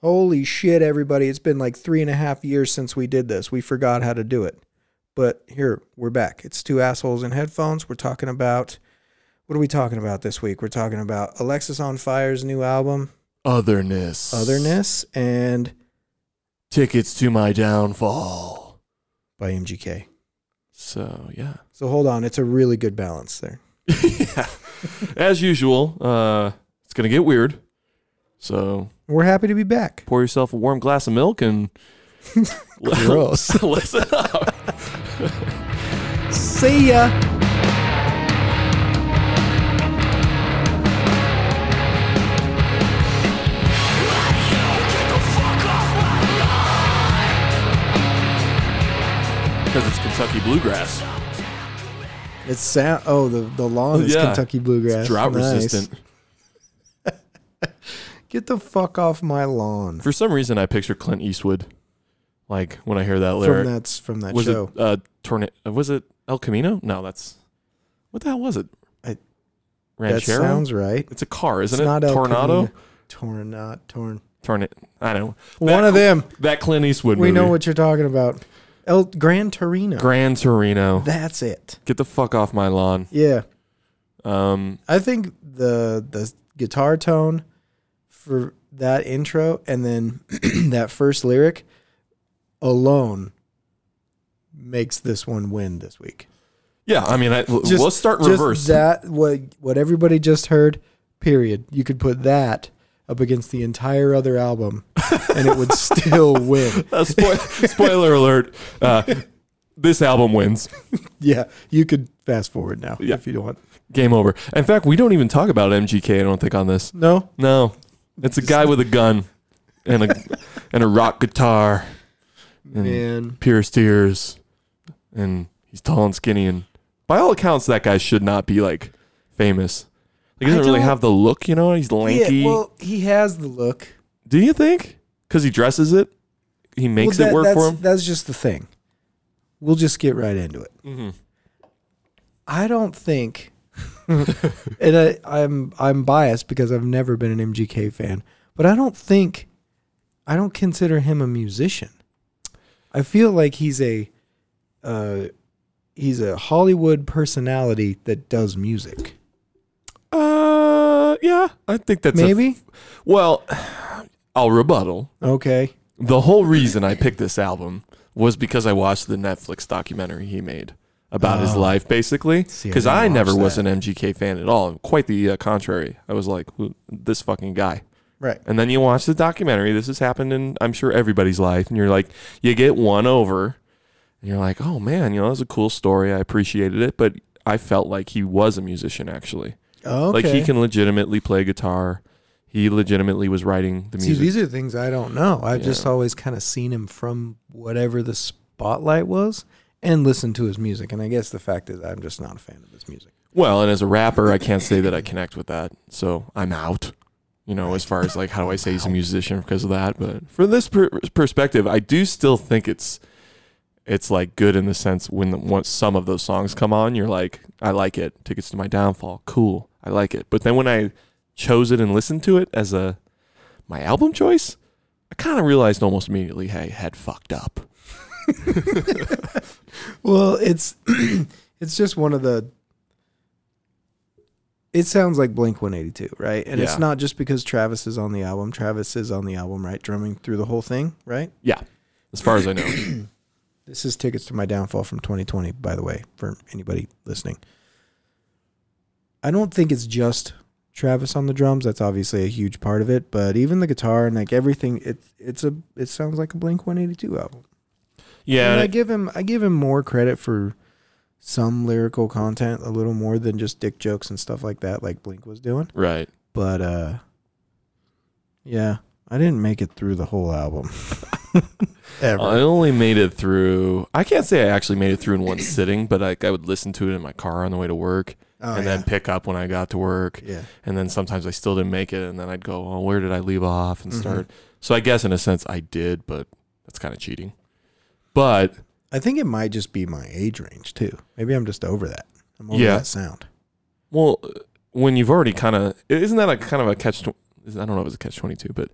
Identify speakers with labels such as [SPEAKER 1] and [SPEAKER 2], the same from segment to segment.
[SPEAKER 1] Holy shit, everybody. It's been like three and a half years since we did this. We forgot how to do it. But here, we're back. It's two assholes in headphones. We're talking about what are we talking about this week? We're talking about Alexis on Fire's new album,
[SPEAKER 2] Otherness.
[SPEAKER 1] Otherness, and
[SPEAKER 2] Tickets to my downfall.
[SPEAKER 1] by MGK.
[SPEAKER 2] So yeah.
[SPEAKER 1] So hold on. It's a really good balance there.
[SPEAKER 2] yeah. As usual, uh, it's gonna get weird. So
[SPEAKER 1] We're happy to be back.
[SPEAKER 2] pour yourself a warm glass of milk and
[SPEAKER 1] Gross.
[SPEAKER 2] listen up.
[SPEAKER 1] See ya.
[SPEAKER 2] Because it's Kentucky bluegrass.
[SPEAKER 1] It's sound. Oh, the the lawn is
[SPEAKER 2] Yeah.
[SPEAKER 1] Kentucky bluegrass.
[SPEAKER 2] It's drought
[SPEAKER 1] Nice.
[SPEAKER 2] resistant.
[SPEAKER 1] Get the fuck off my lawn.
[SPEAKER 2] For some reason, I picture Clint Eastwood. Like when I hear that
[SPEAKER 1] From
[SPEAKER 2] lyric,
[SPEAKER 1] that's from that
[SPEAKER 2] was
[SPEAKER 1] show.
[SPEAKER 2] it uh, tornado? Was it El Camino? No, that's what the hell was it?
[SPEAKER 1] I- that
[SPEAKER 2] Ranchero.
[SPEAKER 1] sounds right.
[SPEAKER 2] it's a car, isn't
[SPEAKER 1] it's
[SPEAKER 2] it?
[SPEAKER 1] not El
[SPEAKER 2] Tornado.
[SPEAKER 1] Camino. Torn, not torn.
[SPEAKER 2] Tornado. I know
[SPEAKER 1] One
[SPEAKER 2] That-
[SPEAKER 1] of them.
[SPEAKER 2] that Clint Eastwood.
[SPEAKER 1] We know
[SPEAKER 2] movie.
[SPEAKER 1] what you're talking about. El Gran Torino.
[SPEAKER 2] Gran Torino.
[SPEAKER 1] That's it.
[SPEAKER 2] Get the fuck off my lawn.
[SPEAKER 1] Yeah,
[SPEAKER 2] Um,
[SPEAKER 1] I think the the guitar tone for that intro and then that first lyric alone makes this one win this week.
[SPEAKER 2] yeah, I mean, I, l-
[SPEAKER 1] Just-
[SPEAKER 2] let's start
[SPEAKER 1] just
[SPEAKER 2] reverse.
[SPEAKER 1] that what what everybody just heard. Period. You could put that up against the entire other album, and it would still win.
[SPEAKER 2] Uh, spo- spoiler alert. Uh, this album wins.
[SPEAKER 1] Yeah, you could fast forward now
[SPEAKER 2] Yeah.
[SPEAKER 1] if you want.
[SPEAKER 2] Game over. In fact, we don't even talk about MGK. I don't think on this.
[SPEAKER 1] No,
[SPEAKER 2] No, it's a guy with a gun and a and a rock guitar and
[SPEAKER 1] man.
[SPEAKER 2] pierced ears, and he's tall and skinny. And by all accounts, that guy should not be like famous. Like, he
[SPEAKER 1] I
[SPEAKER 2] doesn't really
[SPEAKER 1] don't-
[SPEAKER 2] have the look, you know. He's lanky.
[SPEAKER 1] Yeah, well, he has the look.
[SPEAKER 2] Do you think? Because he dresses it, he makes
[SPEAKER 1] Well, that-
[SPEAKER 2] it work
[SPEAKER 1] that's,
[SPEAKER 2] for him.
[SPEAKER 1] That's just the thing. We'll just get right into it.
[SPEAKER 2] Mhm.
[SPEAKER 1] I don't think, and I, I'm I'm biased because I've never been an MGK fan, but I don't think, I don't consider him a musician. I feel like he's a, uh, he's a Hollywood personality that does music.
[SPEAKER 2] Uh, yeah, I think that's a-
[SPEAKER 1] Maybe
[SPEAKER 2] well, I'll rebuttal.
[SPEAKER 1] okay.
[SPEAKER 2] The whole reason I picked this album was because I watched the Netflix documentary he made about his life, basically.
[SPEAKER 1] Oh. See, I
[SPEAKER 2] Because
[SPEAKER 1] didn't
[SPEAKER 2] I,
[SPEAKER 1] watch
[SPEAKER 2] never was
[SPEAKER 1] that.
[SPEAKER 2] an MGK fan at all. Quite the uh, contrary. I was like, "Who- this fucking guy.
[SPEAKER 1] Right.
[SPEAKER 2] And then you watch the documentary. This has happened in, I'm sure, everybody's life. And you're like, you get one over. And you're like, oh man, you know, that was a cool story. I appreciated it. But I felt like he was a musician, actually.
[SPEAKER 1] Okay.
[SPEAKER 2] Like he can legitimately play guitar. He legitimately was writing the
[SPEAKER 1] See,
[SPEAKER 2] music.
[SPEAKER 1] these are things I don't know. I've
[SPEAKER 2] Yeah.
[SPEAKER 1] just always kind of seen him from whatever the spotlight was and listened to his music. And I guess the fact is, I'm just not a fan of his music.
[SPEAKER 2] well, and as a rapper, I can't say that I connect with that. So I'm out. You know, as far as like how do I say he's a musician because of that. But from this per- perspective, I do still think it's it's like good in the sense when the, once some of those songs come on, you're like, I like it. Tickets to my downfall, cool. I like it. But then when I chose it and listened to it as a my album choice, I kind of realized almost immediately, hey, head fucked up.
[SPEAKER 1] Well, it's it's just one of the. It sounds like Blink 182, right? And
[SPEAKER 2] Yeah.
[SPEAKER 1] it's not just because Travis is on the album. Travis is on the album, right? Drumming through the whole thing, right?
[SPEAKER 2] Yeah, as far as I know.
[SPEAKER 1] This is Tickets to My Downfall from 2020, by the way, for anybody listening. I don't think it's just Travis on the drums. That's obviously a huge part of it, but even the guitar and like everything, it it's a it sounds like a Blink 182 album.
[SPEAKER 2] Yeah,
[SPEAKER 1] and I give him I give him more credit for some lyrical content, a little more than just dick jokes and stuff like that, like Blink was doing.
[SPEAKER 2] right.
[SPEAKER 1] But uh, yeah, I didn't make it through the whole album. Ever.
[SPEAKER 2] I only made it through. I can't say I actually made it through in one sitting, but like I would listen to it in my car on the way to work,
[SPEAKER 1] Oh,
[SPEAKER 2] and then pick up when I got to work,
[SPEAKER 1] yeah. yeah.
[SPEAKER 2] and then sometimes I still didn't make it, and then I'd go, "Oh, where did I leave off?" and
[SPEAKER 1] Mhm.
[SPEAKER 2] start. So I guess in a sense I did, but that's kind of cheating. But
[SPEAKER 1] I think it might just be my age range too. Maybe I'm just over that. I'm over
[SPEAKER 2] Yeah.
[SPEAKER 1] that sound.
[SPEAKER 2] well, when you've already kind of isn't that a kind of a catch? tw- is- I don't know if it's a catch twenty two, but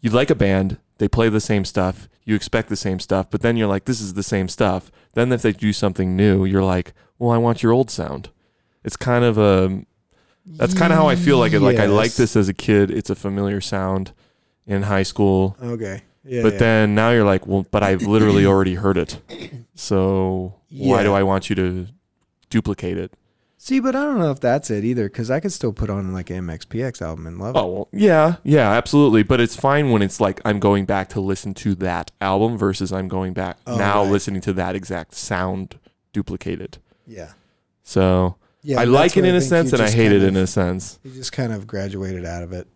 [SPEAKER 2] you like a band, they play the same stuff, you expect the same stuff, but then you're like, this is the same stuff. Then if they do something new, you're like, well, I want your old sound. It's kind of a that's kind of how I feel like it. Like I like
[SPEAKER 1] Yes.
[SPEAKER 2] this as a kid. It's a familiar sound in high school,
[SPEAKER 1] Okay. Yeah.
[SPEAKER 2] but
[SPEAKER 1] yeah.
[SPEAKER 2] then now you're like, well, but I've literally already heard it. So why do
[SPEAKER 1] Yeah.
[SPEAKER 2] I want you to duplicate it?
[SPEAKER 1] see, but I don't know if that's it either, because I could still put on like an MXPX album and love it.
[SPEAKER 2] Oh, well, yeah, yeah, absolutely. But it's fine when it's like I'm going back to listen to that album versus I'm going back
[SPEAKER 1] Oh,
[SPEAKER 2] now
[SPEAKER 1] right.
[SPEAKER 2] listening to that exact sound duplicated.
[SPEAKER 1] Yeah.
[SPEAKER 2] So
[SPEAKER 1] Yeah.
[SPEAKER 2] I
[SPEAKER 1] that's
[SPEAKER 2] like it
[SPEAKER 1] what
[SPEAKER 2] in a
[SPEAKER 1] think
[SPEAKER 2] sense
[SPEAKER 1] you
[SPEAKER 2] and I
[SPEAKER 1] just
[SPEAKER 2] hate
[SPEAKER 1] kind
[SPEAKER 2] it in
[SPEAKER 1] of-
[SPEAKER 2] a sense.
[SPEAKER 1] You just kind of graduated out of it.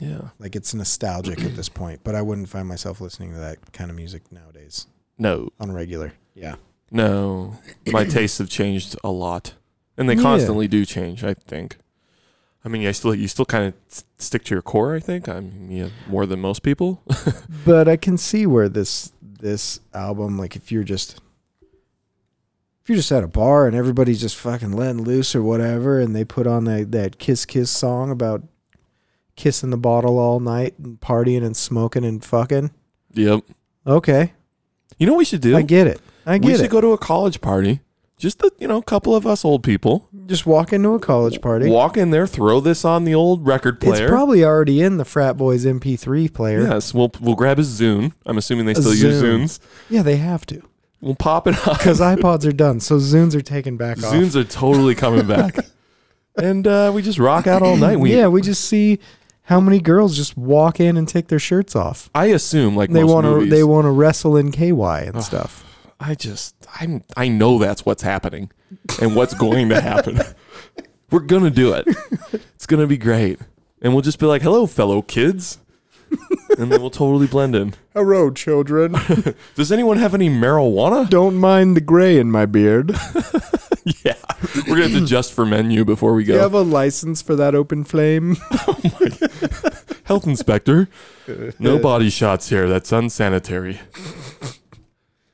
[SPEAKER 2] Yeah.
[SPEAKER 1] Like it's nostalgic at this point, but I wouldn't find myself listening to that kind of music nowadays
[SPEAKER 2] No,
[SPEAKER 1] on regular. Yeah.
[SPEAKER 2] no. My tastes have changed a lot, and they
[SPEAKER 1] Yeah.
[SPEAKER 2] constantly do change. I think. I mean, I still you still kind of s- stick to your core. I think. I mean, yeah, more than most people.
[SPEAKER 1] But I can see where this this album, like if you're just if you're just at a bar and everybody's just fucking letting loose or whatever, and they put on that that kiss kiss song about kissing the bottle all night and partying and smoking and fucking.
[SPEAKER 2] yep.
[SPEAKER 1] Okay,
[SPEAKER 2] You know what we should do?
[SPEAKER 1] I get it. I
[SPEAKER 2] we
[SPEAKER 1] get
[SPEAKER 2] should
[SPEAKER 1] it.
[SPEAKER 2] go to a college party. Just the you know, a couple of us old people
[SPEAKER 1] just walk into a college party.
[SPEAKER 2] walk in there, throw this on the old record
[SPEAKER 1] It's
[SPEAKER 2] player.
[SPEAKER 1] probably already in the frat boys MP3 player. Yeah,
[SPEAKER 2] yes, we'll we'll grab a Zune. I'm assuming they still use
[SPEAKER 1] Zune.
[SPEAKER 2] Zunes.
[SPEAKER 1] they have to
[SPEAKER 2] We'll pop it on.
[SPEAKER 1] because iPods are done, so Zunes are taken back off.
[SPEAKER 2] Zunes are totally coming back, and uh, we just rock out all night. We
[SPEAKER 1] yeah, we just see how many girls just walk in and take their shirts off.
[SPEAKER 2] I assume like
[SPEAKER 1] They
[SPEAKER 2] most
[SPEAKER 1] want to
[SPEAKER 2] movies,
[SPEAKER 1] they want to wrestle in KY and
[SPEAKER 2] Ugh.
[SPEAKER 1] stuff.
[SPEAKER 2] I just I'm I know that's what's happening and what's going to happen. We're gonna do it. It's gonna be great, and we'll just be like, "Hello, fellow kids," and then we'll totally blend in.
[SPEAKER 1] Hello, children.
[SPEAKER 2] Does anyone have any marijuana?
[SPEAKER 1] Don't mind the gray in my beard.
[SPEAKER 2] Yeah, we're gonna have to just for menu before we
[SPEAKER 1] Do you
[SPEAKER 2] go.
[SPEAKER 1] have a license for that open flame?
[SPEAKER 2] Health inspector, no body shots here. That's unsanitary.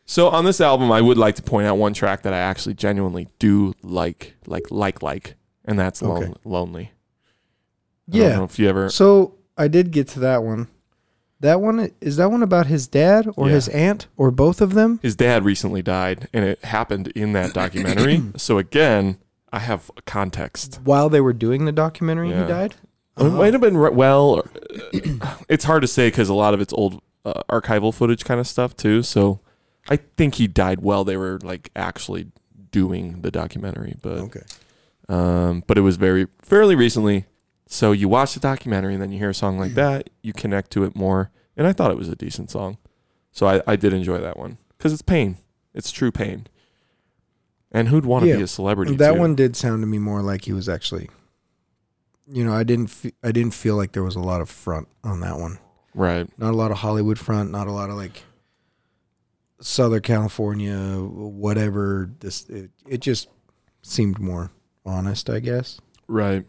[SPEAKER 2] So on this album, I would like to point out one track that I actually genuinely do like, like, like, like, and that's Lon-
[SPEAKER 1] Okay.
[SPEAKER 2] lonely. I don't know
[SPEAKER 1] yeah.
[SPEAKER 2] if you ever.
[SPEAKER 1] So I did get to that one. That one is that one about his dad or
[SPEAKER 2] Yeah.
[SPEAKER 1] his aunt or both of them?
[SPEAKER 2] His dad recently died, and it happened in that documentary. so again, I have context.
[SPEAKER 1] While they were doing the documentary,
[SPEAKER 2] Yeah.
[SPEAKER 1] he died.
[SPEAKER 2] It
[SPEAKER 1] Uh-huh.
[SPEAKER 2] might have been re- well. or- uh, it's hard to say because a lot of it's old uh, archival footage kind of stuff too. So I think he died while they were like actually doing the documentary, but
[SPEAKER 1] Okay.
[SPEAKER 2] um, but it was very fairly recently. So you watch the documentary and then you hear a song like that, you connect to it more, and I thought it was a decent song. So I, I did enjoy that one because it's pain, it's true pain, and who'd want to
[SPEAKER 1] Yeah.
[SPEAKER 2] be a celebrity?
[SPEAKER 1] That
[SPEAKER 2] too?
[SPEAKER 1] one did sound to me more like he was actually. You know, I didn't. Fe- I didn't feel like there was a lot of front on that one.
[SPEAKER 2] right?
[SPEAKER 1] Not a lot of Hollywood front. Not a lot of like. Southern California, whatever. This it, it just seemed more honest, I guess.
[SPEAKER 2] Right.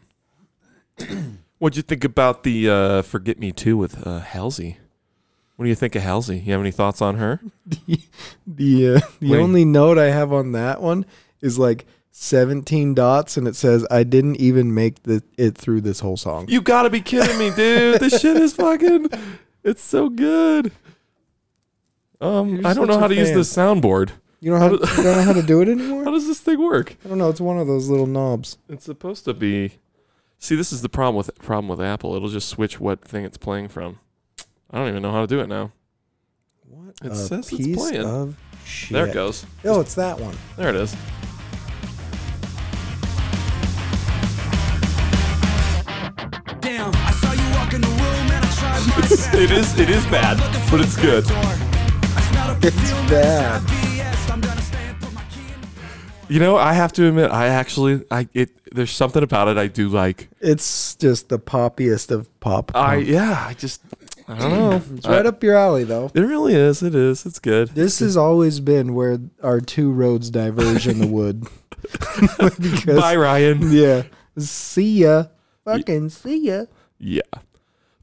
[SPEAKER 2] What'd you think about the uh, "Forget Me Too" with uh, Halsey? What do you think of Halsey? You have any thoughts on her?
[SPEAKER 1] The uh, the
[SPEAKER 2] Wait.
[SPEAKER 1] only note I have on that one is like 17 dots, and it says I didn't even make the it through this whole song.
[SPEAKER 2] You gotta be kidding me, dude! this shit is fucking. It's so good. Um,
[SPEAKER 1] You're
[SPEAKER 2] I don't
[SPEAKER 1] such
[SPEAKER 2] know
[SPEAKER 1] a
[SPEAKER 2] how to use
[SPEAKER 1] fan.
[SPEAKER 2] this soundboard.
[SPEAKER 1] You don't, how, you don't know how to do it
[SPEAKER 2] How
[SPEAKER 1] anymore.
[SPEAKER 2] does this thing work?
[SPEAKER 1] I don't know. It's one of those little knobs.
[SPEAKER 2] It's supposed to be. See, this is the problem with problem with Apple. It'll just switch what thing it's playing from. I don't even know how to do it now.
[SPEAKER 1] What
[SPEAKER 2] It
[SPEAKER 1] a
[SPEAKER 2] says it's
[SPEAKER 1] piece
[SPEAKER 2] playing.
[SPEAKER 1] of shit.
[SPEAKER 2] There it goes.
[SPEAKER 1] Oh, it's that one.
[SPEAKER 2] There it is.
[SPEAKER 3] Damn, I saw you walk in the room and I tried my
[SPEAKER 2] It's,
[SPEAKER 3] best.
[SPEAKER 2] it is. It is bad, but it's good.
[SPEAKER 1] It's bad.
[SPEAKER 2] You know, I have to admit, I actually, I it. There's something about it I do like. Um,
[SPEAKER 1] It's just the poppiest of pop.
[SPEAKER 2] I
[SPEAKER 1] punk.
[SPEAKER 2] yeah, I just, I don't know.
[SPEAKER 1] it's right
[SPEAKER 2] I-
[SPEAKER 1] up your alley, though.
[SPEAKER 2] Uh, It really is. It is. It's good.
[SPEAKER 1] This has always been where our two roads diverge in the wood. because,
[SPEAKER 2] Bye, Ryan.
[SPEAKER 1] yeah. See ya. Fucking see ya.
[SPEAKER 2] Yeah.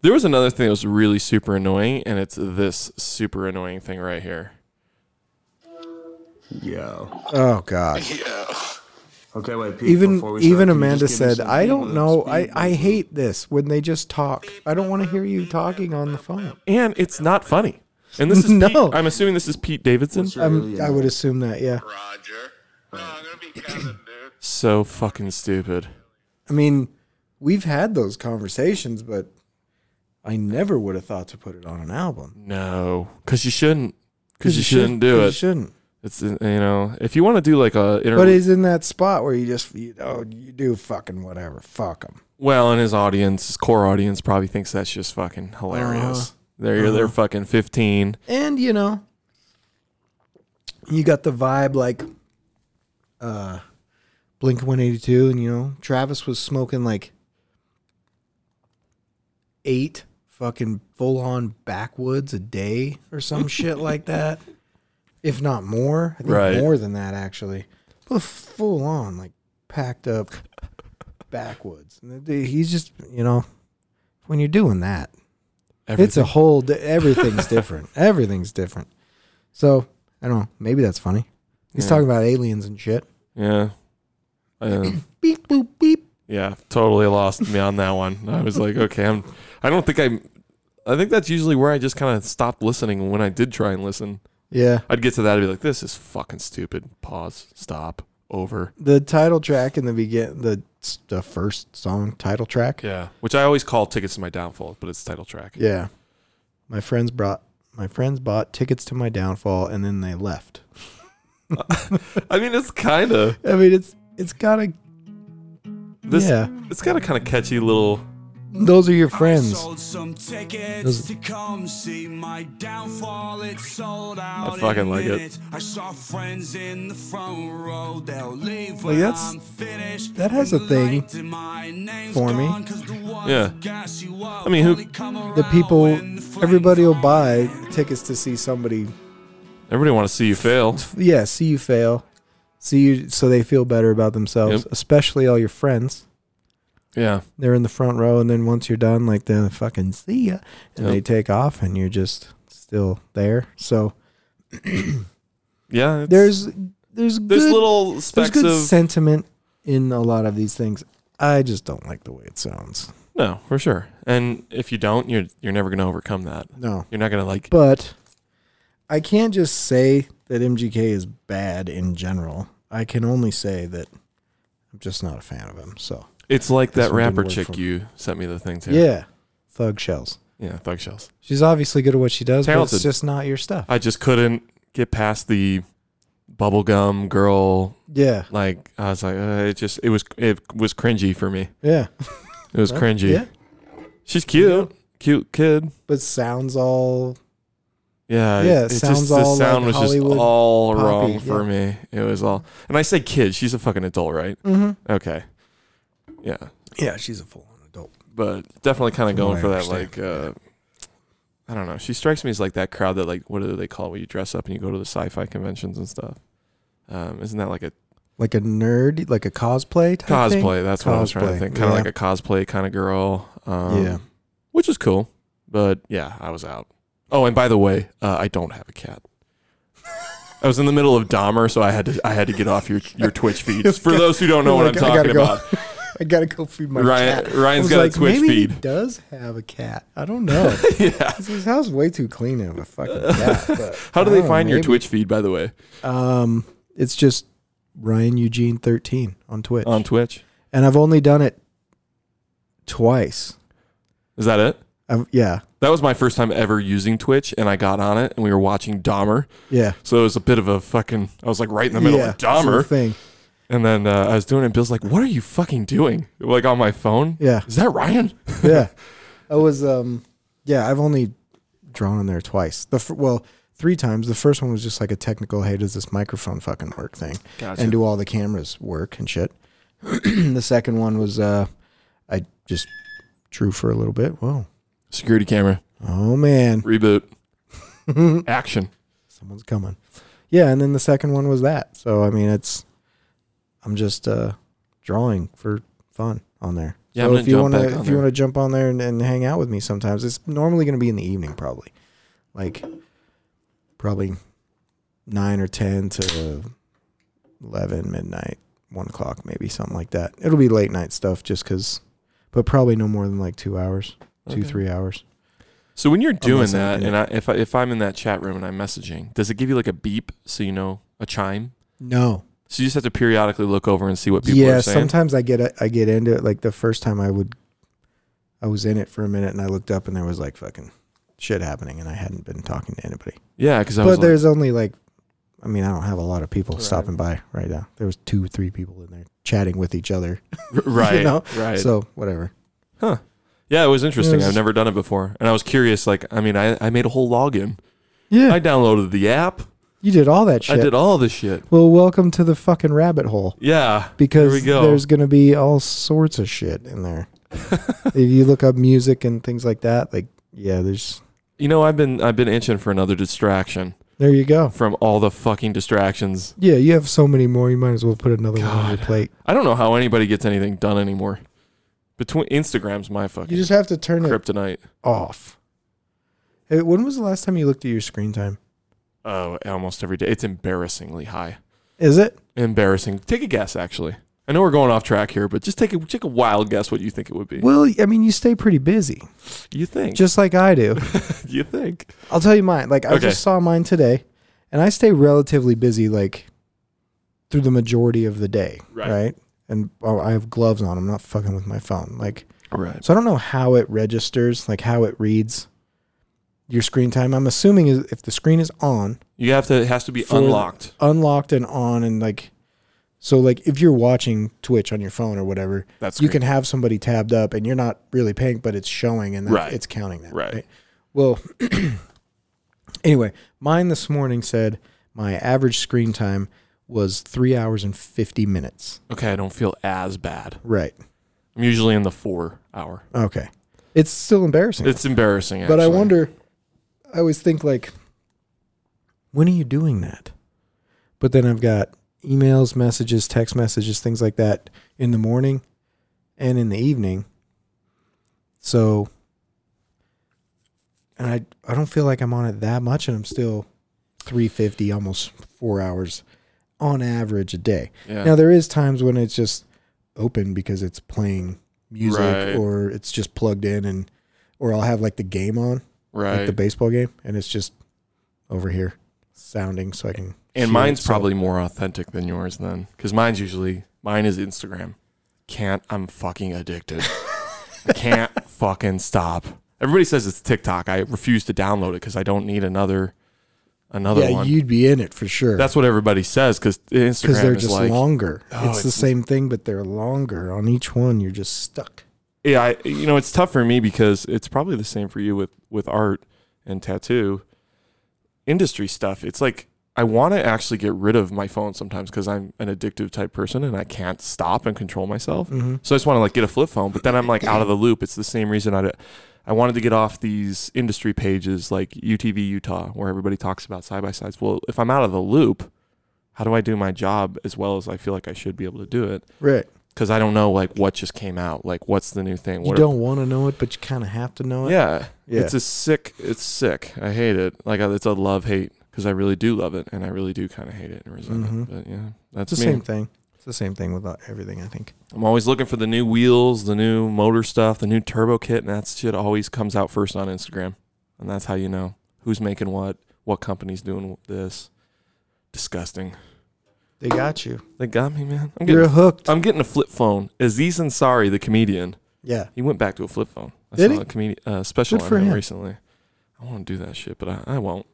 [SPEAKER 2] There was another thing that was really super annoying, and it's this super annoying thing right here.
[SPEAKER 1] Oh, God.
[SPEAKER 4] Okay, wait. Pete,
[SPEAKER 1] Even
[SPEAKER 4] before we start,
[SPEAKER 1] even
[SPEAKER 4] can you
[SPEAKER 1] Amanda
[SPEAKER 4] just give me
[SPEAKER 1] said,
[SPEAKER 4] some
[SPEAKER 1] "I
[SPEAKER 4] people
[SPEAKER 1] don't
[SPEAKER 4] to
[SPEAKER 1] know.
[SPEAKER 4] speak
[SPEAKER 1] I, I
[SPEAKER 4] with?"
[SPEAKER 1] hate this when they just talk. I don't want to hear you talking on the phone."
[SPEAKER 2] and it's not funny. And this is
[SPEAKER 1] No.
[SPEAKER 2] Pete, I'm assuming this is Pete Davidson.
[SPEAKER 4] What's your
[SPEAKER 1] Um,
[SPEAKER 4] alien
[SPEAKER 1] I would assume that. Yeah.
[SPEAKER 5] Roger. No, I'm gonna be coming, dude.
[SPEAKER 2] So fucking stupid.
[SPEAKER 1] I mean, we've had those conversations, but I never would have thought to put it on an album
[SPEAKER 2] No, because you shouldn't. Because you shouldn't do
[SPEAKER 1] 'Cause You
[SPEAKER 2] it.
[SPEAKER 1] shouldn't.
[SPEAKER 2] It's you know, if you want to do like a inter-
[SPEAKER 1] But he's in that spot where you just you know you do fucking whatever. Fuck him.
[SPEAKER 2] well, and his audience, his core audience, probably thinks that's just fucking
[SPEAKER 1] Uh-huh.
[SPEAKER 2] hilarious. they're they're fucking 15.
[SPEAKER 1] and you know you got the vibe like uh blink 182 and you know travis was smoking like eight fucking full-on backwoods a day or some shit like that if not more i think
[SPEAKER 2] Right.
[SPEAKER 1] more than that actually but full-on like packed up backwoods and the dude, he's just you know when you're doing that it's a
[SPEAKER 2] Everything-
[SPEAKER 1] whole. Di- everything's different. Everything's different. So I don't know. Maybe that's funny. He's
[SPEAKER 2] Yeah.
[SPEAKER 1] talking about aliens and shit.
[SPEAKER 2] yeah. Um,
[SPEAKER 1] Beep boop beep.
[SPEAKER 2] Yeah, totally lost me on that one. I was like, okay, I'm. I don't think I'm. I think that's usually where I just kind of stopped listening when I did try and listen.
[SPEAKER 1] Yeah.
[SPEAKER 2] I'd get to that and be like, this is fucking stupid. Pause. Stop. Over.
[SPEAKER 1] The title track in the begin, the the first song title track.
[SPEAKER 2] Yeah. Which I always call "Tickets to My Downfall," but it's title track.
[SPEAKER 1] Yeah. My friends brought my friends bought tickets to my downfall, and then they left.
[SPEAKER 2] I mean, it's kind of
[SPEAKER 1] I mean, it's it's got a
[SPEAKER 2] this.
[SPEAKER 1] Yeah.
[SPEAKER 2] It's got a kind of catchy little.
[SPEAKER 1] those are your
[SPEAKER 3] I
[SPEAKER 1] friends.
[SPEAKER 3] sold some tickets
[SPEAKER 1] Those-
[SPEAKER 3] to come see my downfall. It sold out. in
[SPEAKER 2] fucking like it.
[SPEAKER 3] minutes. I saw friends in the front row. They'll leave
[SPEAKER 1] Like,
[SPEAKER 3] when
[SPEAKER 1] that's-
[SPEAKER 3] I'm finished.
[SPEAKER 1] that has
[SPEAKER 3] And
[SPEAKER 1] a
[SPEAKER 3] the
[SPEAKER 1] thing
[SPEAKER 3] light in my name's
[SPEAKER 1] for me.
[SPEAKER 3] gone 'cause the ones
[SPEAKER 2] Yeah.
[SPEAKER 3] that gas you up
[SPEAKER 2] I mean, who-
[SPEAKER 3] only come
[SPEAKER 1] The
[SPEAKER 3] around
[SPEAKER 1] people,
[SPEAKER 3] when the flames
[SPEAKER 1] everybody will
[SPEAKER 3] are
[SPEAKER 1] buy tickets to see somebody.
[SPEAKER 2] Everybody want to see you fail.
[SPEAKER 1] Yeah, see you fail, see you so they feel better about themselves,
[SPEAKER 2] Yep.
[SPEAKER 1] especially all your friends.
[SPEAKER 2] Yeah.
[SPEAKER 1] they're in the front row, and then once you're done, like they fucking see ya, and
[SPEAKER 2] Yep.
[SPEAKER 1] they take off, and you're just still there. So
[SPEAKER 2] Yeah. it's-
[SPEAKER 1] there's there's
[SPEAKER 2] there's
[SPEAKER 1] good,
[SPEAKER 2] little
[SPEAKER 1] there's
[SPEAKER 2] specks
[SPEAKER 1] good
[SPEAKER 2] of
[SPEAKER 1] sentiment in a lot of these things. I just don't like the way it sounds.
[SPEAKER 2] no for sure. And if you don't, you're you're never gonna overcome that.
[SPEAKER 1] No,
[SPEAKER 2] You're not gonna like.
[SPEAKER 1] but I can't just say that MGK is bad in general. I can only say that I'm just not a fan of him. So
[SPEAKER 2] It's like
[SPEAKER 1] This
[SPEAKER 2] that
[SPEAKER 1] one didn't
[SPEAKER 2] rapper
[SPEAKER 1] work
[SPEAKER 2] chick
[SPEAKER 1] for me.
[SPEAKER 2] you sent me the thing to.
[SPEAKER 1] yeah, thug shells.
[SPEAKER 2] Yeah. Thug shells.
[SPEAKER 1] She's obviously good at what she does, but
[SPEAKER 2] Talented.
[SPEAKER 1] it's just not your stuff.
[SPEAKER 2] I just couldn't get past the bubblegum girl.
[SPEAKER 1] yeah,
[SPEAKER 2] Like I was like, uh, it just it was it was cringy for me.
[SPEAKER 1] yeah,
[SPEAKER 2] It was cringy.
[SPEAKER 1] yeah.
[SPEAKER 2] She's cute, cute kid.
[SPEAKER 1] But sounds all
[SPEAKER 2] Yeah,
[SPEAKER 1] Yeah, it
[SPEAKER 2] just-
[SPEAKER 1] sounds
[SPEAKER 2] the
[SPEAKER 1] all
[SPEAKER 2] sound
[SPEAKER 1] like
[SPEAKER 2] was just
[SPEAKER 1] Hollywood
[SPEAKER 2] all
[SPEAKER 1] poppy,
[SPEAKER 2] wrong
[SPEAKER 1] yeah.
[SPEAKER 2] for me. It was all, and I say kid. She's a fucking adult, right? Mm-hmm. Okay, yeah,
[SPEAKER 1] Yeah, she's a full-on adult.
[SPEAKER 2] but definitely kind of
[SPEAKER 1] what
[SPEAKER 2] going
[SPEAKER 1] I
[SPEAKER 2] for that.
[SPEAKER 1] understand,
[SPEAKER 2] Like, uh, I don't know. She strikes me as like that crowd that like, what do they call it when you dress up and you go to the sci-fi conventions and stuff? Um, isn't that like a
[SPEAKER 1] Like a nerd, like a cosplay type thing?
[SPEAKER 2] cosplay. That's what I was trying to
[SPEAKER 1] Cosplay,
[SPEAKER 2] think. Kind of
[SPEAKER 1] yeah.
[SPEAKER 2] like a cosplay kind of girl. Um,
[SPEAKER 1] Yeah.
[SPEAKER 2] which is cool. But yeah, I was out. Oh, and by the way, uh, I don't have a cat. I was in the middle of Dahmer, so I had to I had to get off your, your Twitch feed. For those who don't know what I'm
[SPEAKER 1] Like, Oh I gotta
[SPEAKER 2] talking
[SPEAKER 1] go-
[SPEAKER 2] about,
[SPEAKER 1] I gotta go feed my
[SPEAKER 2] Ryan-
[SPEAKER 1] cat.
[SPEAKER 2] Ryan's
[SPEAKER 1] I was
[SPEAKER 2] got a Twitch
[SPEAKER 1] maybe Oh. He
[SPEAKER 2] feed.
[SPEAKER 1] does have a cat. I don't know.
[SPEAKER 2] yeah.
[SPEAKER 1] His house is way too clean of a fucking cat. But
[SPEAKER 2] How do
[SPEAKER 1] I
[SPEAKER 2] they
[SPEAKER 1] don't
[SPEAKER 2] find
[SPEAKER 1] know,
[SPEAKER 2] your
[SPEAKER 1] maybe-
[SPEAKER 2] Twitch feed? By the way,
[SPEAKER 1] Um, it's just Ryan Eugene thirteen on Twitch,
[SPEAKER 2] on Twitch,
[SPEAKER 1] and I've only done it twice.
[SPEAKER 2] is that it?
[SPEAKER 1] I've, yeah,
[SPEAKER 2] That was my first time ever using Twitch, and I got on it, and we were watching Dahmer.
[SPEAKER 1] yeah,
[SPEAKER 2] So it was a bit of a fucking. I was like right in the middle
[SPEAKER 1] yeah,
[SPEAKER 2] of
[SPEAKER 1] it's a
[SPEAKER 2] Dahmer.
[SPEAKER 1] thing.
[SPEAKER 2] And then uh, I was doing it, and Bill's like, "What are you fucking doing?" Like on my phone.
[SPEAKER 1] Yeah.
[SPEAKER 2] Is that Ryan?
[SPEAKER 1] yeah. I was um yeah, I've only drawn on there twice. The fir- well, three times. The first one was just like a technical hey, does this microphone fucking work thing?
[SPEAKER 2] Gotcha.
[SPEAKER 1] And do all the cameras work and shit. the second one was uh I just drew for a little bit. Whoa.
[SPEAKER 2] Security camera
[SPEAKER 1] Oh man,
[SPEAKER 2] reboot. Action.
[SPEAKER 1] someone's coming. Yeah, and then the second one was that. So I mean, it's I'm just uh drawing for fun on there.
[SPEAKER 2] Yeah,
[SPEAKER 1] so
[SPEAKER 2] I'm gonna
[SPEAKER 1] if you
[SPEAKER 2] jump
[SPEAKER 1] want to
[SPEAKER 2] back on
[SPEAKER 1] if you
[SPEAKER 2] there.
[SPEAKER 1] want to jump on there and, and hang out with me sometimes, it's normally going to be in the evening probably. Like probably 9 or 10 to 11 midnight one o'clock, maybe something like that. It'll be late night stuff, just because, but probably no more than like two hours, two
[SPEAKER 2] Okay.
[SPEAKER 1] three hours.
[SPEAKER 2] So when you're doing
[SPEAKER 1] Unless I'm
[SPEAKER 2] that,
[SPEAKER 1] in
[SPEAKER 2] and I, if I, if I'm in that chat room and I'm messaging, does it give you like a beep so you know a chime?
[SPEAKER 1] No,
[SPEAKER 2] So you just have to periodically look over and see what people
[SPEAKER 1] yeah.
[SPEAKER 2] are saying.
[SPEAKER 1] Sometimes I get I get into it. Like the first time I would, I was in it for a minute, and I looked up, and there was like fucking shit happening, and I hadn't been talking to anybody.
[SPEAKER 2] yeah, because I was
[SPEAKER 1] But
[SPEAKER 2] like,
[SPEAKER 1] there's only like, I mean, I don't have a lot of people
[SPEAKER 2] Right.
[SPEAKER 1] stopping by right now. There was two, three people in there chatting with each other.
[SPEAKER 2] right,
[SPEAKER 1] know?
[SPEAKER 2] right.
[SPEAKER 1] So whatever.
[SPEAKER 2] yeah, it was interesting.
[SPEAKER 1] Yes.
[SPEAKER 2] I've never done it before, and I was curious. Like, I mean, I, I made a whole login.
[SPEAKER 1] Yeah,
[SPEAKER 2] I downloaded the app.
[SPEAKER 1] you did all that shit.
[SPEAKER 2] I did all this shit.
[SPEAKER 1] well, welcome to the fucking rabbit hole.
[SPEAKER 2] Yeah,
[SPEAKER 1] because
[SPEAKER 2] Here we go.
[SPEAKER 1] there's going to be all sorts of shit in there. if you look up music and things like that, like yeah, there's
[SPEAKER 2] you know, I've been I've been itching for another distraction
[SPEAKER 1] there you go.
[SPEAKER 2] from all the fucking distractions.
[SPEAKER 1] Yeah, you have so many more. You might as well put another one on your
[SPEAKER 2] God.
[SPEAKER 1] plate.
[SPEAKER 2] I don't know how anybody gets anything done anymore. Between Instagram's my
[SPEAKER 1] You
[SPEAKER 2] fucking
[SPEAKER 1] just have to turn it
[SPEAKER 2] kryptonite.
[SPEAKER 1] off. Hey, when was the last time you looked at your screen time?
[SPEAKER 2] Oh, almost every day. It's embarrassingly high.
[SPEAKER 1] Is it?
[SPEAKER 2] Embarrassing. Take a guess, actually. I know we're going off track here, but just take a take a wild guess what you think it would be.
[SPEAKER 1] Well, I mean, you stay pretty busy,
[SPEAKER 2] You think?
[SPEAKER 1] just like I do.
[SPEAKER 2] you think?
[SPEAKER 1] I'll tell you mine. Like I
[SPEAKER 2] Okay.
[SPEAKER 1] just saw mine today, and I stay relatively busy like through the majority of the day,
[SPEAKER 2] Right.
[SPEAKER 1] right? And oh, I have gloves on. I'm not fucking with my phone. Like
[SPEAKER 2] Right.
[SPEAKER 1] so, I don't know how it registers, like how it reads your screen time. I'm assuming is if the screen is on,
[SPEAKER 2] You have to. It has to be
[SPEAKER 1] For-
[SPEAKER 2] unlocked.
[SPEAKER 1] unlocked and on, and like so, like if you're watching Twitch on your phone or whatever,
[SPEAKER 2] That's
[SPEAKER 1] you
[SPEAKER 2] great.
[SPEAKER 1] can have somebody tabbed up and you're not really paying, but it's showing and that
[SPEAKER 2] Right.
[SPEAKER 1] it's counting that.
[SPEAKER 2] Right.
[SPEAKER 1] Well, anyway, mine this morning said my average screen time was three hours and 50 minutes.
[SPEAKER 2] Okay, I don't feel as bad.
[SPEAKER 1] Right.
[SPEAKER 2] I'm usually in the four hour.
[SPEAKER 1] Okay. It's still embarrassing.
[SPEAKER 2] It's embarrassing. Actually.
[SPEAKER 1] but I wonder, I always think, like, when are you doing that? But then I've got emails, messages, text messages, things like that in the morning and in the evening. So, and I, I don't feel like I'm on it that much, and I'm still 350, almost four hours on average a day.
[SPEAKER 2] Yeah.
[SPEAKER 1] Now, there is times when it's just open because it's playing music
[SPEAKER 2] Right.
[SPEAKER 1] or it's just plugged in and or I'll have like the game on,
[SPEAKER 2] right.
[SPEAKER 1] like the baseball game, and it's just over here sounding so I can.
[SPEAKER 2] and
[SPEAKER 1] hear
[SPEAKER 2] mine's
[SPEAKER 1] it. So-
[SPEAKER 2] probably more authentic than yours then, because mine's usually mine is Instagram. Can't. I'm fucking addicted. I can't fucking stop. Everybody says it's TikTok. I refuse to download it because I don't need another another
[SPEAKER 1] yeah,
[SPEAKER 2] one.
[SPEAKER 1] you'd be in it for sure.
[SPEAKER 2] That's what everybody says because Instagram
[SPEAKER 1] because they're
[SPEAKER 2] is
[SPEAKER 1] just
[SPEAKER 2] like
[SPEAKER 1] longer.
[SPEAKER 2] Oh,
[SPEAKER 1] it's the
[SPEAKER 2] it's-
[SPEAKER 1] same thing, but they're longer on each one. You're just stuck.
[SPEAKER 2] yeah, I, you know, it's tough for me because it's probably the same for you with with art and tattoo industry stuff. It's like I want to actually get rid of my phone sometimes because I'm an addictive type person and I can't stop and control myself.
[SPEAKER 1] Mm-hmm.
[SPEAKER 2] So I just want to like get a flip phone, but then I'm like out of the loop. It's the same reason I I wanted to get off these industry pages like UTV Utah where everybody talks about side by sides. Well, if I'm out of the loop, how do I do my job as well as I feel like I should be able to do it?
[SPEAKER 1] Right.
[SPEAKER 2] because I don't know like what just came out. Like what's the new thing?
[SPEAKER 1] You
[SPEAKER 2] What
[SPEAKER 1] don't want to know it, but you kind of have to know it.
[SPEAKER 2] yeah,
[SPEAKER 1] Yeah.
[SPEAKER 2] It's a sick. It's sick. I hate it. Like I- it's a love hate because I really do love it and I really do kind of hate it and resent it.
[SPEAKER 1] Mhm.
[SPEAKER 2] But yeah, that's
[SPEAKER 1] It's the
[SPEAKER 2] me.
[SPEAKER 1] same thing. It's the same thing with uh, everything. I think.
[SPEAKER 2] I'm always looking for the new wheels, the new motor stuff, the new turbo kit, and that shit always comes out first on Instagram, and that's how you know who's making what, what company's doing this. Disgusting.
[SPEAKER 1] They got you.
[SPEAKER 2] They got me, man. I'm getting.
[SPEAKER 1] You're hooked.
[SPEAKER 2] I'm getting a flip phone. Aziz Ansari, the comedian.
[SPEAKER 1] yeah.
[SPEAKER 2] He went back to a flip phone. I
[SPEAKER 1] Did
[SPEAKER 2] saw
[SPEAKER 1] he?
[SPEAKER 2] a comedi- uh, special
[SPEAKER 1] Good
[SPEAKER 2] on
[SPEAKER 1] for
[SPEAKER 2] him,
[SPEAKER 1] him.
[SPEAKER 2] recently. I want to do that shit, but I, I won't.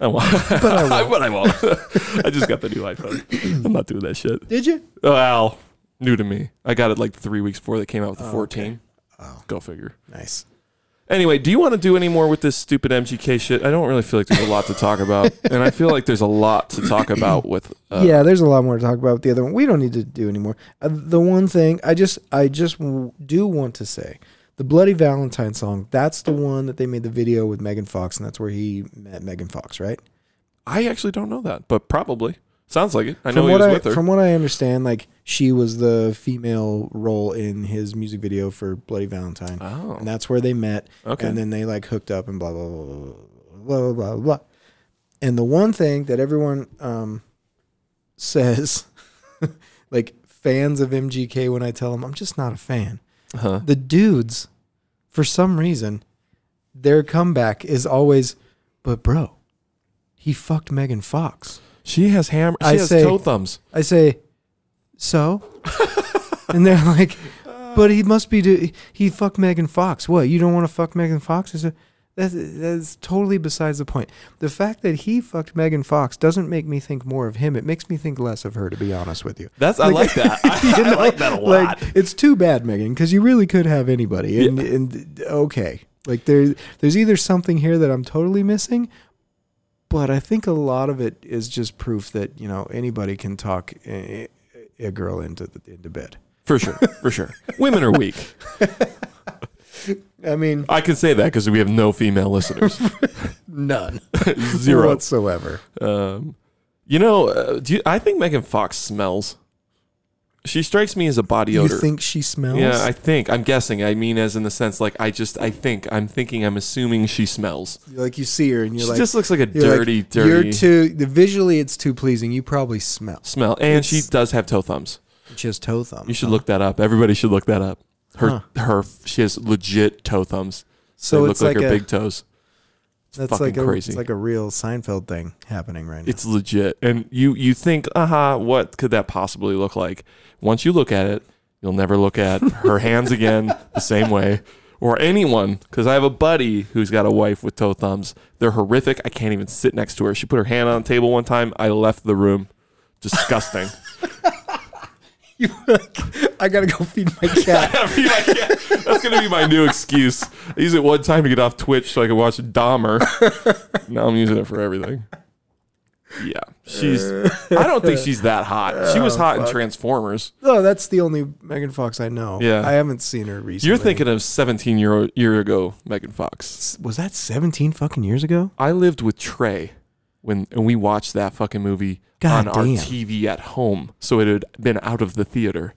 [SPEAKER 2] I won't.
[SPEAKER 1] But I won't.
[SPEAKER 2] but I won't. I just got the new iPhone. I'm not doing that shit.
[SPEAKER 1] Did you?
[SPEAKER 2] Well, new to me. I got it like three weeks before they came out with the
[SPEAKER 1] Oh,
[SPEAKER 2] 14.
[SPEAKER 1] Oh,
[SPEAKER 2] Go figure.
[SPEAKER 1] nice.
[SPEAKER 2] Anyway, do you want to do any more with this stupid MGK shit? I don't really feel like there's a lot to talk about, and I feel like there's a lot to talk about with. Uh,
[SPEAKER 1] yeah, there's a lot more to talk about with the other one. We don't need to do anymore. Uh, the one thing I just I just w- do want to say, the Bloody Valentine song. That's the one that they made the video with Megan Fox, and that's where he met Megan Fox, right?
[SPEAKER 2] I actually don't know that, but probably sounds like it. I know
[SPEAKER 1] from
[SPEAKER 2] he
[SPEAKER 1] what
[SPEAKER 2] was
[SPEAKER 1] I
[SPEAKER 2] with her.
[SPEAKER 1] from what I understand, like she was the female role in his music video for Bloody Valentine,
[SPEAKER 2] oh,
[SPEAKER 1] and that's where they met.
[SPEAKER 2] Okay.
[SPEAKER 1] and then they like hooked up and blah blah blah blah blah blah blah. blah. And the one thing that everyone um, says, like fans of MGK when I tell them I'm just not a fan.
[SPEAKER 2] Uh-huh.
[SPEAKER 1] The dudes, for some reason, their comeback is always, but bro, he fucked Megan Fox.
[SPEAKER 2] She has hammer. She
[SPEAKER 1] I
[SPEAKER 2] has
[SPEAKER 1] say-
[SPEAKER 2] toe thumbs.
[SPEAKER 1] I say, so? and they're like, but he must be, do- he fucked Megan Fox. What, you don't want to fuck Megan Fox? I said, that's, that's totally besides the point. The fact that he fucked Megan Fox doesn't make me think more of him. It makes me think less of her, to be honest with you.
[SPEAKER 2] That's I like that. I, I like that a lot.
[SPEAKER 1] Like, it's too bad, Megan, because you really could have anybody. And, and okay, like there, there's either something here that I'm totally missing, but I think a lot of it is just proof that you know anybody can talk a, a girl into the, into bed.
[SPEAKER 2] for sure, for sure. Women are weak.
[SPEAKER 1] I mean,
[SPEAKER 2] I can say that because we have no female listeners.
[SPEAKER 1] none,
[SPEAKER 2] Zero.
[SPEAKER 1] whatsoever.
[SPEAKER 2] Um, you know, uh, do you, I think Megan Fox smells. She strikes me as a body odor.
[SPEAKER 1] You think she smells?
[SPEAKER 2] yeah, I think. I'm guessing. I mean, as in the sense, like, I just, I think, I'm thinking, I'm assuming she smells.
[SPEAKER 1] like you see her and you're
[SPEAKER 2] she
[SPEAKER 1] like,
[SPEAKER 2] just looks like a
[SPEAKER 1] you're like,
[SPEAKER 2] dirty,
[SPEAKER 1] You're
[SPEAKER 2] dirty
[SPEAKER 1] too the, visually, it's too pleasing. You probably smell.
[SPEAKER 2] smell. And she
[SPEAKER 1] It's-
[SPEAKER 2] does have toe thumbs.
[SPEAKER 1] She has toe thumbs.
[SPEAKER 2] You should look that up. Everybody should look that up. Her, her, she has legit toe thumbs.
[SPEAKER 1] So
[SPEAKER 2] they
[SPEAKER 1] it's
[SPEAKER 2] look like,
[SPEAKER 1] like
[SPEAKER 2] her
[SPEAKER 1] a-
[SPEAKER 2] big toes. It's
[SPEAKER 1] That's
[SPEAKER 2] fucking
[SPEAKER 1] like a,
[SPEAKER 2] crazy.
[SPEAKER 1] It's like a real Seinfeld thing happening right now.
[SPEAKER 2] It's legit. And you you think, aha, what could that possibly look like? Once you look at it, you'll never look at her hands again the same way. Or anyone, because I have a buddy who's got a wife with toe thumbs. They're horrific. I can't even sit next to her. She put her hand on the table one time. I left the room. Disgusting.
[SPEAKER 1] I gotta go feed my cat.
[SPEAKER 2] I mean, I can't- that's gonna be my new excuse. I use it one time to get off Twitch so I can watch Dahmer. now I'm using it for everything. Yeah, she's. I don't think she's that hot. She was hot in Transformers.
[SPEAKER 1] no, that's the only Megan Fox I know.
[SPEAKER 2] Yeah.
[SPEAKER 1] I haven't seen her recently.
[SPEAKER 2] You're thinking of 17 year year ago Megan Fox.
[SPEAKER 1] S- was that 17 fucking years ago?
[SPEAKER 2] I lived with Trey when and we watched that fucking movie on
[SPEAKER 1] God
[SPEAKER 2] our
[SPEAKER 1] damn.
[SPEAKER 2] TV at home, so it had been out of the theater.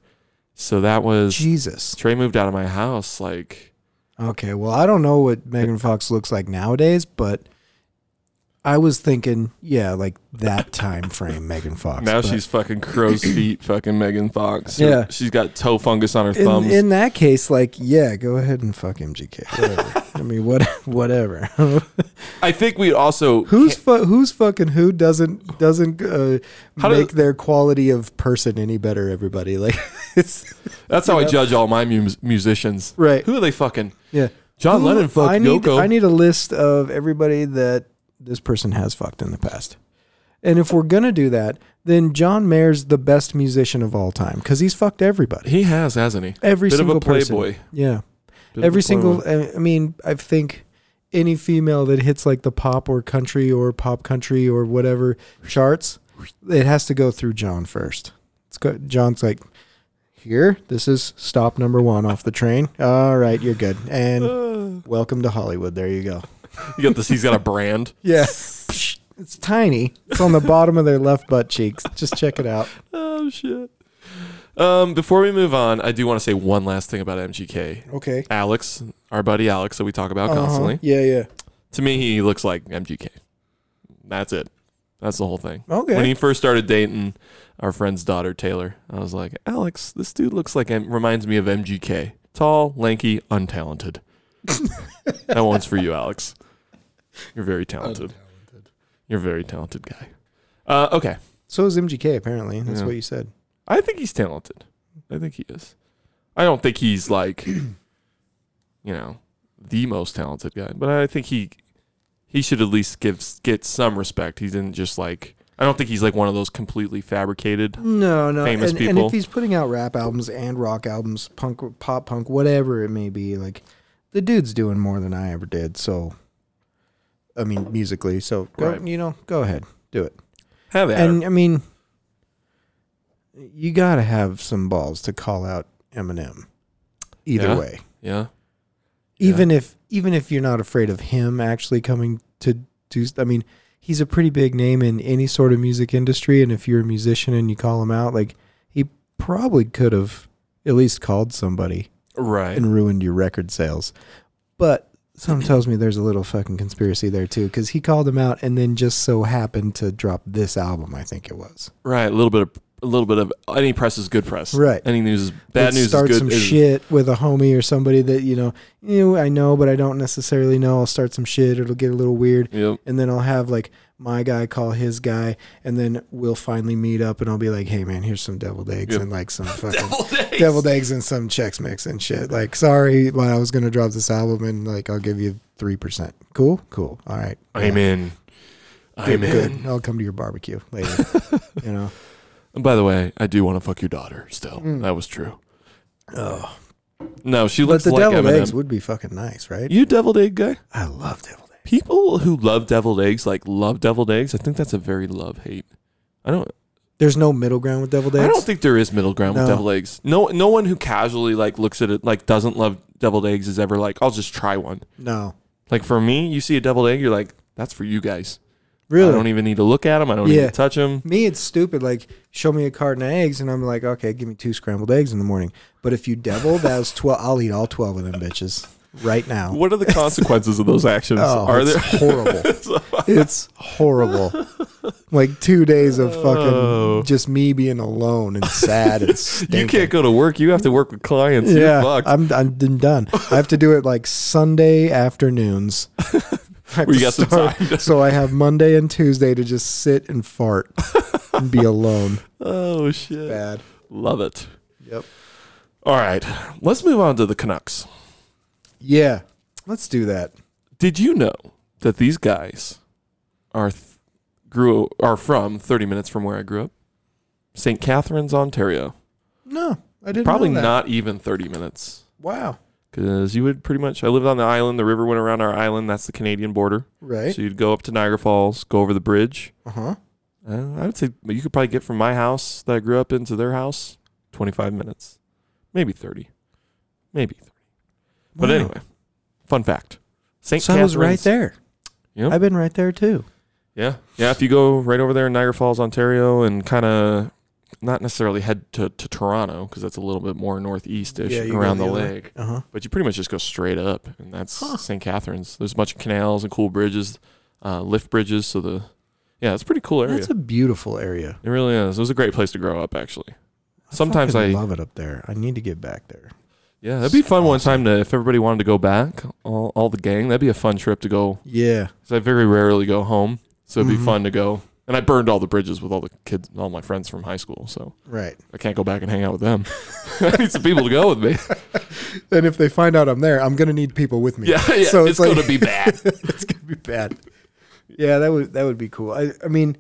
[SPEAKER 2] So that was
[SPEAKER 1] Jesus.
[SPEAKER 2] Trey moved out of my house like
[SPEAKER 1] Okay, well, I don't know what Megan Fox looks like nowadays, but I was thinking, yeah, like that time frame Megan Fox.
[SPEAKER 2] Now
[SPEAKER 1] but-
[SPEAKER 2] she's fucking crow's feet, fucking Megan Fox. Her-
[SPEAKER 1] Yeah.
[SPEAKER 2] she's got toe fungus on her
[SPEAKER 1] in,
[SPEAKER 2] thumbs.
[SPEAKER 1] in that case, like, yeah, go ahead and fuck MGK. Whatever. I mean, what, whatever.
[SPEAKER 2] I think we also
[SPEAKER 1] Who's fu- who's fucking who doesn't doesn't uh,
[SPEAKER 2] How
[SPEAKER 1] make
[SPEAKER 2] do-
[SPEAKER 1] their quality of person any better? Everybody like it's
[SPEAKER 2] that's how I judge all my mu- musicians.
[SPEAKER 1] Right.
[SPEAKER 2] Who are they fucking?
[SPEAKER 1] yeah.
[SPEAKER 2] John
[SPEAKER 1] Who-
[SPEAKER 2] Lennon fucked
[SPEAKER 1] I need,
[SPEAKER 2] Yoko.
[SPEAKER 1] I need a list of everybody that this person has fucked in the past. And if we're gonna do that, then John Mayer's the best musician of all time because he's fucked everybody.
[SPEAKER 2] he has, hasn't he?
[SPEAKER 1] Every
[SPEAKER 2] Bit of
[SPEAKER 1] single
[SPEAKER 2] a playboy.
[SPEAKER 1] person. Yeah.
[SPEAKER 2] Bit of
[SPEAKER 1] every
[SPEAKER 2] a
[SPEAKER 1] single
[SPEAKER 2] playboy.
[SPEAKER 1] I I mean i think any female that hits like the pop or country or pop country or whatever charts it has to go through john first it's good john's like here this is stop number one off the train all right you're good and welcome to hollywood there you go
[SPEAKER 2] You got this. He's got a brand.
[SPEAKER 1] yeah it's tiny it's on the bottom of their left butt cheeks just check it out
[SPEAKER 2] Oh shit. Um, before we move on, I do want to say one last thing about MGK.
[SPEAKER 1] okay
[SPEAKER 2] Alex, our buddy Alex, that we talk about
[SPEAKER 1] Uh-huh.
[SPEAKER 2] constantly.
[SPEAKER 1] yeah yeah
[SPEAKER 2] To me, he looks like MGK. That's it. That's the whole thing.
[SPEAKER 1] Okay.
[SPEAKER 2] When he first started dating our friend's daughter Taylor, I was like, Alex, this dude looks like M- reminds me of MGK. Tall, lanky, untalented. that one's for you, Alex. You're very talented. You're a very talented guy. Uh, okay.
[SPEAKER 1] so is mgk apparently that's what you said
[SPEAKER 2] I think he's talented. I think he is. I don't think he's like, you know, the most talented guy, but I think he he should at least give get some respect. He didn't just like. I don't think he's like one of those completely fabricated.
[SPEAKER 1] No, no.
[SPEAKER 2] famous
[SPEAKER 1] and, And
[SPEAKER 2] people.
[SPEAKER 1] if he's putting out rap albums and rock albums, punk, pop punk, whatever it may be, like the dude's doing more than I ever did. So, I mean, musically. So, go,
[SPEAKER 2] Right.
[SPEAKER 1] you know, go ahead, do it.
[SPEAKER 2] Have at
[SPEAKER 1] And
[SPEAKER 2] her.
[SPEAKER 1] I mean, you gotta have some balls to call out Eminem. Either
[SPEAKER 2] Yeah.
[SPEAKER 1] way,
[SPEAKER 2] Yeah.
[SPEAKER 1] even if even if you're not afraid of him actually coming to do i mean he's a pretty big name in any sort of music industry and if you're a musician and you call him out like he probably could have at least called somebody
[SPEAKER 2] Right.
[SPEAKER 1] and ruined your record sales but some tells me there's a little fucking conspiracy there too because he called him out and then just so happened to drop this album i think it was
[SPEAKER 2] Right. A little bit of a little bit of any press is good press.
[SPEAKER 1] Right.
[SPEAKER 2] Any news is bad
[SPEAKER 1] Let's
[SPEAKER 2] news
[SPEAKER 1] start
[SPEAKER 2] is good.
[SPEAKER 1] some
[SPEAKER 2] is-
[SPEAKER 1] shit with a homie or somebody that you know you know, i know but i don't necessarily know i'll start some shit it'll get a little weird
[SPEAKER 2] Yep.
[SPEAKER 1] and then i'll have like my guy call his guy and then we'll finally meet up and i'll be like hey man here's some deviled eggs
[SPEAKER 2] Yep.
[SPEAKER 1] and like some fucking deviled eggs. and some chex mix and shit like sorry but i was gonna drop this album and like i'll give you 3% cool cool all right
[SPEAKER 2] I'm
[SPEAKER 1] Yeah.
[SPEAKER 2] in.
[SPEAKER 1] good,
[SPEAKER 2] I'm in.
[SPEAKER 1] good i'll come to your barbecue later you know
[SPEAKER 2] And by the way, I do want to fuck your daughter. Still, that was true.
[SPEAKER 1] oh
[SPEAKER 2] No, she
[SPEAKER 1] Hmm. but
[SPEAKER 2] looks
[SPEAKER 1] the
[SPEAKER 2] like
[SPEAKER 1] deviled
[SPEAKER 2] Eminem.
[SPEAKER 1] eggs would be fucking nice right
[SPEAKER 2] you deviled egg guy.
[SPEAKER 1] i love deviled eggs
[SPEAKER 2] People who love deviled eggs like love deviled eggs. I think that's a very love hate. I don't.
[SPEAKER 1] There's no middle ground with deviled eggs.
[SPEAKER 2] I don't think there is middle ground with
[SPEAKER 1] No.
[SPEAKER 2] deviled eggs. No, no one who casually like looks at it like doesn't love deviled eggs is ever like, I'll just try one.
[SPEAKER 1] no,
[SPEAKER 2] Like for me, you see a deviled egg, you're like, that's for you guys. I
[SPEAKER 1] really.
[SPEAKER 2] don't even need to look at them. I don't need
[SPEAKER 1] Yeah.
[SPEAKER 2] to touch them.
[SPEAKER 1] me, it's stupid. Like, show me a carton of eggs, and I'm like, okay, give me two scrambled eggs in the morning. But if you devil, that's twelve. I'll eat all twelve of them bitches right now.
[SPEAKER 2] What are the consequences of those actions?
[SPEAKER 1] Oh,
[SPEAKER 2] are
[SPEAKER 1] it's
[SPEAKER 2] there?
[SPEAKER 1] horrible. it's horrible. Like two days of fucking just me being alone and sad and stinking.
[SPEAKER 2] Oh. You can't go to work. You have to work with clients. You're
[SPEAKER 1] Yeah,
[SPEAKER 2] fucked.
[SPEAKER 1] I'm, I'm done. I have to do it like Sunday afternoons.
[SPEAKER 2] Where you got some
[SPEAKER 1] Start-
[SPEAKER 2] time. to-
[SPEAKER 1] so I have Monday and Tuesday to just sit and fart and be alone.
[SPEAKER 2] oh shit.
[SPEAKER 1] Bad.
[SPEAKER 2] Love it.
[SPEAKER 1] Yep.
[SPEAKER 2] All right, let's move on to the Canucks.
[SPEAKER 1] Yeah. Let's do that.
[SPEAKER 2] Did you know that these guys are th- grew are from 30 minutes from where I grew up? St. Catharines, Ontario.
[SPEAKER 1] No, I didn't.
[SPEAKER 2] Probably
[SPEAKER 1] know that.
[SPEAKER 2] not even 30 minutes
[SPEAKER 1] Wow.
[SPEAKER 2] cuz you would pretty much I lived on the island, the river went around our island, that's the Canadian border.
[SPEAKER 1] Right.
[SPEAKER 2] So you'd go up to Niagara Falls, go over the bridge.
[SPEAKER 1] Uh huh.
[SPEAKER 2] Uh, I would say you could probably get from my house that I grew up into their house 25 minutes. Maybe 30. Maybe 30. But
[SPEAKER 1] Wow.
[SPEAKER 2] anyway, fun fact. St.
[SPEAKER 1] So I was right
[SPEAKER 2] Catharines-
[SPEAKER 1] there.
[SPEAKER 2] Yep.
[SPEAKER 1] I've been right there too.
[SPEAKER 2] Yeah. Yeah. If you go right over there in Niagara Falls, Ontario, and kind of not necessarily head to, to Toronto because that's a little bit more northeastish
[SPEAKER 1] Yeah, you go
[SPEAKER 2] around the,
[SPEAKER 1] the other-
[SPEAKER 2] lake,
[SPEAKER 1] Uh huh.
[SPEAKER 2] but you pretty much just go straight up, and that's St. Catharines. There's a bunch of canals and cool bridges, uh, lift bridges. So the, yeah, it's a pretty cool area.
[SPEAKER 1] That's a beautiful area.
[SPEAKER 2] it really is. It was a great place to grow up, actually. Sometimes
[SPEAKER 1] fucking
[SPEAKER 2] I-
[SPEAKER 1] love it up there. I need to get back there.
[SPEAKER 2] Yeah, that'd be fun one time to if everybody wanted to go back, all, all the gang. That'd be a fun trip to go
[SPEAKER 1] Yeah.
[SPEAKER 2] because I very rarely go home, so it'd
[SPEAKER 1] Mm-hmm.
[SPEAKER 2] be fun to go. And I burned all the bridges with all the kids, all my friends from high school. So
[SPEAKER 1] Right.
[SPEAKER 2] I can't go back and hang out with them. I need some people to go with me.
[SPEAKER 1] And if they find out I'm there, I'm gonna need people with me.
[SPEAKER 2] Yeah, yeah.
[SPEAKER 1] So it's,
[SPEAKER 2] it's,
[SPEAKER 1] like,
[SPEAKER 2] going to be bad.
[SPEAKER 1] it's gonna be bad. Yeah, that would that would be cool. I I mean,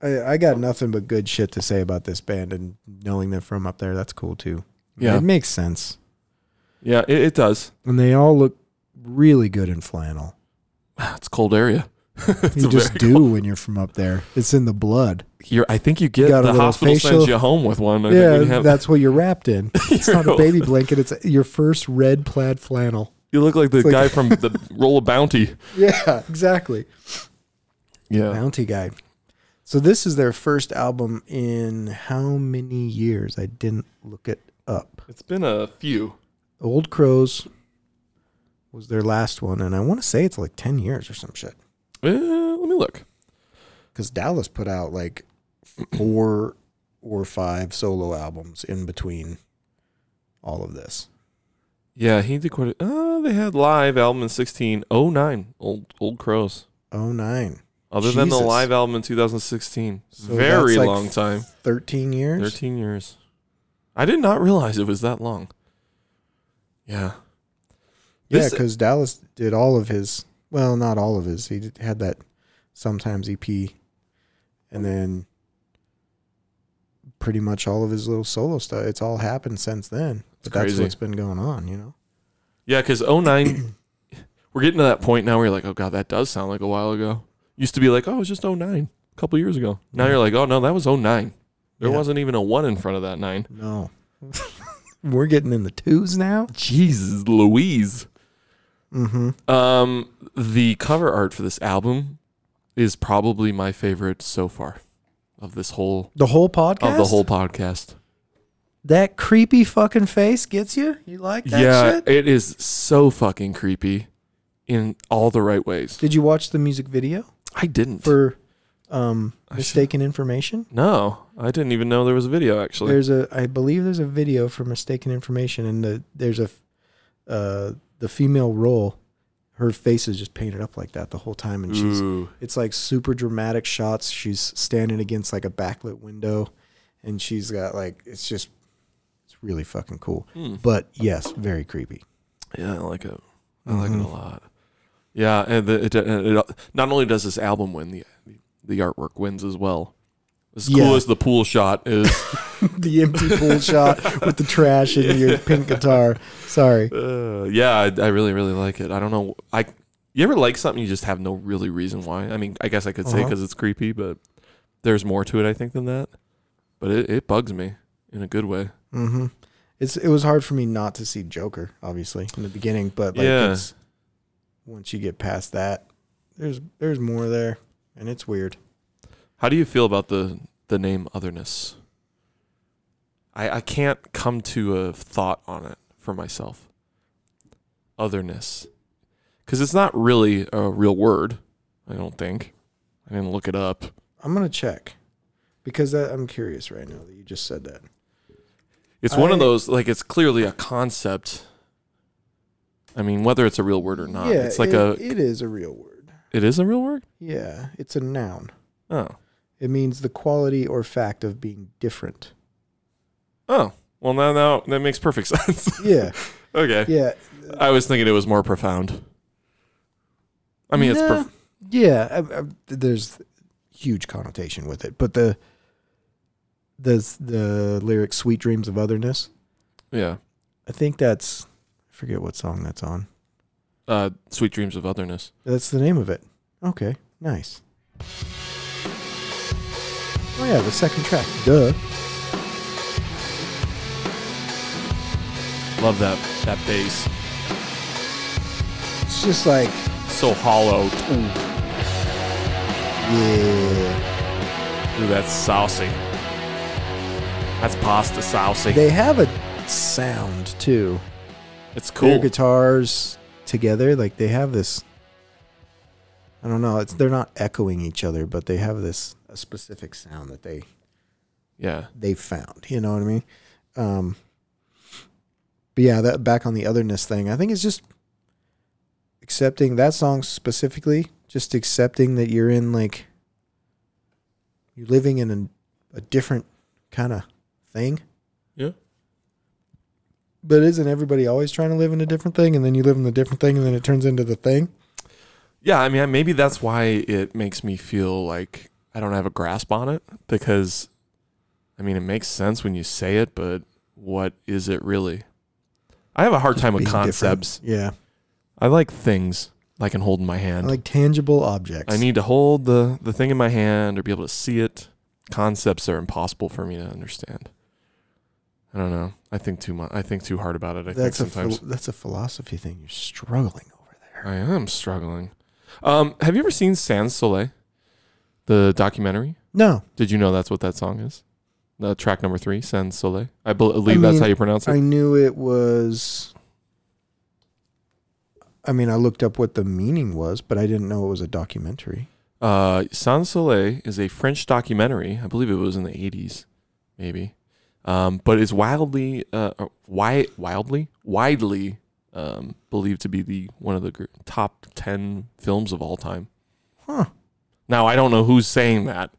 [SPEAKER 1] I, I got nothing but good shit to say about this band, and knowing them from up there, that's cool too.
[SPEAKER 2] Yeah.
[SPEAKER 1] it makes sense,
[SPEAKER 2] yeah, it, it does.
[SPEAKER 1] and they all look really good in flannel.
[SPEAKER 2] It's a cold area.
[SPEAKER 1] you
[SPEAKER 2] a
[SPEAKER 1] just
[SPEAKER 2] very
[SPEAKER 1] do when you're from up there. It's in the blood.
[SPEAKER 2] You're, I think you get
[SPEAKER 1] Got a
[SPEAKER 2] the
[SPEAKER 1] little
[SPEAKER 2] hospital sends
[SPEAKER 1] facial-
[SPEAKER 2] you home with one. I think
[SPEAKER 1] yeah,
[SPEAKER 2] we have-
[SPEAKER 1] that's what you're wrapped in. It's not a
[SPEAKER 2] You're-
[SPEAKER 1] baby blanket. It's your first red plaid flannel.
[SPEAKER 2] you look like the
[SPEAKER 1] like-
[SPEAKER 2] guy from the Roll of Bounty.
[SPEAKER 1] Yeah, exactly.
[SPEAKER 2] Yeah,
[SPEAKER 1] Bounty guy. So this is their first album in how many years? I didn't look it up.
[SPEAKER 2] it's been a few.
[SPEAKER 1] Old Crows was their last one, and I want to say it's like ten years or some shit.
[SPEAKER 2] Uh, let me look.
[SPEAKER 1] Because Dallas put out like four or five solo albums in between all of this.
[SPEAKER 2] Yeah, he did quite. A, uh, they had live album in sixteen oh nine. Old Old Crows.
[SPEAKER 1] Oh nine.
[SPEAKER 2] Other than the
[SPEAKER 1] Jesus.
[SPEAKER 2] live album in 2016,
[SPEAKER 1] So
[SPEAKER 2] very
[SPEAKER 1] that's like
[SPEAKER 2] long time.
[SPEAKER 1] Thirteen years.
[SPEAKER 2] 13 years. I did not realize it was that long. Yeah.
[SPEAKER 1] Yeah,
[SPEAKER 2] This-
[SPEAKER 1] because Dallas did all of his. Well, not all of his. He did- had that sometimes EP, and then pretty much all of his little solo stuff. It's all happened since then. But that's
[SPEAKER 2] crazy.
[SPEAKER 1] what's been going on, you know.
[SPEAKER 2] Yeah, because 09, we're getting to that point now where you're like, oh, God, that does sound like a while ago. Used to be like, oh, it was just 09, a couple years ago. Now you're like, oh, no, that was 09. There
[SPEAKER 1] Yeah.
[SPEAKER 2] wasn't even a one in front of that nine.
[SPEAKER 1] No, we're getting in the twos now.
[SPEAKER 2] Jesus Louise.
[SPEAKER 1] Mm-hmm.
[SPEAKER 2] Um, the cover art for this album is probably my favorite so far of this whole
[SPEAKER 1] The whole podcast.
[SPEAKER 2] of the whole podcast.
[SPEAKER 1] That creepy fucking face gets you. You like that
[SPEAKER 2] yeah,
[SPEAKER 1] shit?
[SPEAKER 2] it is so fucking creepy in all the right ways.
[SPEAKER 1] Did you watch the music video
[SPEAKER 2] I didn't.
[SPEAKER 1] for um, mistaken information.
[SPEAKER 2] No, I didn't even know there was a video actually.
[SPEAKER 1] There's a, I believe there's a video for mistaken information, and the, there's a, f- uh, the female role, her face is just painted up like that the whole time, and she's
[SPEAKER 2] Ooh.
[SPEAKER 1] it's like super dramatic shots. She's standing against like a backlit window, and she's got like it's just, it's really fucking cool. But yes, very creepy.
[SPEAKER 2] Yeah, I like it. I like
[SPEAKER 1] Mm-hmm.
[SPEAKER 2] it a lot. Yeah, and the, it, it, it- not only does this album win, the the artwork wins as well. As
[SPEAKER 1] Yeah.
[SPEAKER 2] cool as the pool shot is,
[SPEAKER 1] the empty pool shot with the trash and your pink guitar. Sorry.
[SPEAKER 2] uh, yeah, I, I really really like it. I don't know, I you ever like something you just have no really reason why? I mean, I guess I could say
[SPEAKER 1] Uh-huh.
[SPEAKER 2] because it's creepy, but there's more to it I think than that. But it, it bugs me in a good way.
[SPEAKER 1] hmm It's it was hard for me not to see Joker, obviously in the beginning, but like
[SPEAKER 2] Yeah.
[SPEAKER 1] it's, once you get past that, there's there's more there, and it's weird.
[SPEAKER 2] How do you feel about the the name otherness? I I can't come to a thought on it for myself. Otherness, because it's not really a real word. I don't think. I didn't look it up.
[SPEAKER 1] I'm gonna check because that, I'm curious right now that you just said that.
[SPEAKER 2] It's one of
[SPEAKER 1] I-
[SPEAKER 2] those like it's clearly a concept. I mean, whether it's a real word or not,
[SPEAKER 1] yeah,
[SPEAKER 2] it's like
[SPEAKER 1] it-
[SPEAKER 2] a.
[SPEAKER 1] it is a real word.
[SPEAKER 2] it is a real word.
[SPEAKER 1] Yeah, it's a noun.
[SPEAKER 2] Oh,
[SPEAKER 1] It means the quality or fact of being different.
[SPEAKER 2] oh. Well, now now that makes perfect sense.
[SPEAKER 1] Yeah,
[SPEAKER 2] okay.
[SPEAKER 1] yeah,
[SPEAKER 2] I was thinking it was more profound. I mean, it's
[SPEAKER 1] Nah,
[SPEAKER 2] prof-
[SPEAKER 1] yeah. I, I, there's huge connotation with it, but the the the lyric "Sweet Dreams of Otherness."
[SPEAKER 2] Yeah.
[SPEAKER 1] I think that's I forget what song that's on.
[SPEAKER 2] Uh, Sweet Dreams of Otherness.
[SPEAKER 1] That's the name of it. Okay, nice. Oh yeah, the second track. Duh.
[SPEAKER 2] Love that that bass.
[SPEAKER 1] It's just like
[SPEAKER 2] So hollow.
[SPEAKER 1] yeah.
[SPEAKER 2] Ooh, that's saucy. That's pasta saucy.
[SPEAKER 1] They have a sound too.
[SPEAKER 2] it's
[SPEAKER 1] Their
[SPEAKER 2] cool.
[SPEAKER 1] guitars together, like they have this. I don't know. It's they're not echoing each other, but they have this a specific sound that they
[SPEAKER 2] Yeah.
[SPEAKER 1] they found. You know what I mean? Um, but yeah, that back on the otherness thing, I think it's just accepting that song specifically, just accepting that you're in like you're living in a, a different kind of thing.
[SPEAKER 2] Yeah.
[SPEAKER 1] But isn't everybody always trying to live in a different thing, and then you live in the different thing, and then it turns into the thing?
[SPEAKER 2] Yeah. I mean, maybe that's why it makes me feel like I don't have a grasp on it because, I mean, it makes sense when you say it, but what is it really? I have a hard time with
[SPEAKER 1] Being different.
[SPEAKER 2] concepts.
[SPEAKER 1] Yeah,
[SPEAKER 2] I like things I can hold in my
[SPEAKER 1] I
[SPEAKER 2] hand.
[SPEAKER 1] like tangible objects.
[SPEAKER 2] I need to hold the, the thing in my hand or be able to see it. Concepts are impossible for me to understand. I don't know. I think too much. I think too hard about it. I
[SPEAKER 1] that's a
[SPEAKER 2] think
[SPEAKER 1] phil-
[SPEAKER 2] sometimes
[SPEAKER 1] that's a philosophy thing. You're struggling over there.
[SPEAKER 2] I am struggling. Um, have you ever seen Sans Soleil, the documentary?
[SPEAKER 1] No,
[SPEAKER 2] Did you know that's what that song is? The track number three, Sans Soleil. I bel- believe that's
[SPEAKER 1] mean,
[SPEAKER 2] how you pronounce it.
[SPEAKER 1] I knew it was. I mean, I looked up what the meaning was, but I didn't know it was a documentary.
[SPEAKER 2] Uh, Sans Soleil is a French documentary. I believe it was in the 80s, maybe. Um, but it's wildly, uh, uh, wi- wildly, widely um, believed to be the one of the gr- top 10 films of all time.
[SPEAKER 1] Huh.
[SPEAKER 2] Now, I don't know who's saying that.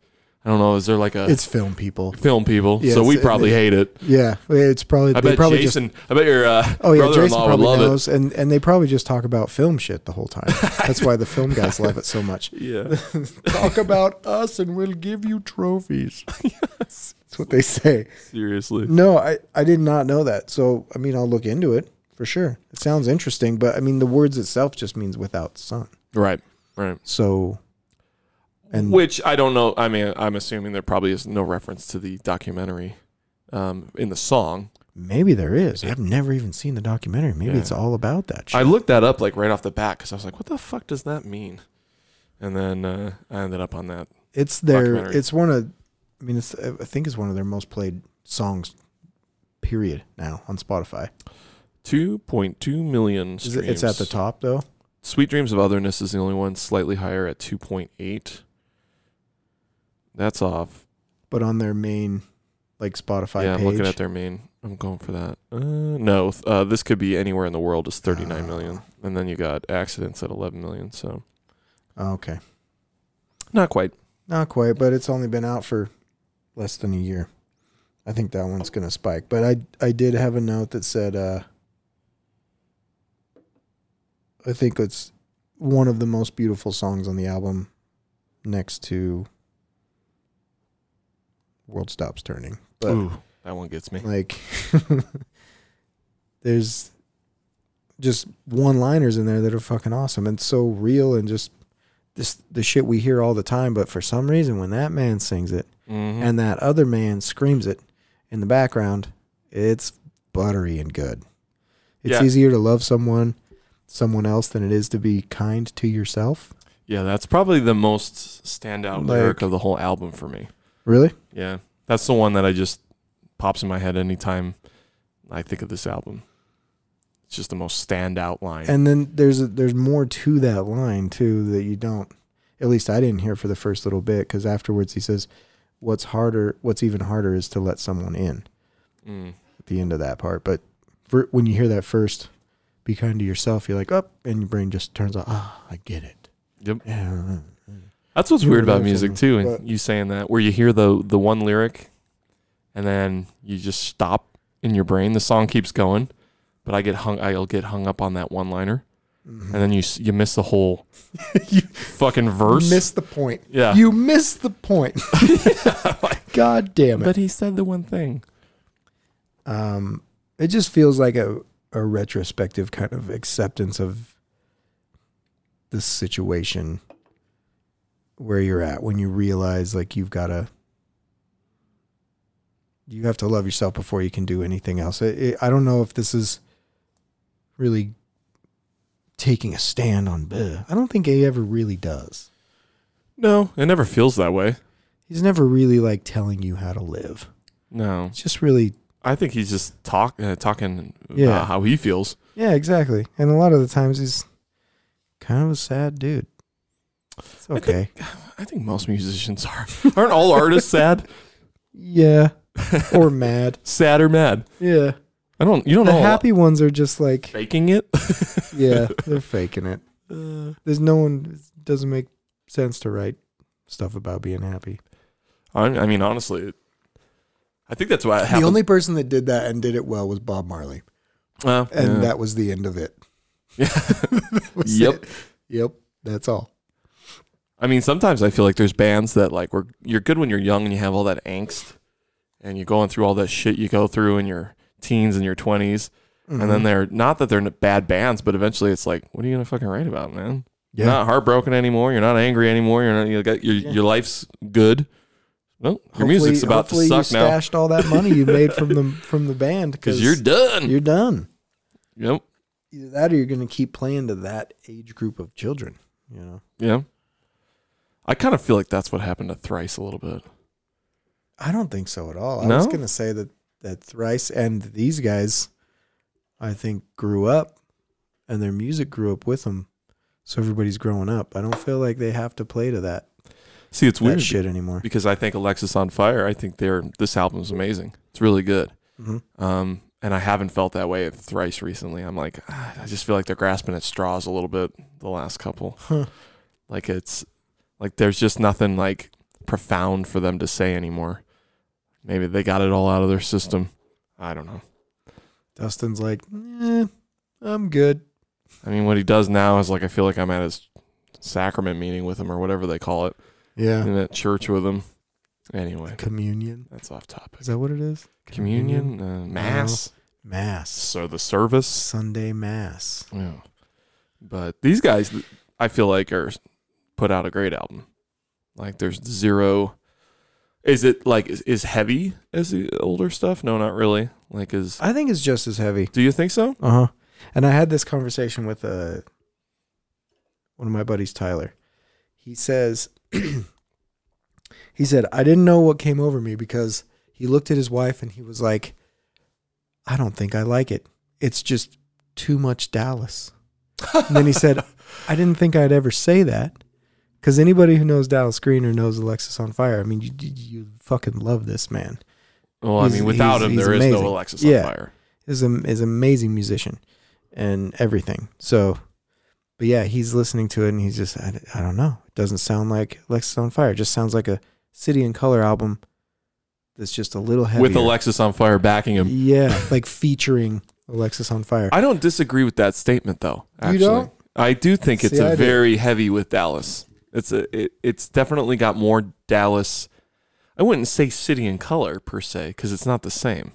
[SPEAKER 2] I don't know. Is there like a
[SPEAKER 1] It's film people.
[SPEAKER 2] film people?
[SPEAKER 1] Yeah,
[SPEAKER 2] so we
[SPEAKER 1] it's-
[SPEAKER 2] probably hate it.
[SPEAKER 1] Yeah, it's probably
[SPEAKER 2] I
[SPEAKER 1] they
[SPEAKER 2] bet
[SPEAKER 1] probably just.
[SPEAKER 2] Jason, I bet your uh,
[SPEAKER 1] Oh yeah, Jason
[SPEAKER 2] brother-in-law would
[SPEAKER 1] probably
[SPEAKER 2] love it.
[SPEAKER 1] knows, and and they probably just talk about film shit the whole time. That's why the film guys love it so much.
[SPEAKER 2] Yeah.
[SPEAKER 1] Talk about us, and we'll give you trophies. That's what they say.
[SPEAKER 2] Seriously.
[SPEAKER 1] No, I, I did not know that. So, I mean, I'll look into it for sure. It sounds interesting, but I mean, the words itself just means without sun.
[SPEAKER 2] Right. Right.
[SPEAKER 1] So, and
[SPEAKER 2] Which I don't know. I mean, I'm assuming there probably is no reference to the documentary um, in the song.
[SPEAKER 1] maybe there is. I've never even seen the documentary. Maybe
[SPEAKER 2] Yeah.
[SPEAKER 1] it's all about that. Shit.
[SPEAKER 2] I looked that up like right off the bat because I was like, "What the fuck does that mean?" And then uh, I ended up on that.
[SPEAKER 1] it's their.
[SPEAKER 2] documentary.
[SPEAKER 1] It's one of. I mean, it's. I think it's one of their most played songs. Period. Now on Spotify,
[SPEAKER 2] 2.2 million
[SPEAKER 1] Is
[SPEAKER 2] streams.
[SPEAKER 1] it, it's at the top though.
[SPEAKER 2] Sweet Dreams of Otherness is the only one slightly higher at 2.8. That's off.
[SPEAKER 1] but on their main like Spotify
[SPEAKER 2] yeah,
[SPEAKER 1] page.
[SPEAKER 2] I'm looking at their main. I'm going for that. Uh, no, th- uh, this could be anywhere in the world is
[SPEAKER 1] Ah.
[SPEAKER 2] 39 million, and then you got accidents at 11 million. So
[SPEAKER 1] okay,
[SPEAKER 2] not quite.
[SPEAKER 1] not quite, but it's only been out for less than a year. I think that one's gonna spike. But I I did have a note that said uh, I think it's one of the most beautiful songs on the album, next to "World Stops Turning." But
[SPEAKER 2] Ooh, that one gets me.
[SPEAKER 1] like there's just one liners in there that are fucking awesome and so real and just this the shit we hear all the time but for some reason when that man sings it
[SPEAKER 2] Mhm.
[SPEAKER 1] Mm-hmm. and that other man screams it in the background it's buttery and good it's
[SPEAKER 2] Yeah.
[SPEAKER 1] easier to love someone someone else than it is to be kind to yourself
[SPEAKER 2] Yeah, that's probably the most standout
[SPEAKER 1] Like-
[SPEAKER 2] lyric of the whole album for me.
[SPEAKER 1] really
[SPEAKER 2] Yeah, that's the one that I just pops in my head anytime I think of this album. It's just the most standout line.
[SPEAKER 1] and then there's a, there's more to that line too that you don't at least i didn't hear for the first little bit because afterwards he says what's harder what's even harder is to let someone in
[SPEAKER 2] Mm.
[SPEAKER 1] at the end of that part but for, when you hear that first be kind to yourself you're like up and your brain just turns off ah i get it
[SPEAKER 2] Yep.
[SPEAKER 1] yeah
[SPEAKER 2] That's what's
[SPEAKER 1] Yeah,
[SPEAKER 2] weird about
[SPEAKER 1] that's
[SPEAKER 2] music
[SPEAKER 1] something,
[SPEAKER 2] too, and
[SPEAKER 1] but-
[SPEAKER 2] you saying that where you hear the the one lyric, and then you just stop in your brain. The song keeps going, but I get hung. I'll get hung up on that one liner, and then you s- you miss the whole
[SPEAKER 1] You
[SPEAKER 2] fucking verse.
[SPEAKER 1] miss the point
[SPEAKER 2] yeah,
[SPEAKER 1] you missed the point god damn it
[SPEAKER 2] but he said the one thing.
[SPEAKER 1] um, it just feels like a, a retrospective kind of acceptance of the situation where you're at when you realize like you've got to you have to love yourself before you can do anything else it, it, i don't know if this is really taking a stand on bleh. i don't think he ever really does
[SPEAKER 2] No, it never feels that way.
[SPEAKER 1] he's never really like telling you how to live
[SPEAKER 2] No,
[SPEAKER 1] it's just really
[SPEAKER 2] I think he's just talk uh, talking
[SPEAKER 1] Yeah.
[SPEAKER 2] about how he feels.
[SPEAKER 1] Yeah, exactly. And a lot of the times he's kind of a sad dude. It's
[SPEAKER 2] think-
[SPEAKER 1] okay.
[SPEAKER 2] I think most musicians are aren't all artists sad,
[SPEAKER 1] yeah. or mad.
[SPEAKER 2] sad or mad.
[SPEAKER 1] Yeah.
[SPEAKER 2] I don't. You don't
[SPEAKER 1] The
[SPEAKER 2] know. a lot-
[SPEAKER 1] happy ones are just like,
[SPEAKER 2] faking it.
[SPEAKER 1] yeah, they're faking it. There's no one, it doesn't make sense to write stuff about being happy.
[SPEAKER 2] I, I mean, honestly, it, I think that's why it
[SPEAKER 1] The
[SPEAKER 2] happened.
[SPEAKER 1] only person that did that and did it well was Bob Marley.
[SPEAKER 2] Uh,
[SPEAKER 1] And
[SPEAKER 2] yeah.
[SPEAKER 1] that was the end of it. That was
[SPEAKER 2] Yep.
[SPEAKER 1] it. Yep. That's all.
[SPEAKER 2] I mean, sometimes I feel like there's bands that like were you're good when you're young and you have all that angst, and you're going through all that shit you go through in your teens and your 20s and
[SPEAKER 1] Mm-hmm.
[SPEAKER 2] then they're not that they're n- bad bands, but eventually it's like, what are you gonna fucking write about, man?
[SPEAKER 1] Yeah.
[SPEAKER 2] You're not heartbroken anymore. You're not angry anymore. You're not. You got, your your life's good. Well, your music's about to
[SPEAKER 1] hopefully
[SPEAKER 2] suck
[SPEAKER 1] you
[SPEAKER 2] now
[SPEAKER 1] stashed all that money you made from the from the band
[SPEAKER 2] because you're done.
[SPEAKER 1] you're done.
[SPEAKER 2] yep.
[SPEAKER 1] either that or you're going to keep playing to that age group of children you know
[SPEAKER 2] Yeah. I kind of feel like that's what happened to Thrice a little bit.
[SPEAKER 1] i don't think so at all i was
[SPEAKER 2] No?
[SPEAKER 1] going to say that that thrice and these guys i think grew up and their music grew up with them so everybody's growing up i don't feel like they have to play to that,
[SPEAKER 2] See, it's
[SPEAKER 1] that
[SPEAKER 2] weird.
[SPEAKER 1] shit anymore
[SPEAKER 2] because I think Alexis on Fire. I think they're this album's amazing. It's really good.
[SPEAKER 1] Mhm.
[SPEAKER 2] Um, and I haven't felt that way at thrice recently. I'm like, ah, I just feel like they're grasping at straws a little bit the last couple.
[SPEAKER 1] Huh.
[SPEAKER 2] Like it's like there's just nothing like profound for them to say anymore. Maybe they got it all out of their system. I don't know.
[SPEAKER 1] dustin's like eh, i'm good
[SPEAKER 2] I mean, what he does now is like I feel like I'm at his sacrament meeting with him or whatever they call it
[SPEAKER 1] yeah
[SPEAKER 2] in that church with him. Anyway,
[SPEAKER 1] communion
[SPEAKER 2] that's off topic.
[SPEAKER 1] is that what it is
[SPEAKER 2] Communion, uh, mass,
[SPEAKER 1] mass
[SPEAKER 2] so the service.
[SPEAKER 1] sunday mass
[SPEAKER 2] Yeah. But these guys, th- I feel like, are put out a great album. Like, there's zero. Is it like is, is heavy as the older stuff? No, not really. Like, is
[SPEAKER 1] i think it's just as heavy
[SPEAKER 2] do you think so?
[SPEAKER 1] Uh huh. And I had this conversation with uh, one of my buddies, Tyler. He says, he said, I didn't know what came over me because he looked at his wife and he was like, I don't think I like it. It's just too much Dallas. and then he said, I didn't think I'd ever say that Because anybody who knows Dallas Green or knows Alexis on Fire, I mean, you, you, you fucking love this man.
[SPEAKER 2] Well, I
[SPEAKER 1] He's-
[SPEAKER 2] mean, without
[SPEAKER 1] he's-
[SPEAKER 2] him,
[SPEAKER 1] he's
[SPEAKER 2] there is
[SPEAKER 1] amazing.
[SPEAKER 2] no Alexis
[SPEAKER 1] Yeah.
[SPEAKER 2] on fire.
[SPEAKER 1] Is a is an amazing musician and everything. So, but yeah, he's listening to it and he's just I, d- I don't know. It doesn't sound like Alexis on Fire. It just sounds like a City and Color album that's just a little heavier.
[SPEAKER 2] With Alexis on fire backing him.
[SPEAKER 1] Yeah, like featuring Alexis on Fire.
[SPEAKER 2] I don't disagree with that statement, though.
[SPEAKER 1] You
[SPEAKER 2] Actually.
[SPEAKER 1] don't?
[SPEAKER 2] I do think it's
[SPEAKER 1] See,
[SPEAKER 2] a
[SPEAKER 1] I do.
[SPEAKER 2] very heavy with Dallas. It's a it, it's definitely got more Dallas. I wouldn't say city and color per se because it's not the same.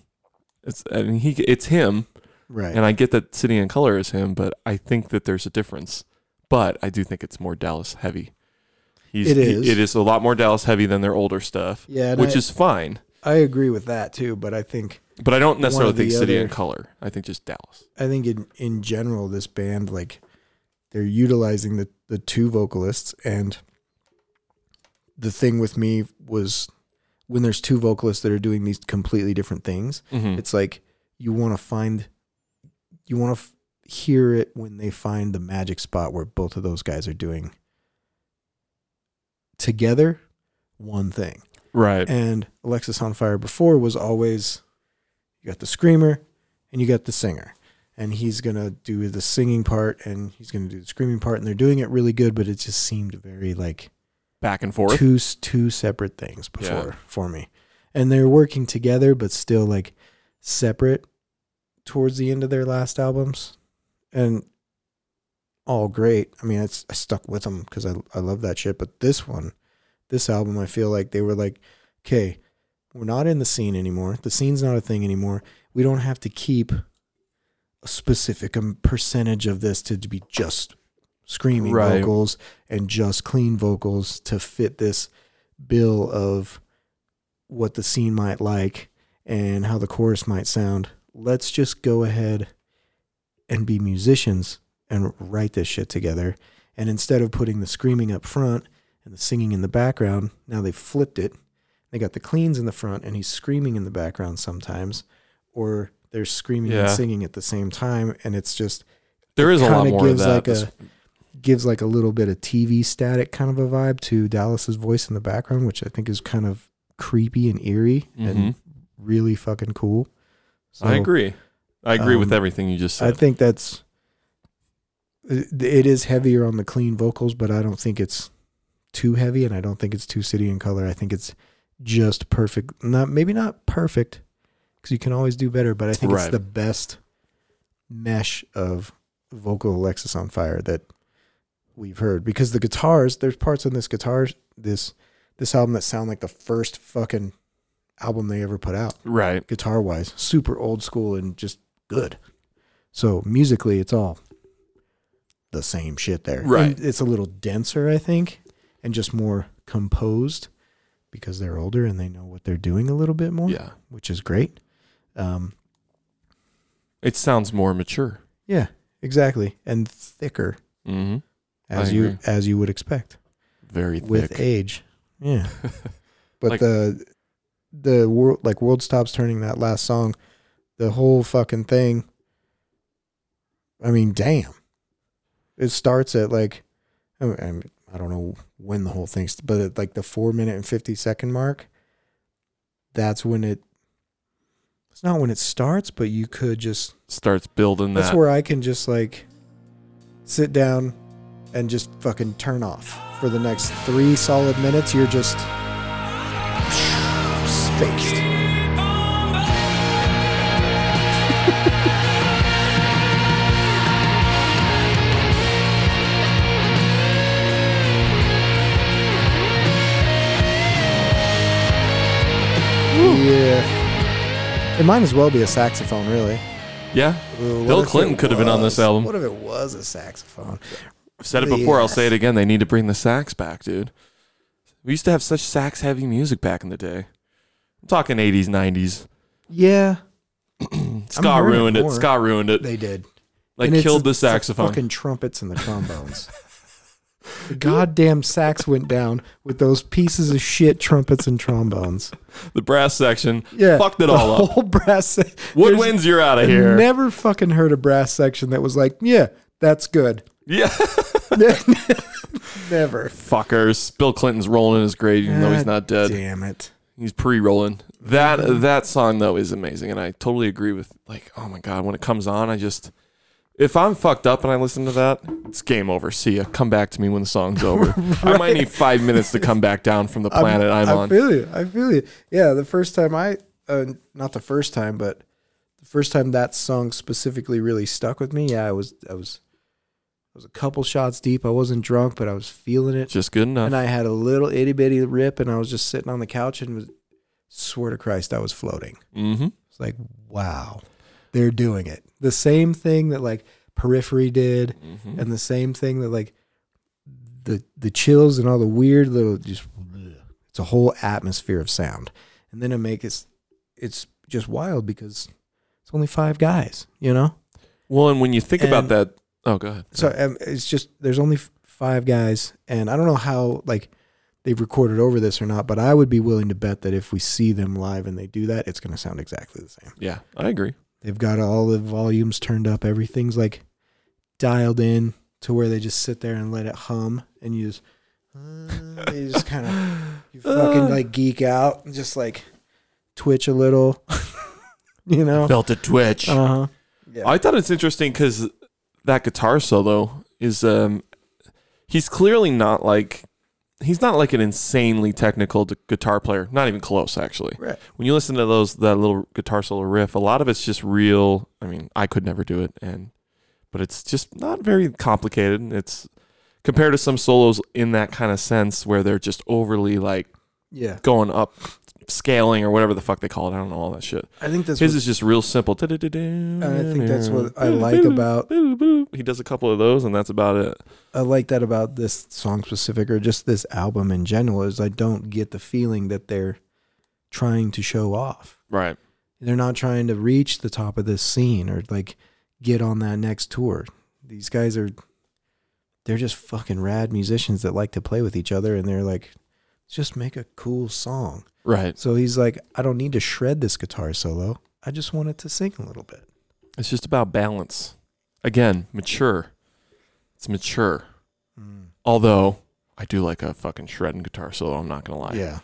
[SPEAKER 2] It's I mean he it's him,
[SPEAKER 1] right.
[SPEAKER 2] and I get that city and color is him, but I think that there's a difference. But I do think it's more Dallas heavy. He's,
[SPEAKER 1] It
[SPEAKER 2] he-
[SPEAKER 1] is.
[SPEAKER 2] it is a lot more Dallas heavy than their older stuff.
[SPEAKER 1] Yeah, and
[SPEAKER 2] which
[SPEAKER 1] I-
[SPEAKER 2] is fine.
[SPEAKER 1] I agree with that too, but I think
[SPEAKER 2] But I don't necessarily
[SPEAKER 1] or the
[SPEAKER 2] think city
[SPEAKER 1] other.
[SPEAKER 2] and color. I think just Dallas.
[SPEAKER 1] I think in in general this band like they're utilizing the the two vocalists and the thing with me was when there's two vocalists that are doing these completely different things
[SPEAKER 2] Mhm.
[SPEAKER 1] it's like you want to find you want to f- hear it when they find the magic spot where both of those guys are doing together one thing
[SPEAKER 2] Right.
[SPEAKER 1] and Alexis on Fire before was always you got the screamer and you got the singer. And he's going to do the singing part and he's going to do the screaming part and they're doing it really good, but it just seemed very like
[SPEAKER 2] Back and forth.
[SPEAKER 1] two s- two separate things before
[SPEAKER 2] Yeah.
[SPEAKER 1] for me. And they're working together but still like separate towards the end of their last albums. And all great. I mean, it's, I stuck with them cuz I I love that shit, but this one this album I feel like they were like, "Okay, we're not in the scene anymore. The scene's not a thing anymore. We don't have to keep a specific um, percentage of this to be just screaming
[SPEAKER 2] Right.
[SPEAKER 1] vocals and just clean vocals to fit this bill of what the scene might like and how the chorus might sound. Let's just go ahead and be musicians and write this shit together. And instead of putting the screaming up front and the singing in the background, now they flipped it. They got the cleans in the front and he's screaming in the background sometimes, or they're screaming and
[SPEAKER 2] Yeah.
[SPEAKER 1] singing at the same time. And it's just
[SPEAKER 2] There is a lot
[SPEAKER 1] kind of
[SPEAKER 2] more of
[SPEAKER 1] gives
[SPEAKER 2] that.
[SPEAKER 1] like
[SPEAKER 2] This-
[SPEAKER 1] a gives like a little bit of TV static kind of a vibe to Dallas's voice in the background, which I think is kind of creepy and eerie and
[SPEAKER 2] Mhm.
[SPEAKER 1] really fucking cool. So
[SPEAKER 2] I agree. I agree with
[SPEAKER 1] um,
[SPEAKER 2] everything you just
[SPEAKER 1] I
[SPEAKER 2] said.
[SPEAKER 1] think that's it it is heavier on the clean vocals, but I don't think it's too heavy, and I don't think it's too city and color. I think it's just perfect. Not maybe not perfect because you can always do better, but I think it's
[SPEAKER 2] Right.
[SPEAKER 1] the best mesh of vocal Alexis on fire that we've heard because the guitars there's parts on this guitar this this album that sound like the first fucking album they ever put out
[SPEAKER 2] right.
[SPEAKER 1] guitar wise, super old school and just good. So musically, it's all the same shit there.
[SPEAKER 2] Right.
[SPEAKER 1] And it's a little denser, I think, and just more composed because they're older and they know what they're doing a little bit more,
[SPEAKER 2] Yeah.
[SPEAKER 1] which is great. Um,
[SPEAKER 2] It sounds more mature.
[SPEAKER 1] yeah, exactly, and thicker
[SPEAKER 2] Mm-hmm.
[SPEAKER 1] as
[SPEAKER 2] I
[SPEAKER 1] you
[SPEAKER 2] agree.
[SPEAKER 1] as you would expect
[SPEAKER 2] Very
[SPEAKER 1] with
[SPEAKER 2] thick.
[SPEAKER 1] age. Yeah, but
[SPEAKER 2] Like-
[SPEAKER 1] the the world like world stops turning that last song, the whole fucking thing. I mean, damn. It starts at like, I mean- I mean, I don't know when the whole thing's, but at like the four minute and fifty second mark. That's when it. It's not when it starts, but you could just
[SPEAKER 2] Starts building that.
[SPEAKER 1] that's where I can just like sit down and just fucking turn off for the next three solid minutes. You're just spaced. Yeah. It might as well be a saxophone, really.
[SPEAKER 2] yeah.
[SPEAKER 1] Well, what
[SPEAKER 2] Bill
[SPEAKER 1] if
[SPEAKER 2] Clinton
[SPEAKER 1] it
[SPEAKER 2] could have been on this
[SPEAKER 1] was-
[SPEAKER 2] album.
[SPEAKER 1] What if it was a saxophone?
[SPEAKER 2] I've said it before. I'll
[SPEAKER 1] yes.
[SPEAKER 2] say it again. They need to bring the sax back, dude. We used to have such sax heavy music back in the day. I'm talking 80s, 90s.
[SPEAKER 1] Yeah,
[SPEAKER 2] Scott
[SPEAKER 1] hearing it
[SPEAKER 2] ruined it.
[SPEAKER 1] more.
[SPEAKER 2] Scott ruined it.
[SPEAKER 1] they did.
[SPEAKER 2] Like
[SPEAKER 1] And it's-
[SPEAKER 2] killed the
[SPEAKER 1] it's the
[SPEAKER 2] saxophone.
[SPEAKER 1] fucking trumpets and the trombones. the goddamn sax went down with those pieces of shit trumpets and trombones.
[SPEAKER 2] the brass section.
[SPEAKER 1] Yeah,
[SPEAKER 2] Fucked it
[SPEAKER 1] the
[SPEAKER 2] all up.
[SPEAKER 1] Whole brass. se-
[SPEAKER 2] Woodwinds, you're out of
[SPEAKER 1] There's-
[SPEAKER 2] here.
[SPEAKER 1] Never fucking heard a brass section that was like, yeah, That's good.
[SPEAKER 2] Yeah.
[SPEAKER 1] Never.
[SPEAKER 2] Fuckers. Bill Clinton's rolling in his grave even though he's not dead.
[SPEAKER 1] Damn it.
[SPEAKER 2] He's pre-rolling. That that song though is amazing, and I totally agree with like, oh my god, when it comes on, I just if I'm fucked up and I listen to that, it's game over. See ya. Come back to me when the song's over. I might need five minutes to come back down from the planet I'm,
[SPEAKER 1] I
[SPEAKER 2] on.
[SPEAKER 1] feel you. I feel you. Yeah, the first time I, uh, not the first time, but the first time that song specifically really stuck with me. Yeah, I was, I was, I was a couple shots deep. I wasn't drunk, but I was feeling it,
[SPEAKER 2] just good enough.
[SPEAKER 1] and I had a little itty bitty rip, and I was just sitting on the couch and was, swear to Christ, I was floating.
[SPEAKER 2] mm-hmm.
[SPEAKER 1] It's like, wow, they're doing it. The same thing that like Periphery did, and the same thing that like the the chills and all the weird little just it's a whole atmosphere of sound, and then it makes it's it's just wild because it's only five guys, you know.
[SPEAKER 2] Well, and when you think about
[SPEAKER 1] And-
[SPEAKER 2] that, oh, go ahead.
[SPEAKER 1] So um, it's just there's only f- five guys, and I don't know how like they've recorded over this or not, but I would be willing to bet that if we see them live and they do that, it's going to sound exactly the same.
[SPEAKER 2] yeah, I agree.
[SPEAKER 1] They've got all the volumes turned up. Everything's like dialed in to where they just sit there and let it hum, and you just uh, you just kind of you fucking like geek out and just like twitch a little, you know.
[SPEAKER 2] Felt a twitch.
[SPEAKER 1] Uh huh. Yeah.
[SPEAKER 2] I thought it's interesting because that guitar solo is um, he's clearly not like he's not like an insanely technical d- guitar player. Not even close, actually.
[SPEAKER 1] Right.
[SPEAKER 2] When you listen to those that little guitar solo riff, a lot of it's just real. I mean, I could never do it, and but it's just not very complicated. It's compared to some solos in that kind of sense where they're just overly like
[SPEAKER 1] Yeah.
[SPEAKER 2] going up scaling or whatever the fuck they call it. I don't know all that shit.
[SPEAKER 1] I think that's
[SPEAKER 2] His
[SPEAKER 1] what-
[SPEAKER 2] is just real simple. And
[SPEAKER 1] I think that's what I like about-
[SPEAKER 2] He does a couple of those, and that's about it.
[SPEAKER 1] I like that about this song specific or just this album in general is I don't get the feeling that they're trying to show off.
[SPEAKER 2] Right.
[SPEAKER 1] they're not trying to reach the top of this scene or like get on that next tour. These guys are they're just fucking rad musicians that like to play with each other and they're like just make a cool song.
[SPEAKER 2] Right.
[SPEAKER 1] So he's like I don't need to shred this guitar solo. I just want it to sing a little bit.
[SPEAKER 2] It's just about balance. Again, mature. It's mature. Although I do like a fucking shredding guitar solo. I'm not gonna lie.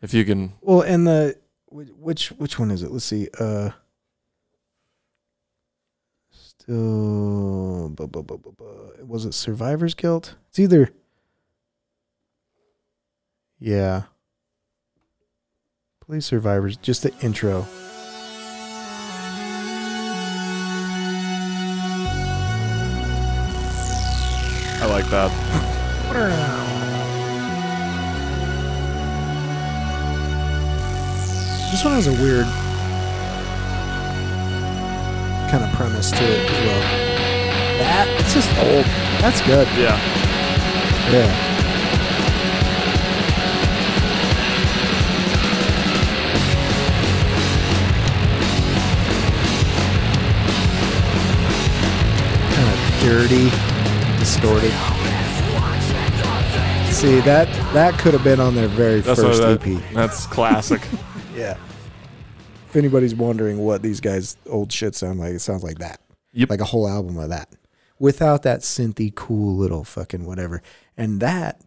[SPEAKER 2] If you can,
[SPEAKER 1] Well, and the wh- which which one is it? Let's see. Uh Still, bu- bu- bu- bu- bu- was it Survivor's Guilt? It's either. Yeah. Please, Survivors. Just the intro.
[SPEAKER 2] I like that.
[SPEAKER 1] This one has a weird kind of premise to it as well. That it's just old. That's good.
[SPEAKER 2] Yeah.
[SPEAKER 1] Yeah. Kind of dirty, distorted. See that that could have been on their very
[SPEAKER 2] That's
[SPEAKER 1] first E
[SPEAKER 2] what that-
[SPEAKER 1] EP.
[SPEAKER 2] That's classic.
[SPEAKER 1] Yeah. If anybody's wondering what these guys' old shit sound like, it sounds like that.
[SPEAKER 2] Yep.
[SPEAKER 1] Like a whole album of that. Without that synthy cool little fucking whatever. And that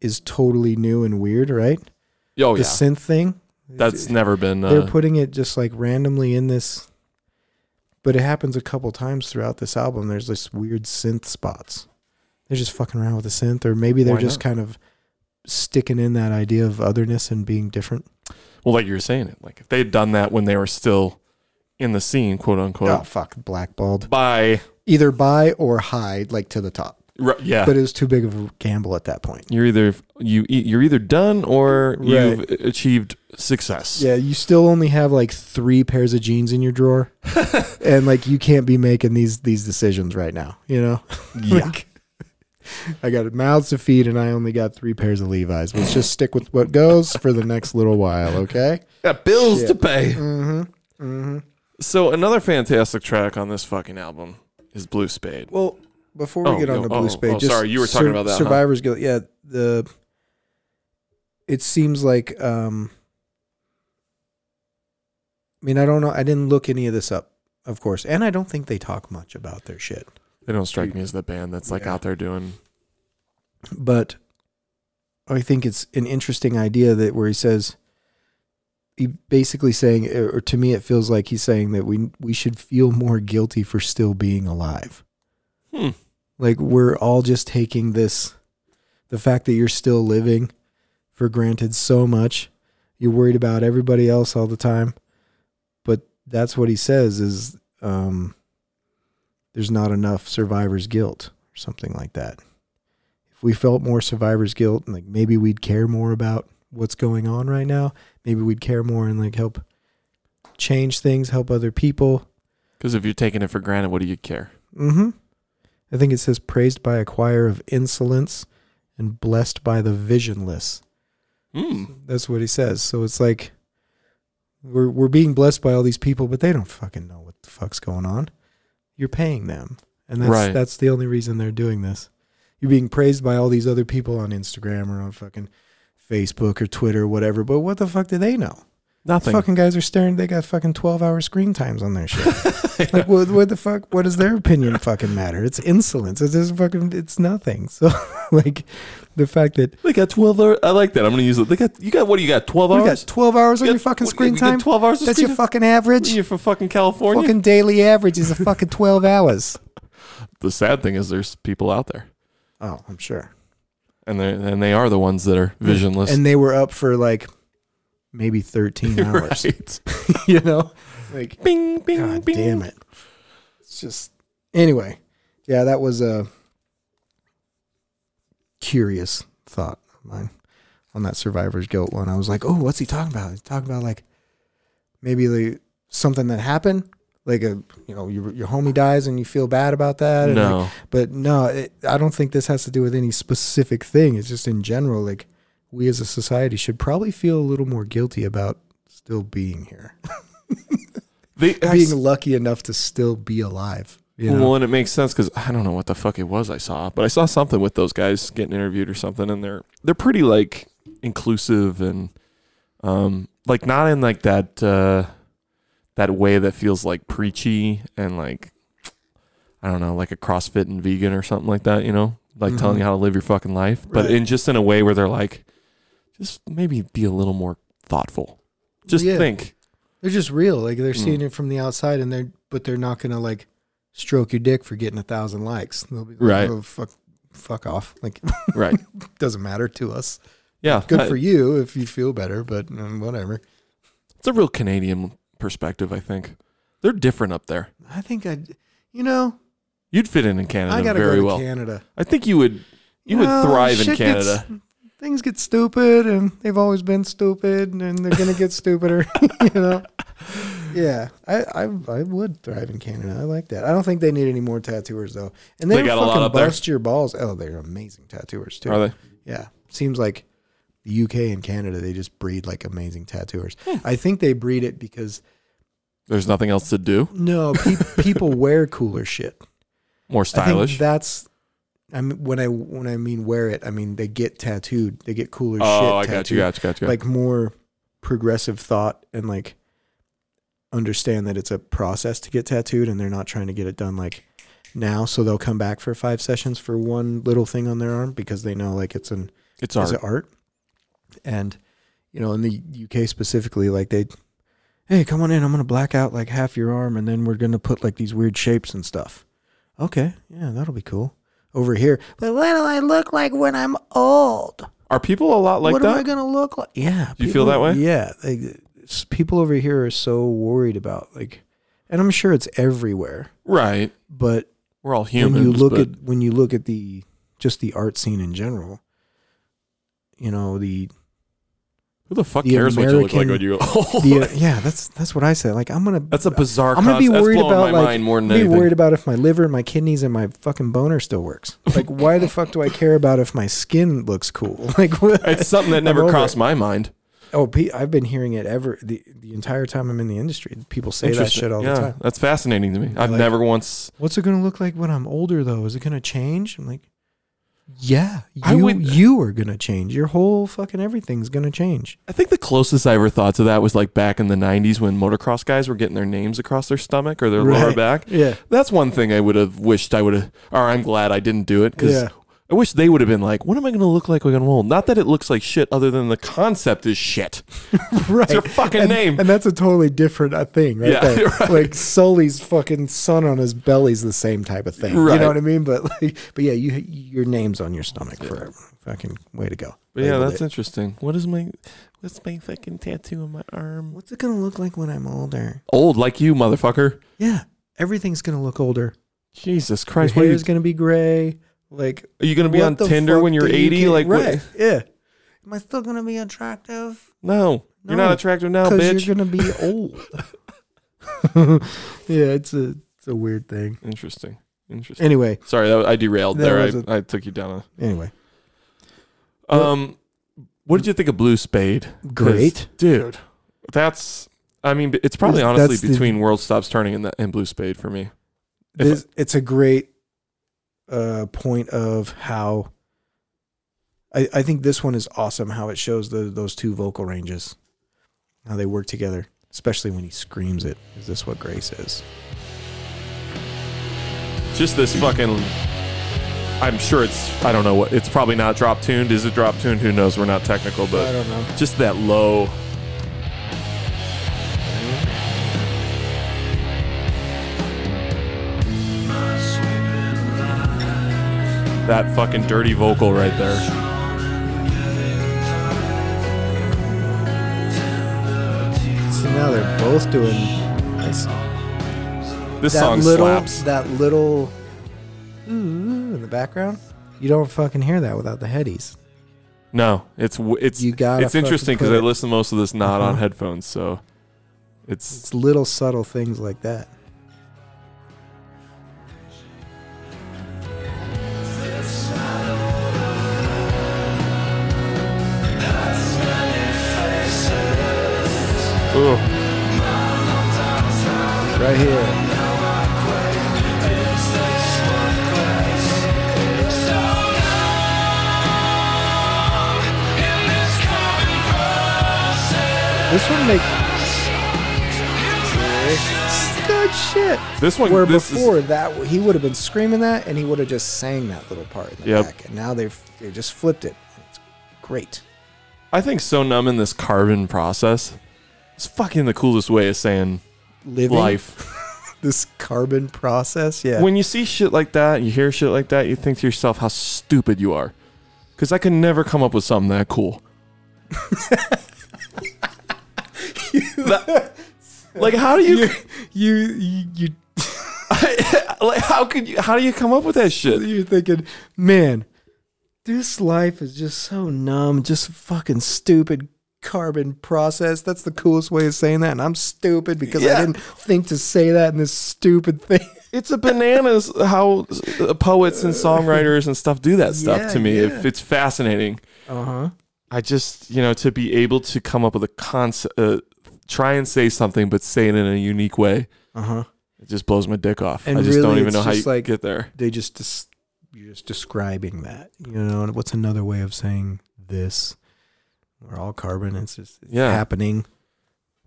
[SPEAKER 1] is totally new and weird, right?
[SPEAKER 2] oh
[SPEAKER 1] the
[SPEAKER 2] yeah.
[SPEAKER 1] synth thing.
[SPEAKER 2] That's never been.
[SPEAKER 1] They're
[SPEAKER 2] Uh,
[SPEAKER 1] putting it just like randomly in this but it happens a couple times throughout this album. There's this weird synth spots. They're just fucking around with the synth, or maybe they're
[SPEAKER 2] Why
[SPEAKER 1] just
[SPEAKER 2] not?
[SPEAKER 1] kind of sticking in that idea of otherness and being different.
[SPEAKER 2] well, like you were saying it. Like if they had done that when they were still in the scene, quote unquote.
[SPEAKER 1] oh fuck, blackballed.
[SPEAKER 2] By
[SPEAKER 1] either buy or hide like to the top
[SPEAKER 2] Right, yeah.
[SPEAKER 1] but it was too big of a gamble at that point
[SPEAKER 2] you're either you e- you're either done or you've achieved success.
[SPEAKER 1] yeah you still only have like three pairs of jeans in your drawer and like you can't be making these these decisions right now you know
[SPEAKER 2] Yeah.
[SPEAKER 1] Like, i got mouths to feed and i only got three pairs of levi's let's just stick with what goes for the next little while okay
[SPEAKER 2] Got bills
[SPEAKER 1] Shit.
[SPEAKER 2] to pay. Mm-hmm. Mm-hmm. So another fantastic track on this fucking album is Blue Spade.
[SPEAKER 1] Well, before we
[SPEAKER 2] Oh,
[SPEAKER 1] get on
[SPEAKER 2] yo-
[SPEAKER 1] to
[SPEAKER 2] oh,
[SPEAKER 1] Blue
[SPEAKER 2] oh,
[SPEAKER 1] Spade,
[SPEAKER 2] oh,
[SPEAKER 1] just
[SPEAKER 2] sorry, you were talking about that, huh?
[SPEAKER 1] Survivor's Guild. Yeah, the it seems like um I mean, I don't know. I didn't look any of this up, of course, and I don't think they talk much about their shit.
[SPEAKER 2] They don't strike me as the band that's like out there doing.
[SPEAKER 1] but I think it's an interesting idea that where he says he basically saying or to me it feels like he's saying that we we should feel more guilty for still being alive.
[SPEAKER 2] Hmm.
[SPEAKER 1] Like we're all just taking this the fact that you're still living for granted so much. You're worried about everybody else all the time. But that's what he says is um there's not enough survivor's guilt or something like that if we felt more survivor's guilt and like maybe we'd care more about what's going on right now maybe we'd care more and like help change things help other people
[SPEAKER 2] Because if you're taking it for granted, what do you care?
[SPEAKER 1] mm-hmm i think it says praised by a choir of insolence and blessed by the visionless
[SPEAKER 2] Hmm.
[SPEAKER 1] that's what he says so it's like we're, we're being blessed by all these people but they don't fucking know what the fuck's going on you're paying them and that's
[SPEAKER 2] Right.
[SPEAKER 1] that's the only reason they're doing this you're being praised by all these other people on instagram or on fucking facebook or twitter or whatever but what the fuck do they know
[SPEAKER 2] Nothing.
[SPEAKER 1] fucking guys are staring they got fucking 12 hour screen times on their shit like what, what the fuck what does their opinion fucking matter it's insolence it's just fucking it's nothing so like the fact that
[SPEAKER 2] They got 12 hours. I like that. I'm going to use it. They got, you got, what do you got? 12
[SPEAKER 1] you
[SPEAKER 2] hours?
[SPEAKER 1] got 12 hours
[SPEAKER 2] You
[SPEAKER 1] on
[SPEAKER 2] got-
[SPEAKER 1] your fucking
[SPEAKER 2] what,
[SPEAKER 1] screen
[SPEAKER 2] you got
[SPEAKER 1] time
[SPEAKER 2] 12 hours of
[SPEAKER 1] that's
[SPEAKER 2] screen
[SPEAKER 1] your
[SPEAKER 2] time?
[SPEAKER 1] fucking average
[SPEAKER 2] You're from fucking California.
[SPEAKER 1] fucking daily average is a fucking 12 hours.
[SPEAKER 2] the sad thing is there's people out there
[SPEAKER 1] Oh, I'm sure.
[SPEAKER 2] and they and they are the ones that are visionless.
[SPEAKER 1] And they were up for like maybe 13 hours,
[SPEAKER 2] right.
[SPEAKER 1] you know? Like,
[SPEAKER 2] bing, bing,
[SPEAKER 1] God
[SPEAKER 2] bing.
[SPEAKER 1] damn it. It's just, anyway. Yeah, that was a curious thought of mine on that survivor's guilt one. I was like, oh, what's he talking about? He's talking about like maybe like something that happened. Like a, you know, your your homie dies and you feel bad about that. And like,
[SPEAKER 2] No.
[SPEAKER 1] But no, it, I don't think this has to do with any specific thing. It's just in general, like we as a society should probably feel a little more guilty about still being here,
[SPEAKER 2] They,
[SPEAKER 1] being lucky enough to still be alive. You know?
[SPEAKER 2] Well, and it makes sense because I don't know what the fuck it was I saw, but I saw something with those guys getting interviewed or something, and they're they're pretty like inclusive and um like not in like that uh that way that feels like preachy and like I don't know like a CrossFit and vegan or something like that, you know, like telling
[SPEAKER 1] Mhm.
[SPEAKER 2] you how to live your fucking life, but
[SPEAKER 1] Right.
[SPEAKER 2] in just in a way where they're like just maybe be a little more thoughtful, just
[SPEAKER 1] Yeah.
[SPEAKER 2] think.
[SPEAKER 1] They're just real. Like they're
[SPEAKER 2] Mm.
[SPEAKER 1] seeing it from the outside, and they're but they're not gonna like stroke your dick for getting a thousand likes. They'll be like,
[SPEAKER 2] Right.
[SPEAKER 1] oh, fuck, fuck off. Like
[SPEAKER 2] Right.
[SPEAKER 1] doesn't matter to us.
[SPEAKER 2] Yeah.
[SPEAKER 1] Good
[SPEAKER 2] I-
[SPEAKER 1] for you if you feel better, but mm, whatever.
[SPEAKER 2] It's a real Canadian perspective, I think. They're different up there.
[SPEAKER 1] I think I, you know,
[SPEAKER 2] You'd fit in in
[SPEAKER 1] I
[SPEAKER 2] Canada
[SPEAKER 1] gotta
[SPEAKER 2] very
[SPEAKER 1] go to
[SPEAKER 2] well.
[SPEAKER 1] Canada.
[SPEAKER 2] I think you would. You
[SPEAKER 1] know,
[SPEAKER 2] would thrive in
[SPEAKER 1] shit gets-
[SPEAKER 2] Canada.
[SPEAKER 1] things get stupid, and they've always been stupid, and they're gonna get stupider. you know. Yeah, I, I I would thrive in Canada. I like that. I don't think they need any more tattooers though, and they,
[SPEAKER 2] They
[SPEAKER 1] don't
[SPEAKER 2] got a lot
[SPEAKER 1] fucking
[SPEAKER 2] up there?
[SPEAKER 1] bust your balls. Oh, they're amazing tattooers too.
[SPEAKER 2] Are they?
[SPEAKER 1] Yeah, seems like the UK and Canada they just breed like amazing tattooers.
[SPEAKER 2] Hmm.
[SPEAKER 1] I think they breed it because
[SPEAKER 2] There's nothing else to do.
[SPEAKER 1] no pe- people wear cooler shit.
[SPEAKER 2] More
[SPEAKER 1] I think
[SPEAKER 2] stylish.
[SPEAKER 1] that's I mean when I when I mean wear it, I mean they get tattooed. They get cooler shit.
[SPEAKER 2] oh, I got you,
[SPEAKER 1] tattooed.
[SPEAKER 2] got you, got you.
[SPEAKER 1] Like more progressive thought and like understand that it's a process to get tattooed and they're not trying to get it done like now so they'll come back for five sessions for one little thing on their arm because they know like it's an
[SPEAKER 2] it's
[SPEAKER 1] is
[SPEAKER 2] art.
[SPEAKER 1] it art and you know in the UK specifically like they hey come on in I'm gonna black out like half your arm and then we're gonna put like these weird shapes and stuff okay yeah that'll be cool over here but what do I look like when I'm old
[SPEAKER 2] Are people a lot like
[SPEAKER 1] what am I
[SPEAKER 2] that?
[SPEAKER 1] gonna look like? Yeah.
[SPEAKER 2] Do you
[SPEAKER 1] people-
[SPEAKER 2] feel that way?
[SPEAKER 1] Yeah. Like, s- people over here are so worried about like, and I'm sure it's everywhere.
[SPEAKER 2] right.
[SPEAKER 1] But
[SPEAKER 2] We're all humans.
[SPEAKER 1] when you look
[SPEAKER 2] but
[SPEAKER 1] at when you look at the just the art scene in general, you know the
[SPEAKER 2] who the fuck
[SPEAKER 1] the
[SPEAKER 2] cares what you look like
[SPEAKER 1] American-
[SPEAKER 2] when you? Oh,
[SPEAKER 1] the uh, yeah that's that's what I said. Like I'm gonna
[SPEAKER 2] that's a bizarre.
[SPEAKER 1] I'm gonna be
[SPEAKER 2] concept.
[SPEAKER 1] worried
[SPEAKER 2] that's blowing
[SPEAKER 1] about
[SPEAKER 2] my
[SPEAKER 1] like
[SPEAKER 2] mind more than
[SPEAKER 1] be
[SPEAKER 2] anything.
[SPEAKER 1] worried about if my liver and my kidneys and my fucking boner still works. Like why the fuck do I care about if my skin looks cool? Like what?
[SPEAKER 2] it's something that
[SPEAKER 1] I'm
[SPEAKER 2] never
[SPEAKER 1] over
[SPEAKER 2] crossed
[SPEAKER 1] it.
[SPEAKER 2] my mind.
[SPEAKER 1] Oh, pe- I've been hearing it ever the, the entire time I'm in the industry. People say that
[SPEAKER 2] Interesting.
[SPEAKER 1] shit all
[SPEAKER 2] yeah,
[SPEAKER 1] the time.
[SPEAKER 2] that's fascinating to me. I've
[SPEAKER 1] like-
[SPEAKER 2] never once.
[SPEAKER 1] What's it going to look like when I'm older, though? Is it going to change? I'm like, Yeah,
[SPEAKER 2] I
[SPEAKER 1] you
[SPEAKER 2] would-
[SPEAKER 1] you are gonna change. Your whole fucking everything's gonna change.
[SPEAKER 2] I think the closest I ever thought to that was like back in the 90s when motocross guys were getting their names across their stomach or their lower
[SPEAKER 1] Right.
[SPEAKER 2] back.
[SPEAKER 1] Yeah.
[SPEAKER 2] That's one thing I would have wished I would have, or I'm glad I didn't do it because
[SPEAKER 1] Yeah.
[SPEAKER 2] I wish they would have been like, what am I going to look like when I'm old? Not that it looks like shit, other than the concept is shit.
[SPEAKER 1] Right,
[SPEAKER 2] your fucking
[SPEAKER 1] and,
[SPEAKER 2] name.
[SPEAKER 1] and that's a totally different uh, thing, right?
[SPEAKER 2] Yeah,
[SPEAKER 1] there.
[SPEAKER 2] right.
[SPEAKER 1] Like Sully's fucking son on his belly's the same type of thing. You
[SPEAKER 2] Right.
[SPEAKER 1] know what I mean? But like, but yeah, you your name's on your stomach forever. Fucking way to go.
[SPEAKER 2] But yeah,
[SPEAKER 1] Labeled
[SPEAKER 2] that's
[SPEAKER 1] it.
[SPEAKER 2] interesting. What is my, what's my fucking tattoo on my arm?
[SPEAKER 1] What's it gonna look like when I'm older?
[SPEAKER 2] Old like you, motherfucker.
[SPEAKER 1] Yeah, everything's gonna look older.
[SPEAKER 2] Jesus
[SPEAKER 1] Your
[SPEAKER 2] Christ. What are you,
[SPEAKER 1] hair's gonna be gray. Like
[SPEAKER 2] are you going to be
[SPEAKER 1] what
[SPEAKER 2] on
[SPEAKER 1] the
[SPEAKER 2] Tinder
[SPEAKER 1] fuck
[SPEAKER 2] when you're
[SPEAKER 1] do you
[SPEAKER 2] 80?
[SPEAKER 1] care-
[SPEAKER 2] Like, what-
[SPEAKER 1] right? Yeah. Am I still gonna be attractive?
[SPEAKER 2] No, you're
[SPEAKER 1] No,
[SPEAKER 2] not attractive now,
[SPEAKER 1] because
[SPEAKER 2] Oh, bitch.
[SPEAKER 1] you're gonna be old. yeah, it's a it's a weird thing.
[SPEAKER 2] Interesting. Interesting.
[SPEAKER 1] Anyway,
[SPEAKER 2] Sorry, that, I derailed
[SPEAKER 1] That was
[SPEAKER 2] there.
[SPEAKER 1] a-
[SPEAKER 2] I, I took you down.
[SPEAKER 1] anyway,
[SPEAKER 2] A, um, what did you think of Blue Spade? 'Cause,
[SPEAKER 1] Great.
[SPEAKER 2] dude. That's. I mean, it's probably
[SPEAKER 1] That's
[SPEAKER 2] honestly
[SPEAKER 1] the-
[SPEAKER 2] between World Stops Turning and, the, and Blue Spade for me. If I-
[SPEAKER 1] this, it's a great uh, point of how I, I think this one is awesome. How it shows the, those two vocal ranges, how they work together, especially when he screams it. Is this what Grace is?
[SPEAKER 2] Just this fucking. I'm sure it's. I don't know what. It's probably not drop tuned. Is it drop tuned? Who knows? We're not technical, but
[SPEAKER 1] don't know.
[SPEAKER 2] just that low. That fucking dirty vocal right there.
[SPEAKER 1] So now they're both doing this,
[SPEAKER 2] This
[SPEAKER 1] that
[SPEAKER 2] song
[SPEAKER 1] little
[SPEAKER 2] slaps.
[SPEAKER 1] that little ooh in the background. You don't fucking hear that without the headies.
[SPEAKER 2] No, it's w- it's
[SPEAKER 1] You gotta
[SPEAKER 2] it's interesting
[SPEAKER 1] fucking
[SPEAKER 2] because
[SPEAKER 1] put
[SPEAKER 2] I
[SPEAKER 1] it-
[SPEAKER 2] listen to most of this not on
[SPEAKER 1] Uh-huh.
[SPEAKER 2] headphones, so it's
[SPEAKER 1] It's little subtle things like that.
[SPEAKER 2] ooh.
[SPEAKER 1] Right here. This one makes good shit.
[SPEAKER 2] This one-
[SPEAKER 1] where
[SPEAKER 2] this is-
[SPEAKER 1] before that he would have been screaming that, and he would have just sang that little part in the
[SPEAKER 2] Yep.
[SPEAKER 1] back, and now they've they just flipped it. It's great.
[SPEAKER 2] I think so numb in this carbon process. It's fucking the coolest way of saying
[SPEAKER 1] Living
[SPEAKER 2] life.
[SPEAKER 1] this carbon process, yeah.
[SPEAKER 2] When you see shit like that, you hear shit like that, you think to yourself how stupid you are. Because I could never come up with something that cool. That- like how do you
[SPEAKER 1] you you you
[SPEAKER 2] like how could you how do you come up with that shit?
[SPEAKER 1] you're thinking, man, this life is just so numb, just fucking stupid carbon process. That's the coolest way of saying that. And I'm stupid because I
[SPEAKER 2] Yeah.
[SPEAKER 1] didn't think to say that in this stupid thing.
[SPEAKER 2] It's a bananas how uh, poets and songwriters and stuff do that stuff
[SPEAKER 1] Yeah,
[SPEAKER 2] to me.
[SPEAKER 1] yeah.
[SPEAKER 2] If it's fascinating.
[SPEAKER 1] Uh huh.
[SPEAKER 2] I just, you know, to be able to come up with a concept, uh, try and say something, but say it in a unique way,
[SPEAKER 1] Uh huh.
[SPEAKER 2] it just blows my dick off.
[SPEAKER 1] And
[SPEAKER 2] I just don't
[SPEAKER 1] really,
[SPEAKER 2] even
[SPEAKER 1] it's
[SPEAKER 2] know how you
[SPEAKER 1] just like-
[SPEAKER 2] get there.
[SPEAKER 1] They just dis- you're just describing that. You know, and what's another way of saying this? We're all carbon. It's just it's
[SPEAKER 2] Yeah.
[SPEAKER 1] happening.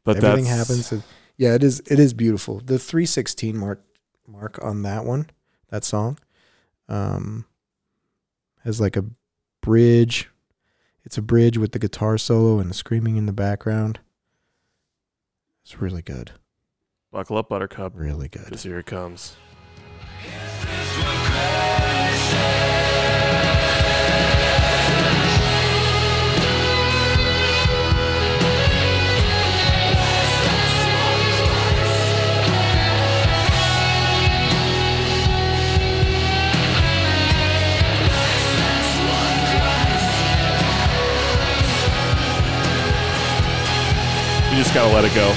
[SPEAKER 2] But
[SPEAKER 1] everything
[SPEAKER 2] that's,
[SPEAKER 1] happens. It- yeah, it is. It is beautiful. The three sixteen mark mark on that one, that song, um, has like a bridge. It's a bridge with the guitar solo and the screaming in the background. It's really good.
[SPEAKER 2] Buckle up, Buttercup,
[SPEAKER 1] Really good.
[SPEAKER 2] because here it comes. You just gotta let it go.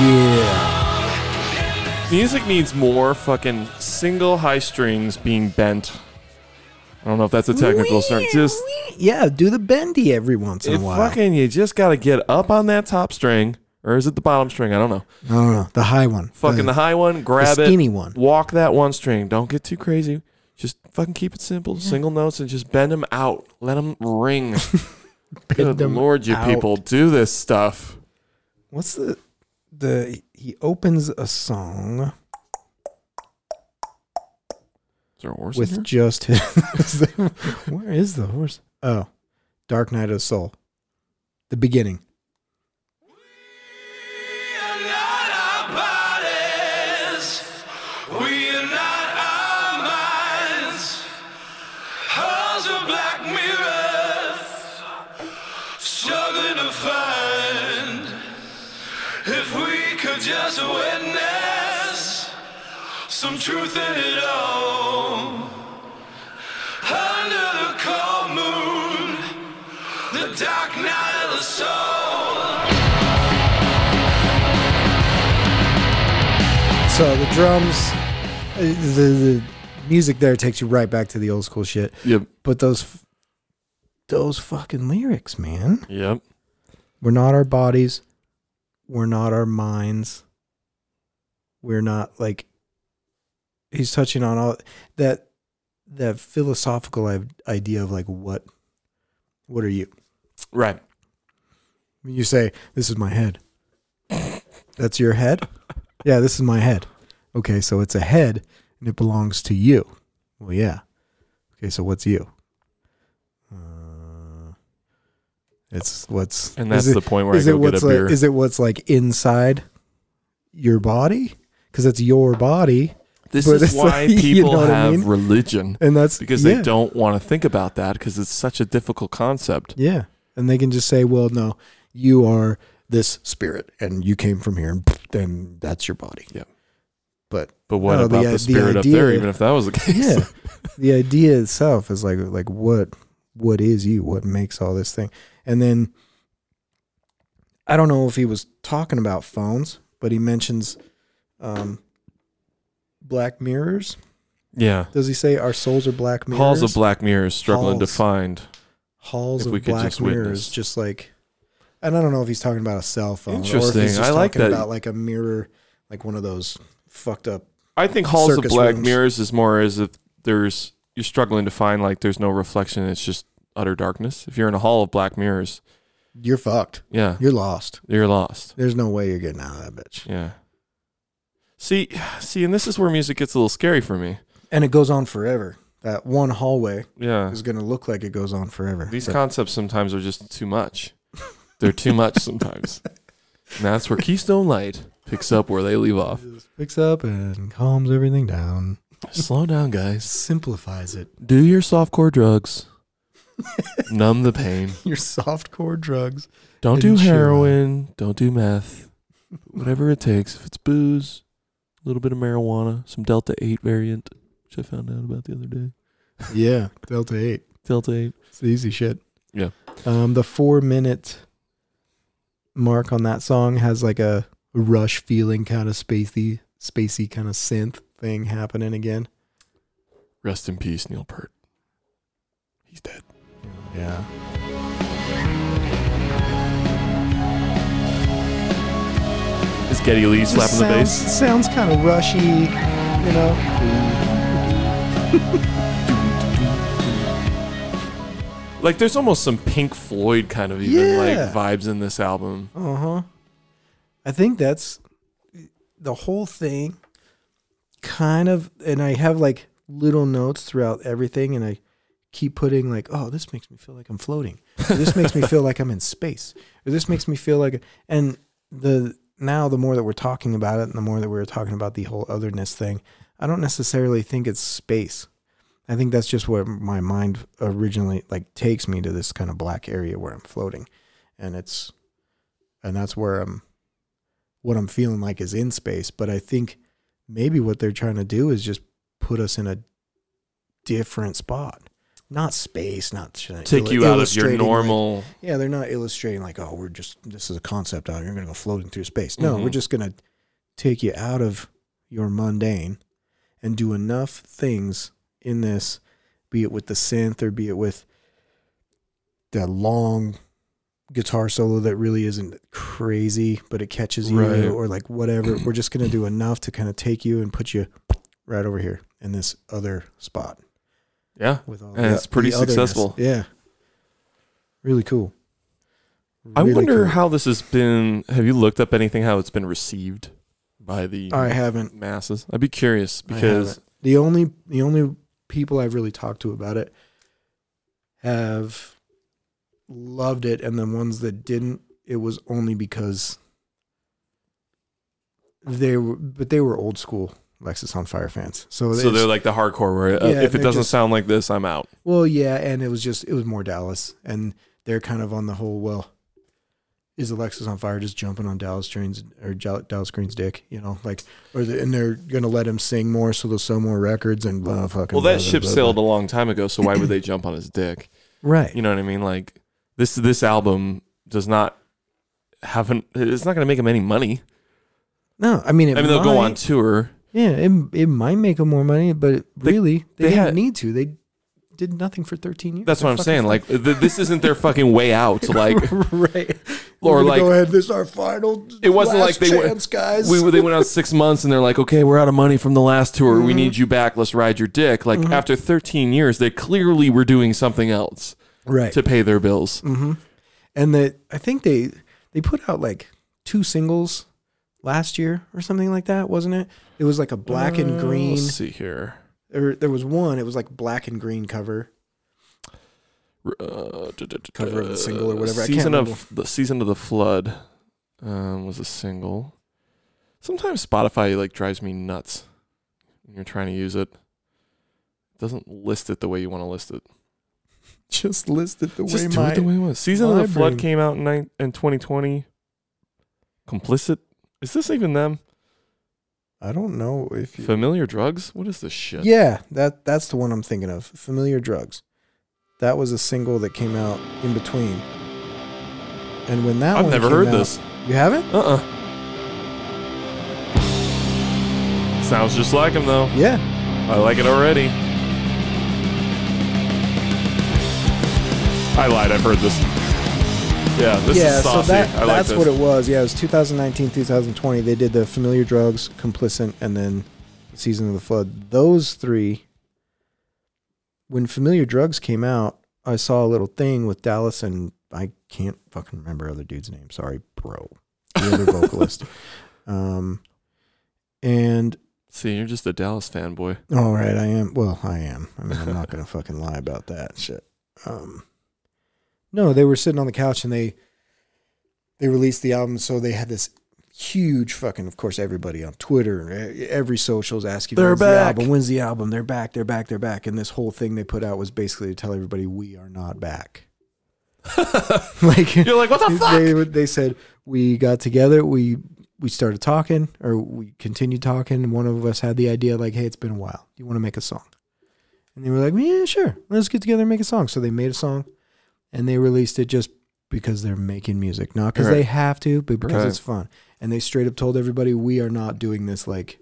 [SPEAKER 1] Yeah.
[SPEAKER 2] Music needs more fucking single high strings being bent I don't know if that's a technical term. Just
[SPEAKER 1] yeah, do the bendy every once in a
[SPEAKER 2] it
[SPEAKER 1] while.
[SPEAKER 2] fucking you just got to get up on that top string, or is it the bottom string? I don't know.
[SPEAKER 1] I don't know the high one.
[SPEAKER 2] Fucking the high one, grab it,
[SPEAKER 1] skinny one.
[SPEAKER 2] walk that one string. Don't get too crazy. Just fucking keep it simple, single notes, and just bend them out. Let them ring. Good
[SPEAKER 1] them
[SPEAKER 2] lord, you
[SPEAKER 1] out.
[SPEAKER 2] people do this stuff.
[SPEAKER 1] What's the the he opens a song
[SPEAKER 2] Is there a horse in
[SPEAKER 1] with
[SPEAKER 2] here?
[SPEAKER 1] just his Where is the horse? Oh. Dark Knight of the Soul. The beginning.
[SPEAKER 3] Just witness some truth in it all. Under the cold moon, the dark night of the soul.
[SPEAKER 1] So the drums uh, the, the music there takes you right back to the old school shit.
[SPEAKER 2] Yep.
[SPEAKER 1] But those f- those fucking lyrics, man.
[SPEAKER 2] Yep.
[SPEAKER 1] We're not our bodies. We're not our minds. We're not like he's touching on all that that philosophical i- idea of like what what are you?
[SPEAKER 2] Right.
[SPEAKER 1] When you say this is my head. That's your head? Yeah, this is my head. Okay, so it's a head and it belongs to you. Well, yeah. Okay, so what's you? Uh, it's what's
[SPEAKER 2] And
[SPEAKER 1] is
[SPEAKER 2] that's
[SPEAKER 1] it-
[SPEAKER 2] the point where I
[SPEAKER 1] is it
[SPEAKER 2] go get
[SPEAKER 1] what's
[SPEAKER 2] a
[SPEAKER 1] like,
[SPEAKER 2] beer.
[SPEAKER 1] is it what's like inside your body because it's your body
[SPEAKER 2] this
[SPEAKER 1] but
[SPEAKER 2] is
[SPEAKER 1] it's
[SPEAKER 2] why
[SPEAKER 1] like- you
[SPEAKER 2] people
[SPEAKER 1] know what I
[SPEAKER 2] have
[SPEAKER 1] mean?
[SPEAKER 2] religion
[SPEAKER 1] and that's
[SPEAKER 2] because
[SPEAKER 1] yeah,
[SPEAKER 2] they don't want to think about that because it's such a difficult concept.
[SPEAKER 1] yeah and they can just say well no you are this spirit and you came from here and then that's your body
[SPEAKER 2] Yep.
[SPEAKER 1] but
[SPEAKER 2] But what
[SPEAKER 1] No, Oh, the
[SPEAKER 2] about
[SPEAKER 1] i-
[SPEAKER 2] the,
[SPEAKER 1] the
[SPEAKER 2] spirit up there?
[SPEAKER 1] idea-
[SPEAKER 2] Even if that was the case,
[SPEAKER 1] yeah the idea itself is like like what what is you what makes all this thing and then i don't know if he was talking about phones but he mentions um black mirrors
[SPEAKER 2] yeah.
[SPEAKER 1] does he say our souls are black mirrors
[SPEAKER 2] Halls of Black Mirrors struggling to
[SPEAKER 1] Halls.
[SPEAKER 2] find.
[SPEAKER 1] halls
[SPEAKER 2] If
[SPEAKER 1] of
[SPEAKER 2] we could
[SPEAKER 1] black
[SPEAKER 2] just
[SPEAKER 1] mirrors,
[SPEAKER 2] witness.
[SPEAKER 1] just like, and I don't know if he's talking about a cell phone. Or
[SPEAKER 2] Interesting.
[SPEAKER 1] if he's just
[SPEAKER 2] I like
[SPEAKER 1] talking
[SPEAKER 2] that.
[SPEAKER 1] About like a mirror, like one of those fucked up.
[SPEAKER 2] I think Halls of
[SPEAKER 1] Circus
[SPEAKER 2] Black
[SPEAKER 1] rooms.
[SPEAKER 2] Mirrors is more as if there's you're struggling to find like there's no reflection. It's just utter darkness. If you're in a hall of black mirrors,
[SPEAKER 1] You're fucked.
[SPEAKER 2] yeah,
[SPEAKER 1] You're lost.
[SPEAKER 2] you're lost.
[SPEAKER 1] There's no way you're getting out of that bitch.
[SPEAKER 2] Yeah. See, see, and this is where music gets a little scary for me.
[SPEAKER 1] And it goes on forever. That one hallway
[SPEAKER 2] Yeah.
[SPEAKER 1] is gonna look like it goes on forever.
[SPEAKER 2] These
[SPEAKER 1] But
[SPEAKER 2] concepts sometimes are just too much. They're too much sometimes. And that's where Keystone Light picks up where they leave off.
[SPEAKER 1] just picks up and calms everything down,
[SPEAKER 2] Slow down, guys.
[SPEAKER 1] simplifies it.
[SPEAKER 2] Do your softcore drugs. Numb the pain.
[SPEAKER 1] Your softcore drugs. And
[SPEAKER 2] Don't do
[SPEAKER 1] chill out.
[SPEAKER 2] heroin. Don't do meth. Whatever it takes. If it's booze, a little bit of marijuana, some Delta 8 variant, which I found out about the other day.
[SPEAKER 1] Yeah, Delta Eight.
[SPEAKER 2] Delta 8.
[SPEAKER 1] It's easy shit.
[SPEAKER 2] Yeah.
[SPEAKER 1] Um, the four minute mark on that song has like a rush feeling kind of spacey, spacey kind of synth thing happening again.
[SPEAKER 2] Rest in peace, Neil Peart. He's dead.
[SPEAKER 1] Yeah.
[SPEAKER 2] Is Getty Lee slapping the
[SPEAKER 1] sounds,
[SPEAKER 2] bass?
[SPEAKER 1] Sounds kind of rushy, you know.
[SPEAKER 2] Like, there's almost some Pink Floyd kind of even
[SPEAKER 1] Yeah.
[SPEAKER 2] like vibes in this album.
[SPEAKER 1] Uh huh. I think that's the whole thing. Kind of, and I have like little notes throughout everything, and I keep putting like, "Oh, this makes me feel like I'm floating." Or, this makes me feel like I'm in space. Or, this makes me feel like, and the now the more that we're talking about it, and the more that we're talking about the whole otherness thing, I don't necessarily think it's space. I think that's just where my mind originally like takes me to this kind of black area where I'm floating, and it's and that's where I'm what I'm feeling like is in space. But I think maybe what they're trying to do is just put us in a different spot. Not space, not trying to
[SPEAKER 2] Take
[SPEAKER 1] illu-
[SPEAKER 2] you out of your
[SPEAKER 1] illustrating, like-
[SPEAKER 2] normal.
[SPEAKER 1] yeah, they're not illustrating like, oh, we're just this is a concept out. You're gonna go floating through space. No,
[SPEAKER 2] Mhm.
[SPEAKER 1] we're just gonna take you out of your mundane and do enough things in this be it with the synth or be it with that long guitar solo that really isn't crazy, but it catches you
[SPEAKER 2] Right.
[SPEAKER 1] or like whatever. We're just going to do enough to kind of take you and put you right over here in this other spot
[SPEAKER 2] Yeah.
[SPEAKER 1] with all
[SPEAKER 2] And it's pretty
[SPEAKER 1] otherness.
[SPEAKER 2] successful.
[SPEAKER 1] Yeah. Really cool.
[SPEAKER 2] I
[SPEAKER 1] Really
[SPEAKER 2] wonder
[SPEAKER 1] cool.
[SPEAKER 2] how this has been. Have you looked up anything how it's been received by the
[SPEAKER 1] I haven't
[SPEAKER 2] masses? I'd be curious
[SPEAKER 1] I
[SPEAKER 2] because
[SPEAKER 1] haven't. the only the only people I've really talked to about it have loved it, and the ones that didn't, it was only because they were, but they were old school Lexus on Fire fans. So,
[SPEAKER 2] so
[SPEAKER 1] it's-
[SPEAKER 2] they're like the hardcore where uh,
[SPEAKER 1] Yeah,
[SPEAKER 2] if it
[SPEAKER 1] they're
[SPEAKER 2] doesn't
[SPEAKER 1] just-
[SPEAKER 2] sound like this, I'm out.
[SPEAKER 1] well, yeah, and it was just it was more Dallas, and they're kind of on the whole well. Is the Lexus on fire just jumping on Dallas Green's or Jal- Dallas Green's dick? You know, like, or the, and they're gonna let him sing more, so they'll sell more records and blah fucking.
[SPEAKER 2] Well,
[SPEAKER 1] blah,
[SPEAKER 2] that
[SPEAKER 1] blah,
[SPEAKER 2] ship
[SPEAKER 1] blah,
[SPEAKER 2] sailed a
[SPEAKER 1] blah.
[SPEAKER 2] long time ago, so why would they jump on his dick?
[SPEAKER 1] right?
[SPEAKER 2] You know what I mean? Like this this album does not have an, it's not going to make him any money.
[SPEAKER 1] No, I mean, it
[SPEAKER 2] I mean, they'll go
[SPEAKER 1] might-
[SPEAKER 2] on tour.
[SPEAKER 1] Yeah, it, it might make them more money, but it-
[SPEAKER 2] They-
[SPEAKER 1] really, they,
[SPEAKER 2] they
[SPEAKER 1] didn't
[SPEAKER 2] had-
[SPEAKER 1] need to. They did nothing for 13 years.
[SPEAKER 2] That's what I'm saying. Like th- this isn't their fucking way out. Like
[SPEAKER 1] right.
[SPEAKER 2] Or
[SPEAKER 1] We're gonna
[SPEAKER 2] like-
[SPEAKER 1] go ahead. This is our final.
[SPEAKER 2] it wasn't like
[SPEAKER 1] last
[SPEAKER 2] they went-
[SPEAKER 1] chance, guys.
[SPEAKER 2] we they went out six months and they're like, okay, we're out of money from the last tour.
[SPEAKER 1] Mm-hmm.
[SPEAKER 2] We need you back. Let's ride your dick. Like after 13 years, they clearly were doing something else
[SPEAKER 1] right.
[SPEAKER 2] to pay their bills.
[SPEAKER 1] Mm-hmm. and that I think they they put out like two singles last year or something like that, wasn't it? It was like a black and
[SPEAKER 2] Uh,
[SPEAKER 1] green.
[SPEAKER 2] Let's see here.
[SPEAKER 1] Or there was one. It was like black and green cover.
[SPEAKER 2] Uh, duh, duh, duh,
[SPEAKER 1] Cover of the
[SPEAKER 2] duh.
[SPEAKER 1] single or whatever. I can't
[SPEAKER 2] Season
[SPEAKER 1] remember.
[SPEAKER 2] of the season of the flood um, was a single. Sometimes Spotify like drives me nuts when you're trying to use it. It doesn't list it the way you want to list it.
[SPEAKER 1] Just listed the
[SPEAKER 2] Just do it the way it was. Season of the
[SPEAKER 1] my
[SPEAKER 2] Flood
[SPEAKER 1] brain-
[SPEAKER 2] came out in, nine in 2020. Complicit. Is this even them?
[SPEAKER 1] I don't know if you.
[SPEAKER 2] Familiar Drugs? What is this shit?
[SPEAKER 1] Yeah, that that's the one I'm thinking of. Familiar Drugs. That was a single that came out in between. And when that
[SPEAKER 2] I've
[SPEAKER 1] one
[SPEAKER 2] never
[SPEAKER 1] came
[SPEAKER 2] heard
[SPEAKER 1] out-
[SPEAKER 2] this.
[SPEAKER 1] You haven't?
[SPEAKER 2] Uh uh Sounds just like him though.
[SPEAKER 1] Yeah.
[SPEAKER 2] I like it already. I lied. I've heard this. Yeah, this
[SPEAKER 1] yeah,
[SPEAKER 2] is
[SPEAKER 1] so
[SPEAKER 2] saucy.
[SPEAKER 1] that
[SPEAKER 2] I like
[SPEAKER 1] that's
[SPEAKER 2] this.
[SPEAKER 1] what it was. Yeah, it was 2019, 2020. They did the Familiar Drugs, Complicit, and then Season of the Flood. Those three when Familiar Drugs came out, I saw a little thing with Dallas and I can't fucking remember other dude's name. Sorry, bro. The other vocalist. Um and
[SPEAKER 2] See, you're just a Dallas fanboy.
[SPEAKER 1] All right, I am. Well, I am. I mean, I'm not gonna fucking lie about that shit. Um, no, they were sitting on the couch and they they released the album, so they had this huge fucking. Of course, everybody on Twitter and e- every social's asking,
[SPEAKER 2] They're
[SPEAKER 1] "When's
[SPEAKER 2] back."
[SPEAKER 1] The album? When's the album? They're back. They're back. They're back." And this whole thing they put out was basically to tell everybody, "We are not back." like
[SPEAKER 2] You're like, what the fuck?
[SPEAKER 1] they they said we got together we we started talking or we continued talking and one of us had the idea like hey it's been a while do you want to make a song and they were like yeah sure let's get together and make a song so they made a song and they released it just because they're making music not because
[SPEAKER 2] Right.
[SPEAKER 1] they have to but because
[SPEAKER 2] Right.
[SPEAKER 1] it's fun and they straight up told everybody we are not doing this like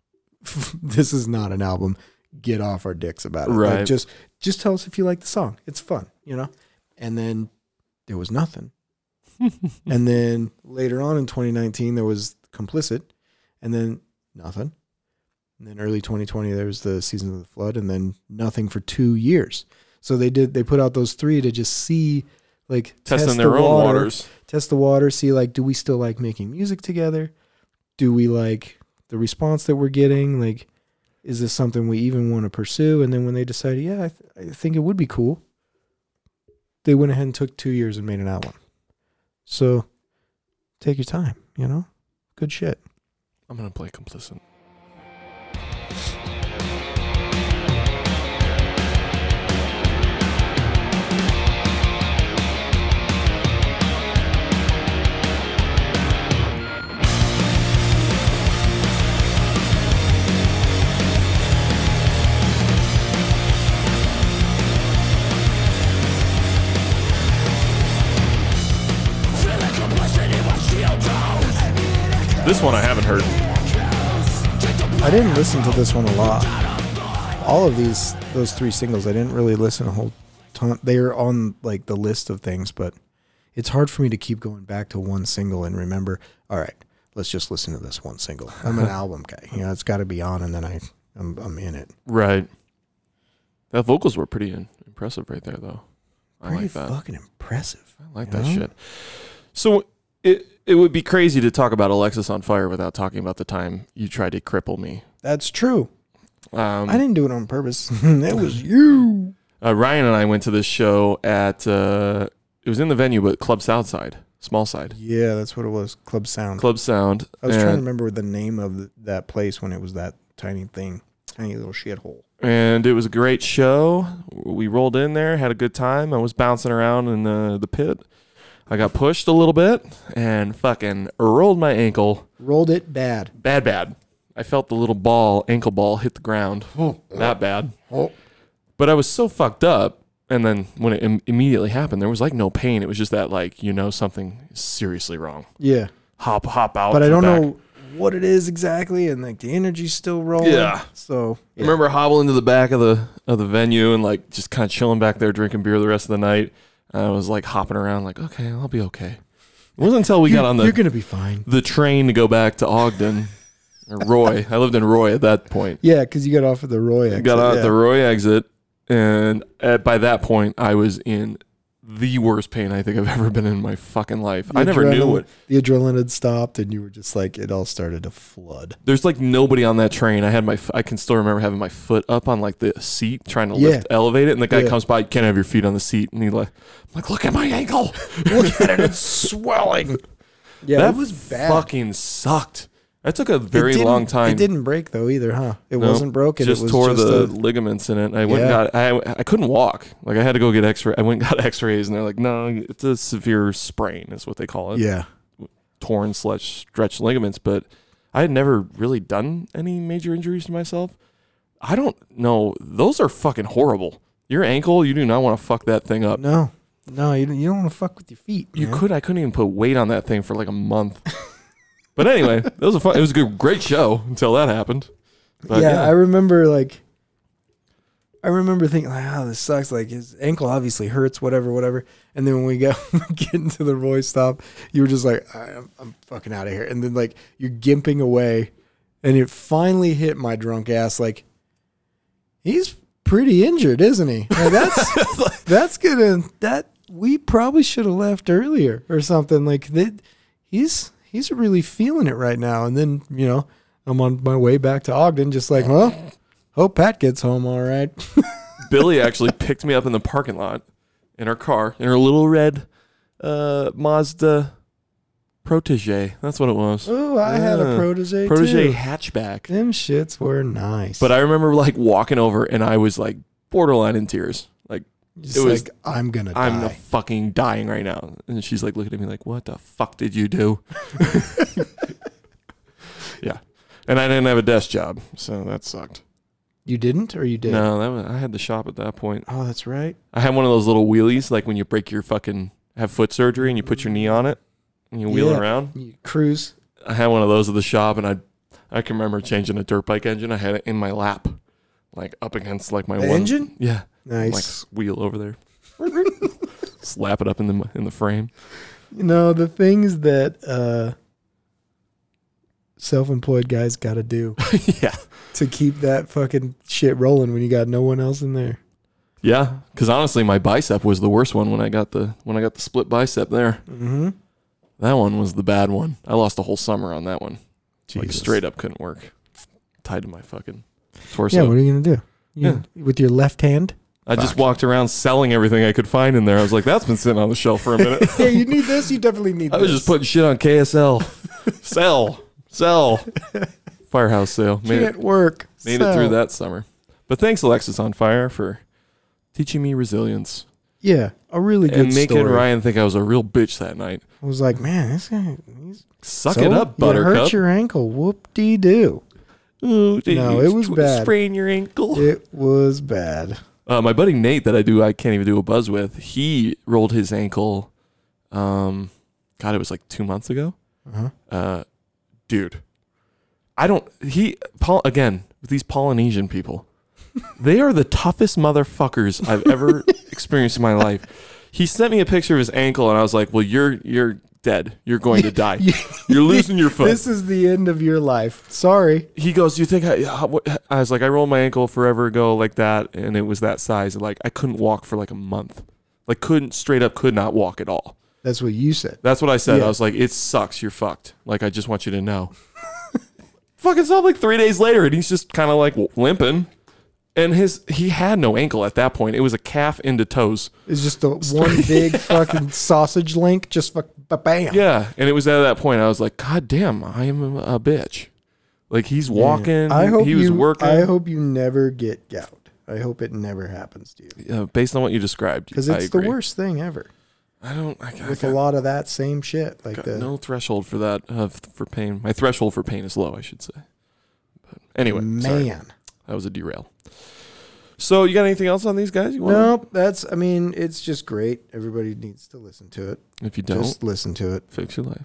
[SPEAKER 1] this is not an album get off our dicks about it Like,
[SPEAKER 2] Right.
[SPEAKER 1] just just tell us if you like the song it's fun you know and then there was nothing and then later on in 2019 there was complicit and then nothing and then early 2020 there was the season of the flood and then nothing for two years so they did they put out those three to just see like
[SPEAKER 2] Testing
[SPEAKER 1] test
[SPEAKER 2] their
[SPEAKER 1] the
[SPEAKER 2] own
[SPEAKER 1] water,
[SPEAKER 2] waters.
[SPEAKER 1] test the water see like do we still like making music together do we like the response that we're getting like is this something we even want to pursue and then when they decided yeah I, th- I think it would be cool they went ahead and took two years and made an album so take your time you know good shit
[SPEAKER 2] I'm gonna play complicit. This one I haven't heard.
[SPEAKER 1] i didn't listen to this one a lot all of these those three singles. I didn't really listen a whole ton. They are on like the list of things, but it's hard for me to keep going back to one single and remember. All right, let's just listen to this one single. I'm an album guy. You know, it's got to be on, and then I I'm, I'm in it.
[SPEAKER 2] Right. That vocals were pretty in- impressive right there, though. I
[SPEAKER 1] Pretty
[SPEAKER 2] like that.
[SPEAKER 1] fucking impressive.
[SPEAKER 2] I like that
[SPEAKER 1] Yeah.
[SPEAKER 2] shit. So it it would be crazy to talk about Alexis on fire without talking about the time you tried to cripple me.
[SPEAKER 1] That's true.
[SPEAKER 2] Um,
[SPEAKER 1] I didn't do it on purpose. it was you.
[SPEAKER 2] uh, Ryan and I went to this show at uh, it was in the venue, but Club Southside, small side,
[SPEAKER 1] Yeah, that's what it was. Club Sound.
[SPEAKER 2] Club Sound.
[SPEAKER 1] I was trying to
[SPEAKER 2] and-
[SPEAKER 1] remember the name of th- that place when it was that tiny thing, tiny little shithole.
[SPEAKER 2] and it was a great show. We rolled in there, had a good time. I was bouncing around in the, the pit. I got pushed a little bit and fucking rolled my ankle
[SPEAKER 1] Rolled it bad.
[SPEAKER 2] bad, bad. I felt the little ball, ankle ball, hit the ground. Not bad. But I was so fucked up. And then when it Im- immediately happened, there was like no pain. It was just that, like, you know, something is seriously wrong.
[SPEAKER 1] Yeah,
[SPEAKER 2] Hop, hop out.
[SPEAKER 1] but I
[SPEAKER 2] to the
[SPEAKER 1] don't
[SPEAKER 2] back.
[SPEAKER 1] know what it is exactly, and like the energy's still rolling.
[SPEAKER 2] Yeah.
[SPEAKER 1] So
[SPEAKER 2] I remember hobbling to the back of the of the venue and like just kind of chilling back there, drinking beer the rest of the night. And I was like hopping around, like, okay, I'll be okay. It wasn't until we got on the
[SPEAKER 1] you're gonna be fine.
[SPEAKER 2] the train to go back to Ogden or Roy. I lived in Roy at that point.
[SPEAKER 1] Yeah, because you got off of the Roy. Exit.
[SPEAKER 2] got out
[SPEAKER 1] yeah.
[SPEAKER 2] the Roy exit, and at, by that point, I was in the worst pain I think I've ever been in my fucking life.
[SPEAKER 1] The
[SPEAKER 2] I never knew
[SPEAKER 1] adrenaline-
[SPEAKER 2] what.
[SPEAKER 1] the adrenaline had stopped, and you were just like it all started to flood.
[SPEAKER 2] There's like nobody on that train. I had my. f- I can still remember having my foot up on like the seat, trying to lift,
[SPEAKER 1] Yeah.
[SPEAKER 2] elevate it, and the guy
[SPEAKER 1] Yeah.
[SPEAKER 2] comes by. You can't have your feet on the seat, and he like, I'm like, look at my ankle.
[SPEAKER 1] Look at it; it's swelling. Yeah,
[SPEAKER 2] that
[SPEAKER 1] it was bad.
[SPEAKER 2] Fucking sucked. That took a
[SPEAKER 1] It
[SPEAKER 2] very
[SPEAKER 1] didn't-
[SPEAKER 2] long time.
[SPEAKER 1] It didn't break though either, huh? It
[SPEAKER 2] No,
[SPEAKER 1] wasn't broken.
[SPEAKER 2] Just
[SPEAKER 1] it was
[SPEAKER 2] tore
[SPEAKER 1] just
[SPEAKER 2] the
[SPEAKER 1] a-
[SPEAKER 2] ligaments in it. I went
[SPEAKER 1] Yeah.
[SPEAKER 2] and got. I I couldn't walk. Like I had to go get X-ray. I went and got X-rays, and they're like, no, it's a severe sprain, is what they call it.
[SPEAKER 1] yeah.
[SPEAKER 2] Torn slash stretched ligaments. But I had never really done any major injuries to myself. I don't know. Those are fucking horrible. Your ankle, you do not want to fuck that thing up.
[SPEAKER 1] No, no, you, don't- you don't want to fuck with your feet.
[SPEAKER 2] You
[SPEAKER 1] man.
[SPEAKER 2] could. I couldn't even put weight on that thing for like a month. but anyway, that was a fun. It was a good, great show until that happened. But
[SPEAKER 1] yeah, I remember like I remember thinking like, oh, this sucks. Like his ankle obviously hurts, whatever, whatever. And then when we got getting to the Roy stop, you were just like, "All right, I'm, I'm fucking out of here. And then like you're gimping away, and it finally hit my drunk ass. Like he's pretty injured, isn't he? Like, that's that's gonna that we probably should have left earlier or something. Like that, he's he's really feeling it right now. And then you know I'm on my way back to Ogden, just like, huh? Hope Pat gets home all right.
[SPEAKER 2] Billy actually picked me up in the parking lot in her car in her little red uh, Mazda Protege. That's what it was.
[SPEAKER 1] Oh, I had a
[SPEAKER 2] Yeah.
[SPEAKER 1] protege. Protege.
[SPEAKER 2] Protege hatchback.
[SPEAKER 1] Them shits were nice.
[SPEAKER 2] But I remember like walking over and I was like borderline in tears. Like
[SPEAKER 1] just
[SPEAKER 2] it was-
[SPEAKER 1] like, I'm gonna
[SPEAKER 2] I'm
[SPEAKER 1] die.
[SPEAKER 2] fucking dying right now. And she's like looking at me like, "What the fuck did you do?" yeah. And I didn't have a desk job, so that sucked.
[SPEAKER 1] you didn't, or you did?
[SPEAKER 2] No, that was, I had the shop at that point.
[SPEAKER 1] Oh, that's right.
[SPEAKER 2] I had one of those little wheelies, like when you break your fucking have foot surgery and you put your knee on it and you wheel
[SPEAKER 1] Yeah.
[SPEAKER 2] around.
[SPEAKER 1] You cruise.
[SPEAKER 2] I had one of those at the shop, and I I can remember changing a dirt bike engine. I had it in my lap, like up against like my
[SPEAKER 1] The
[SPEAKER 2] one
[SPEAKER 1] engine?
[SPEAKER 2] Yeah, like
[SPEAKER 1] Nice.
[SPEAKER 2] s- wheel over there, slap it up in the in the frame.
[SPEAKER 1] You know the things that uh, self-employed guys got to do
[SPEAKER 2] yeah,
[SPEAKER 1] to keep that fucking shit rolling when you got no one else in there.
[SPEAKER 2] yeah. Because honestly, my bicep was the worst one when I got the when I got the split bicep there.
[SPEAKER 1] Mm-hmm.
[SPEAKER 2] That one was the bad one. I lost a whole summer on that one. Like
[SPEAKER 1] Jesus.
[SPEAKER 2] straight up couldn't work, tied to my fucking torso.
[SPEAKER 1] Yeah. What are you gonna do? You gonna- With your left hand.
[SPEAKER 2] I just walked around selling everything I could find in there. I was like, that's been sitting on the shelf for a minute.
[SPEAKER 1] yeah, you need this. You definitely need.
[SPEAKER 2] I was just putting shit on KSL. sell, sell. Firehouse sale. Made, it,
[SPEAKER 1] Can't work.
[SPEAKER 2] made it through that summer. But thanks, Alexis on Fire, for teaching me resilience
[SPEAKER 1] Yeah, a really good
[SPEAKER 2] and making
[SPEAKER 1] story.
[SPEAKER 2] Ryan think I was a real bitch that night.
[SPEAKER 1] I was like, man, this guy. He's
[SPEAKER 2] Suck
[SPEAKER 1] so
[SPEAKER 2] it up,
[SPEAKER 1] You hurt
[SPEAKER 2] Buttercup.
[SPEAKER 1] your ankle. Whoop de doo.
[SPEAKER 2] Ooh, did
[SPEAKER 1] No,
[SPEAKER 2] you
[SPEAKER 1] it was
[SPEAKER 2] sp-
[SPEAKER 1] bad.
[SPEAKER 2] Sprain your ankle.
[SPEAKER 1] It was bad.
[SPEAKER 2] Uh, my buddy Nate that I do I can't even do a buzz with. He rolled his ankle. Um, God, it was like two months ago.
[SPEAKER 1] Uh-huh.
[SPEAKER 2] Uh, dude, I don't. He Paul again with these Polynesian people. They are the toughest motherfuckers I've ever experienced in my life. He sent me a picture of his ankle, and I was like, "Well, you're you're dead. You're going to die. You're losing your foot."
[SPEAKER 1] This is the end of your life. Sorry.
[SPEAKER 2] he goes, "You think I?" yeah, what-" I was like, "I rolled my ankle forever ago, like that, and it was that size. and, Like I couldn't walk for like a month. Like couldn't straight up could not walk at all.
[SPEAKER 1] That's what you said.
[SPEAKER 2] That's what I said.
[SPEAKER 1] Yeah.
[SPEAKER 2] I was like, "It sucks. You're fucked." Like I just want you to know. Fucking stuff. Like three days later, and he's just kind of like limping, and his he had no ankle at that point. It was a calf into toes.
[SPEAKER 1] It's just the one big fucking sausage link. Just fuck, ba- bam.
[SPEAKER 2] Yeah, and it was at that point I was like, "God damn, I am a bitch." Like he's walking.
[SPEAKER 1] I hope
[SPEAKER 2] he was
[SPEAKER 1] you,
[SPEAKER 2] working.
[SPEAKER 1] I hope you never get gout. I hope it never happens to you
[SPEAKER 2] Uh, based on what you described,
[SPEAKER 1] because
[SPEAKER 2] I
[SPEAKER 1] it's the
[SPEAKER 2] agree.
[SPEAKER 1] worst thing ever.
[SPEAKER 2] I don't. I, I
[SPEAKER 1] With
[SPEAKER 2] got-
[SPEAKER 1] a lot of that same shit, like
[SPEAKER 2] got
[SPEAKER 1] the
[SPEAKER 2] no threshold for that uh, f- for pain. My threshold for pain is low, I should say. But anyway, sorry.
[SPEAKER 1] man.
[SPEAKER 2] that was a derail. So you got anything else on these guys? You want?
[SPEAKER 1] Nope, that's. I mean, it's just great. Everybody needs to listen to it.
[SPEAKER 2] If you don't,
[SPEAKER 1] Just listen to it.
[SPEAKER 2] fix your life.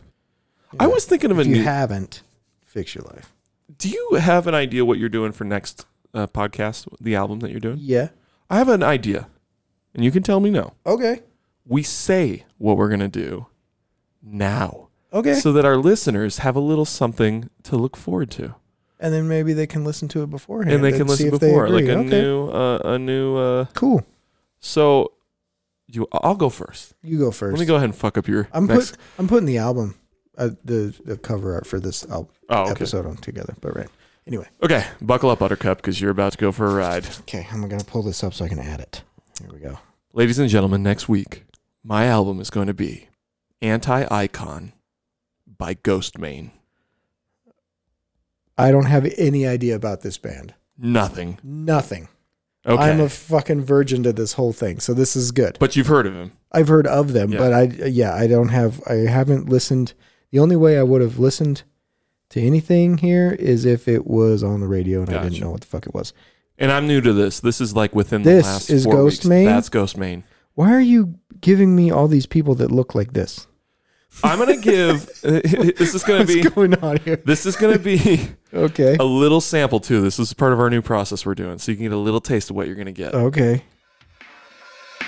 [SPEAKER 2] I was thinking of a
[SPEAKER 1] If you
[SPEAKER 2] new.
[SPEAKER 1] haven't, fix your life.
[SPEAKER 2] do you have an idea what you're doing for next uh, podcast? The album that you're doing?
[SPEAKER 1] Yeah.
[SPEAKER 2] I have an idea, and you can tell me no.
[SPEAKER 1] Okay.
[SPEAKER 2] We say what we're gonna do now,
[SPEAKER 1] Okay.
[SPEAKER 2] so that our listeners have a little something to look forward to.
[SPEAKER 1] and then maybe they can listen to it beforehand.
[SPEAKER 2] and they can
[SPEAKER 1] see
[SPEAKER 2] listen
[SPEAKER 1] if they
[SPEAKER 2] before, like
[SPEAKER 1] agree.
[SPEAKER 2] a
[SPEAKER 1] Okay.
[SPEAKER 2] new, uh, a new. Uh,
[SPEAKER 1] Cool.
[SPEAKER 2] so, you, I'll go first.
[SPEAKER 1] You go first.
[SPEAKER 2] Let me go ahead and fuck up your.
[SPEAKER 1] I'm
[SPEAKER 2] next.
[SPEAKER 1] put, I'm putting the album, uh, the the cover art for this al-
[SPEAKER 2] oh, okay.
[SPEAKER 1] episode on together. But right. Anyway.
[SPEAKER 2] Okay, buckle up, Buttercup, because you're about to go for a ride,
[SPEAKER 1] Okay. I'm gonna pull this up so I can add it. Here we go.
[SPEAKER 2] ladies and gentlemen. Next week, my album is going to be "Anti Icon" by Ghostmane.
[SPEAKER 1] I don't have any idea about this band.
[SPEAKER 2] Nothing.
[SPEAKER 1] Nothing.
[SPEAKER 2] Okay.
[SPEAKER 1] I'm a fucking virgin to this whole thing, so this is good.
[SPEAKER 2] but you've heard of him.
[SPEAKER 1] I've heard of them,
[SPEAKER 2] Yeah.
[SPEAKER 1] but I yeah, I don't have I haven't listened. The only way I would have listened to anything here is if it was on the radio and I didn't
[SPEAKER 2] Gotcha.
[SPEAKER 1] know what the fuck it was.
[SPEAKER 2] And I'm new to this. This is like within
[SPEAKER 1] This
[SPEAKER 2] the last
[SPEAKER 1] is
[SPEAKER 2] four weeks.
[SPEAKER 1] Ghostmane?
[SPEAKER 2] That's Ghostmane.
[SPEAKER 1] Why are you giving me all these people that look like this?
[SPEAKER 2] I'm gonna give. this is gonna
[SPEAKER 1] What's
[SPEAKER 2] be.
[SPEAKER 1] going on here?
[SPEAKER 2] This is gonna be.
[SPEAKER 1] Okay.
[SPEAKER 2] a little sample too. This is part of our new process we're doing, so you can get a little taste of what you're gonna get.
[SPEAKER 1] Okay.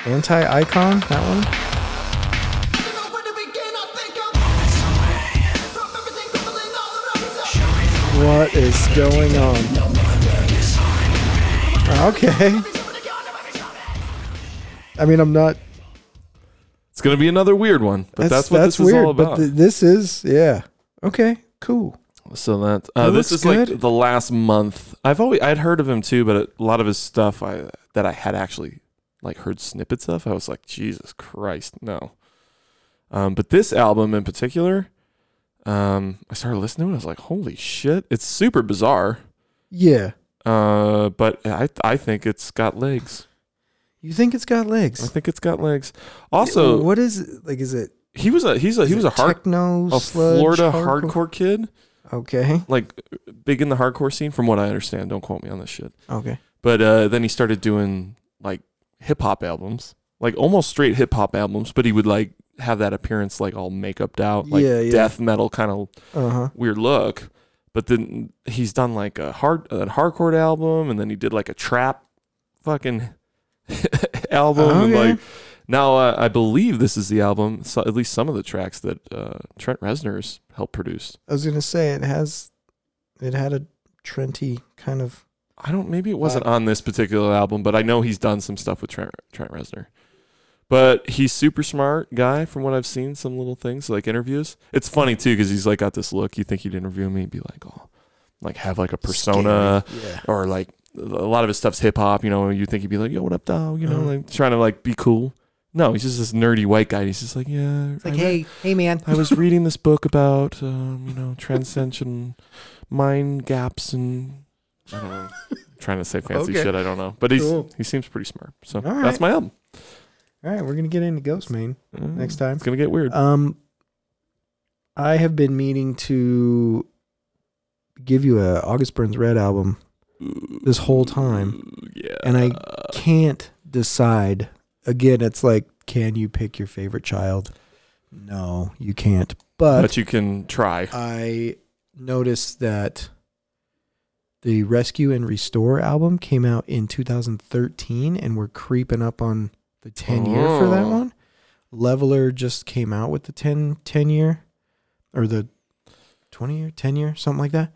[SPEAKER 1] Anti icon, that one? What is going on? Okay. I mean, I'm not.
[SPEAKER 2] It's gonna be another weird one, but that's, what this is all about.
[SPEAKER 1] But th- this is, yeah. Okay, cool.
[SPEAKER 2] so that uh,
[SPEAKER 1] looks
[SPEAKER 2] this is
[SPEAKER 1] good.
[SPEAKER 2] like the last month. I've always I'd heard of him too, but a lot of his stuff I that I had actually like heard snippets of. I was like, Jesus Christ, no. Um, but this album in particular, um, I started listening to it. I was like, holy shit, it's super bizarre.
[SPEAKER 1] Yeah.
[SPEAKER 2] Uh, but I I think it's got legs.
[SPEAKER 1] You think it's got
[SPEAKER 2] I
[SPEAKER 1] legs?
[SPEAKER 2] think it's got legs. Also,
[SPEAKER 1] what is it? Like, is it?
[SPEAKER 2] he was a he's a he
[SPEAKER 1] is
[SPEAKER 2] was
[SPEAKER 1] it
[SPEAKER 2] a hard
[SPEAKER 1] techno
[SPEAKER 2] a
[SPEAKER 1] sludge,
[SPEAKER 2] Florida hardcore. kid,
[SPEAKER 1] Okay.
[SPEAKER 2] like big in the hardcore scene, from what I understand. Don't quote me on this shit.
[SPEAKER 1] Okay.
[SPEAKER 2] But uh, then he started doing like hip hop albums, like almost straight hip hop albums. But he would like have that appearance like all makeuped out, like
[SPEAKER 1] Yeah, yeah.
[SPEAKER 2] death metal kind of
[SPEAKER 1] Uh huh.
[SPEAKER 2] weird look. But then he's done like a hard a hardcore album, and then he did like a trap fucking album, and
[SPEAKER 1] Okay.
[SPEAKER 2] like now uh, I believe this is the album, so at least some of the tracks that uh, Trent Reznor's helped produce.
[SPEAKER 1] I was gonna say it has, it had a Trenty kind of.
[SPEAKER 2] I don't. Maybe it wasn't on this particular album, but I know he's done some stuff with Trent, Trent Reznor. But he's super smart guy from what I've seen. Some little things like interviews. It's funny too because he's like got this look. You think he'd interview me? He'd be like, oh, like have like a persona
[SPEAKER 1] Scary. Yeah.
[SPEAKER 2] or like a lot of his stuff's hip hop. You know, you think he'd be like, yo, what up, dog? You know,
[SPEAKER 1] Uh-huh.
[SPEAKER 2] like trying to like be cool. No, he's just this nerdy white guy. He's just like, yeah, I read-
[SPEAKER 1] hey, man.
[SPEAKER 2] I was reading this book about, um, you know, transcension, mind gaps, and I don't know, trying to say fancy
[SPEAKER 1] Okay.
[SPEAKER 2] shit. I don't know, but he's
[SPEAKER 1] Cool.
[SPEAKER 2] he seems pretty smart. So
[SPEAKER 1] All right.
[SPEAKER 2] that's my album.
[SPEAKER 1] All right, we're gonna get into Ghost Main next time.
[SPEAKER 2] it's gonna get weird.
[SPEAKER 1] Um, I have been meaning to give you a August Burns Red album this whole time,
[SPEAKER 2] yeah,
[SPEAKER 1] and I can't decide. Again, it's like, can you pick your favorite child? No, you can't. But Uh,
[SPEAKER 2] but you can try.
[SPEAKER 1] I noticed that The Rescue and Restore album came out in 2013, and we're creeping up on the 10 year for that
[SPEAKER 2] Oh.
[SPEAKER 1] one. Leveler just came out with the 10, 10 year or the 20 year, 10 year, something like that.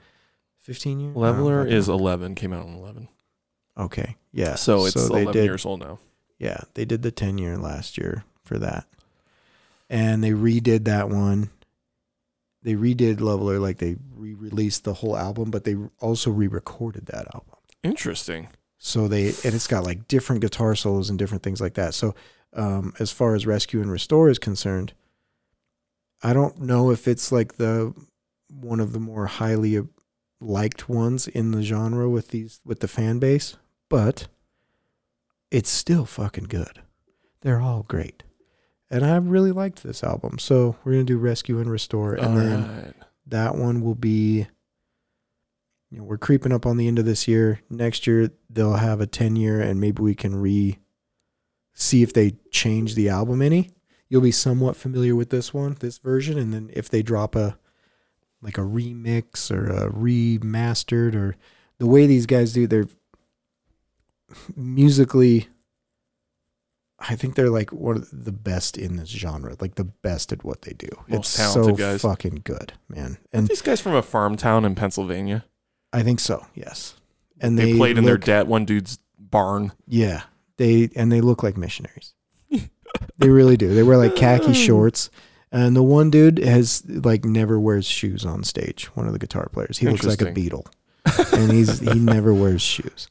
[SPEAKER 1] 15 year. I don't
[SPEAKER 2] Leveler
[SPEAKER 1] fucking
[SPEAKER 2] is
[SPEAKER 1] know.
[SPEAKER 2] 11, came out on 11.
[SPEAKER 1] Okay. Yeah.
[SPEAKER 2] So it's
[SPEAKER 1] they
[SPEAKER 2] 11
[SPEAKER 1] did-
[SPEAKER 2] years old now.
[SPEAKER 1] Yeah. They did the 10 year last year for that. And they redid that one. They redid Leveler, like they re released the whole album, but they also re recorded that album.
[SPEAKER 2] Interesting.
[SPEAKER 1] So they and it's got like different guitar solos and different things like that. So um, as far as Rescue and Restore is concerned, I don't know if it's like the one of the more highly uh, liked ones in the genre with these with the fan base, but it's still fucking good. They're all great. And I really liked this album. So we're going to do Rescue and Restore and
[SPEAKER 2] All
[SPEAKER 1] then
[SPEAKER 2] right.
[SPEAKER 1] that one will be you know we're creeping up on the end of this year next year they'll have a 10 year and maybe we can re see if they change the album any you'll be somewhat familiar with this one this version and then if they drop a like a remix or a remastered or the way these guys do they're musically I think they're like one of the best in this genre, like the best at what they do.
[SPEAKER 2] Most
[SPEAKER 1] it's so
[SPEAKER 2] talented guys.
[SPEAKER 1] fucking good, man. And
[SPEAKER 2] These guys from a farm town in Pennsylvania.
[SPEAKER 1] I think so. Yes. And
[SPEAKER 2] They, played in their
[SPEAKER 1] look-
[SPEAKER 2] dad one dude's barn.
[SPEAKER 1] yeah. They and they look like missionaries. they really do. They wear like khaki shorts. And the one dude has like never wears shoes on stage. One of the guitar players. He looks like a
[SPEAKER 2] Interesting.
[SPEAKER 1] beetle, and he's he never wears shoes.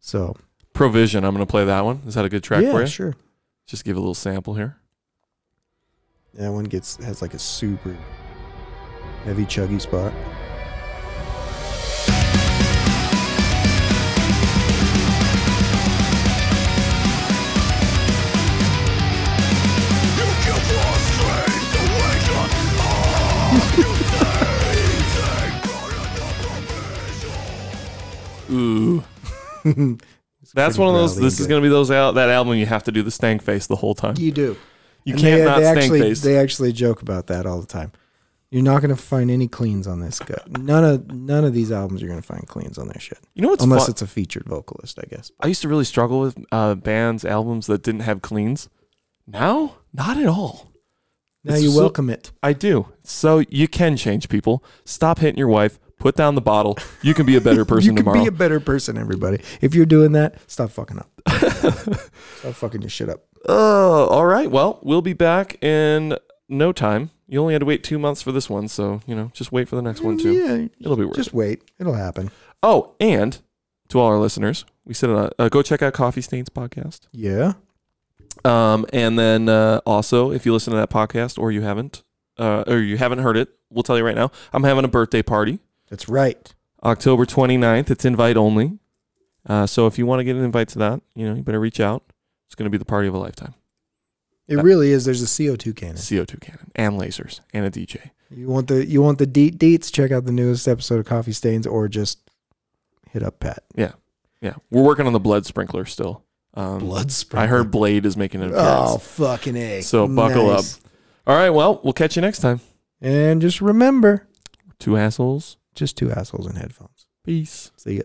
[SPEAKER 1] So
[SPEAKER 2] Provision. I'm going to play that one. Is that a good track
[SPEAKER 1] yeah,
[SPEAKER 2] for you?
[SPEAKER 1] sure.
[SPEAKER 2] Just give a little sample here.
[SPEAKER 1] That one gets has like a super heavy chuggy spot.
[SPEAKER 2] Ooh. That's one of
[SPEAKER 1] growly
[SPEAKER 2] those. This
[SPEAKER 1] and
[SPEAKER 2] is
[SPEAKER 1] good.
[SPEAKER 2] going to be those al- that album you have to do the stank face the whole time.
[SPEAKER 1] You do.
[SPEAKER 2] You
[SPEAKER 1] And
[SPEAKER 2] can't
[SPEAKER 1] they,
[SPEAKER 2] not
[SPEAKER 1] they
[SPEAKER 2] stank
[SPEAKER 1] actually,
[SPEAKER 2] face.
[SPEAKER 1] They actually joke about that all the time. You're not going to find any cleans on this. Guy. None of none of these albums you're going to find cleans on their shit,
[SPEAKER 2] you know what's
[SPEAKER 1] unless
[SPEAKER 2] fun?
[SPEAKER 1] it's a featured vocalist, I guess.
[SPEAKER 2] I used to really struggle with uh, bands albums that didn't have cleans. Now, not at all.
[SPEAKER 1] Now
[SPEAKER 2] It's
[SPEAKER 1] you
[SPEAKER 2] so-
[SPEAKER 1] welcome it.
[SPEAKER 2] I do. So you can change people. Stop hitting your wife. Put down the bottle. You can be a better person
[SPEAKER 1] you can
[SPEAKER 2] tomorrow.
[SPEAKER 1] be a better person, everybody. If you're doing that, stop fucking up. stop fucking your shit up.
[SPEAKER 2] Oh, all right. Well, we'll be back in no time. You only had to wait two months for this one, so you know, just wait for the next one too.
[SPEAKER 1] Yeah,
[SPEAKER 2] It'll be worth
[SPEAKER 1] just
[SPEAKER 2] it.
[SPEAKER 1] wait. It'll happen.
[SPEAKER 2] Oh, and to all our listeners, we said uh, uh, go check out Coffee Stains podcast.
[SPEAKER 1] Yeah.
[SPEAKER 2] Um, and then uh, also, if you listen to that podcast or you haven't, uh, or you haven't heard it, we'll tell you right now. I'm having a birthday party
[SPEAKER 1] That's right.
[SPEAKER 2] October 29th. It's invite only. Uh, so if you want to get an invite to that, you know, you better reach out. It's going to be the party of a lifetime.
[SPEAKER 1] It
[SPEAKER 2] That-
[SPEAKER 1] really is. There's a CO2 cannon.
[SPEAKER 2] CO2 cannon and lasers and a DJ.
[SPEAKER 1] You want the you want the deet deets? Check out the newest episode of Coffee Stains, or just hit up Pat.
[SPEAKER 2] Yeah, we're working on the blood sprinkler still. Um,
[SPEAKER 1] Blood
[SPEAKER 2] I
[SPEAKER 1] sprinkler.
[SPEAKER 2] heard Blade is making an appearance.
[SPEAKER 1] Oh, fucking A.
[SPEAKER 2] So buckle up. All right. Well, we'll catch you next time.
[SPEAKER 1] And just remember
[SPEAKER 2] Two assholes.
[SPEAKER 1] just two assholes in headphones.
[SPEAKER 2] Peace.
[SPEAKER 1] See ya.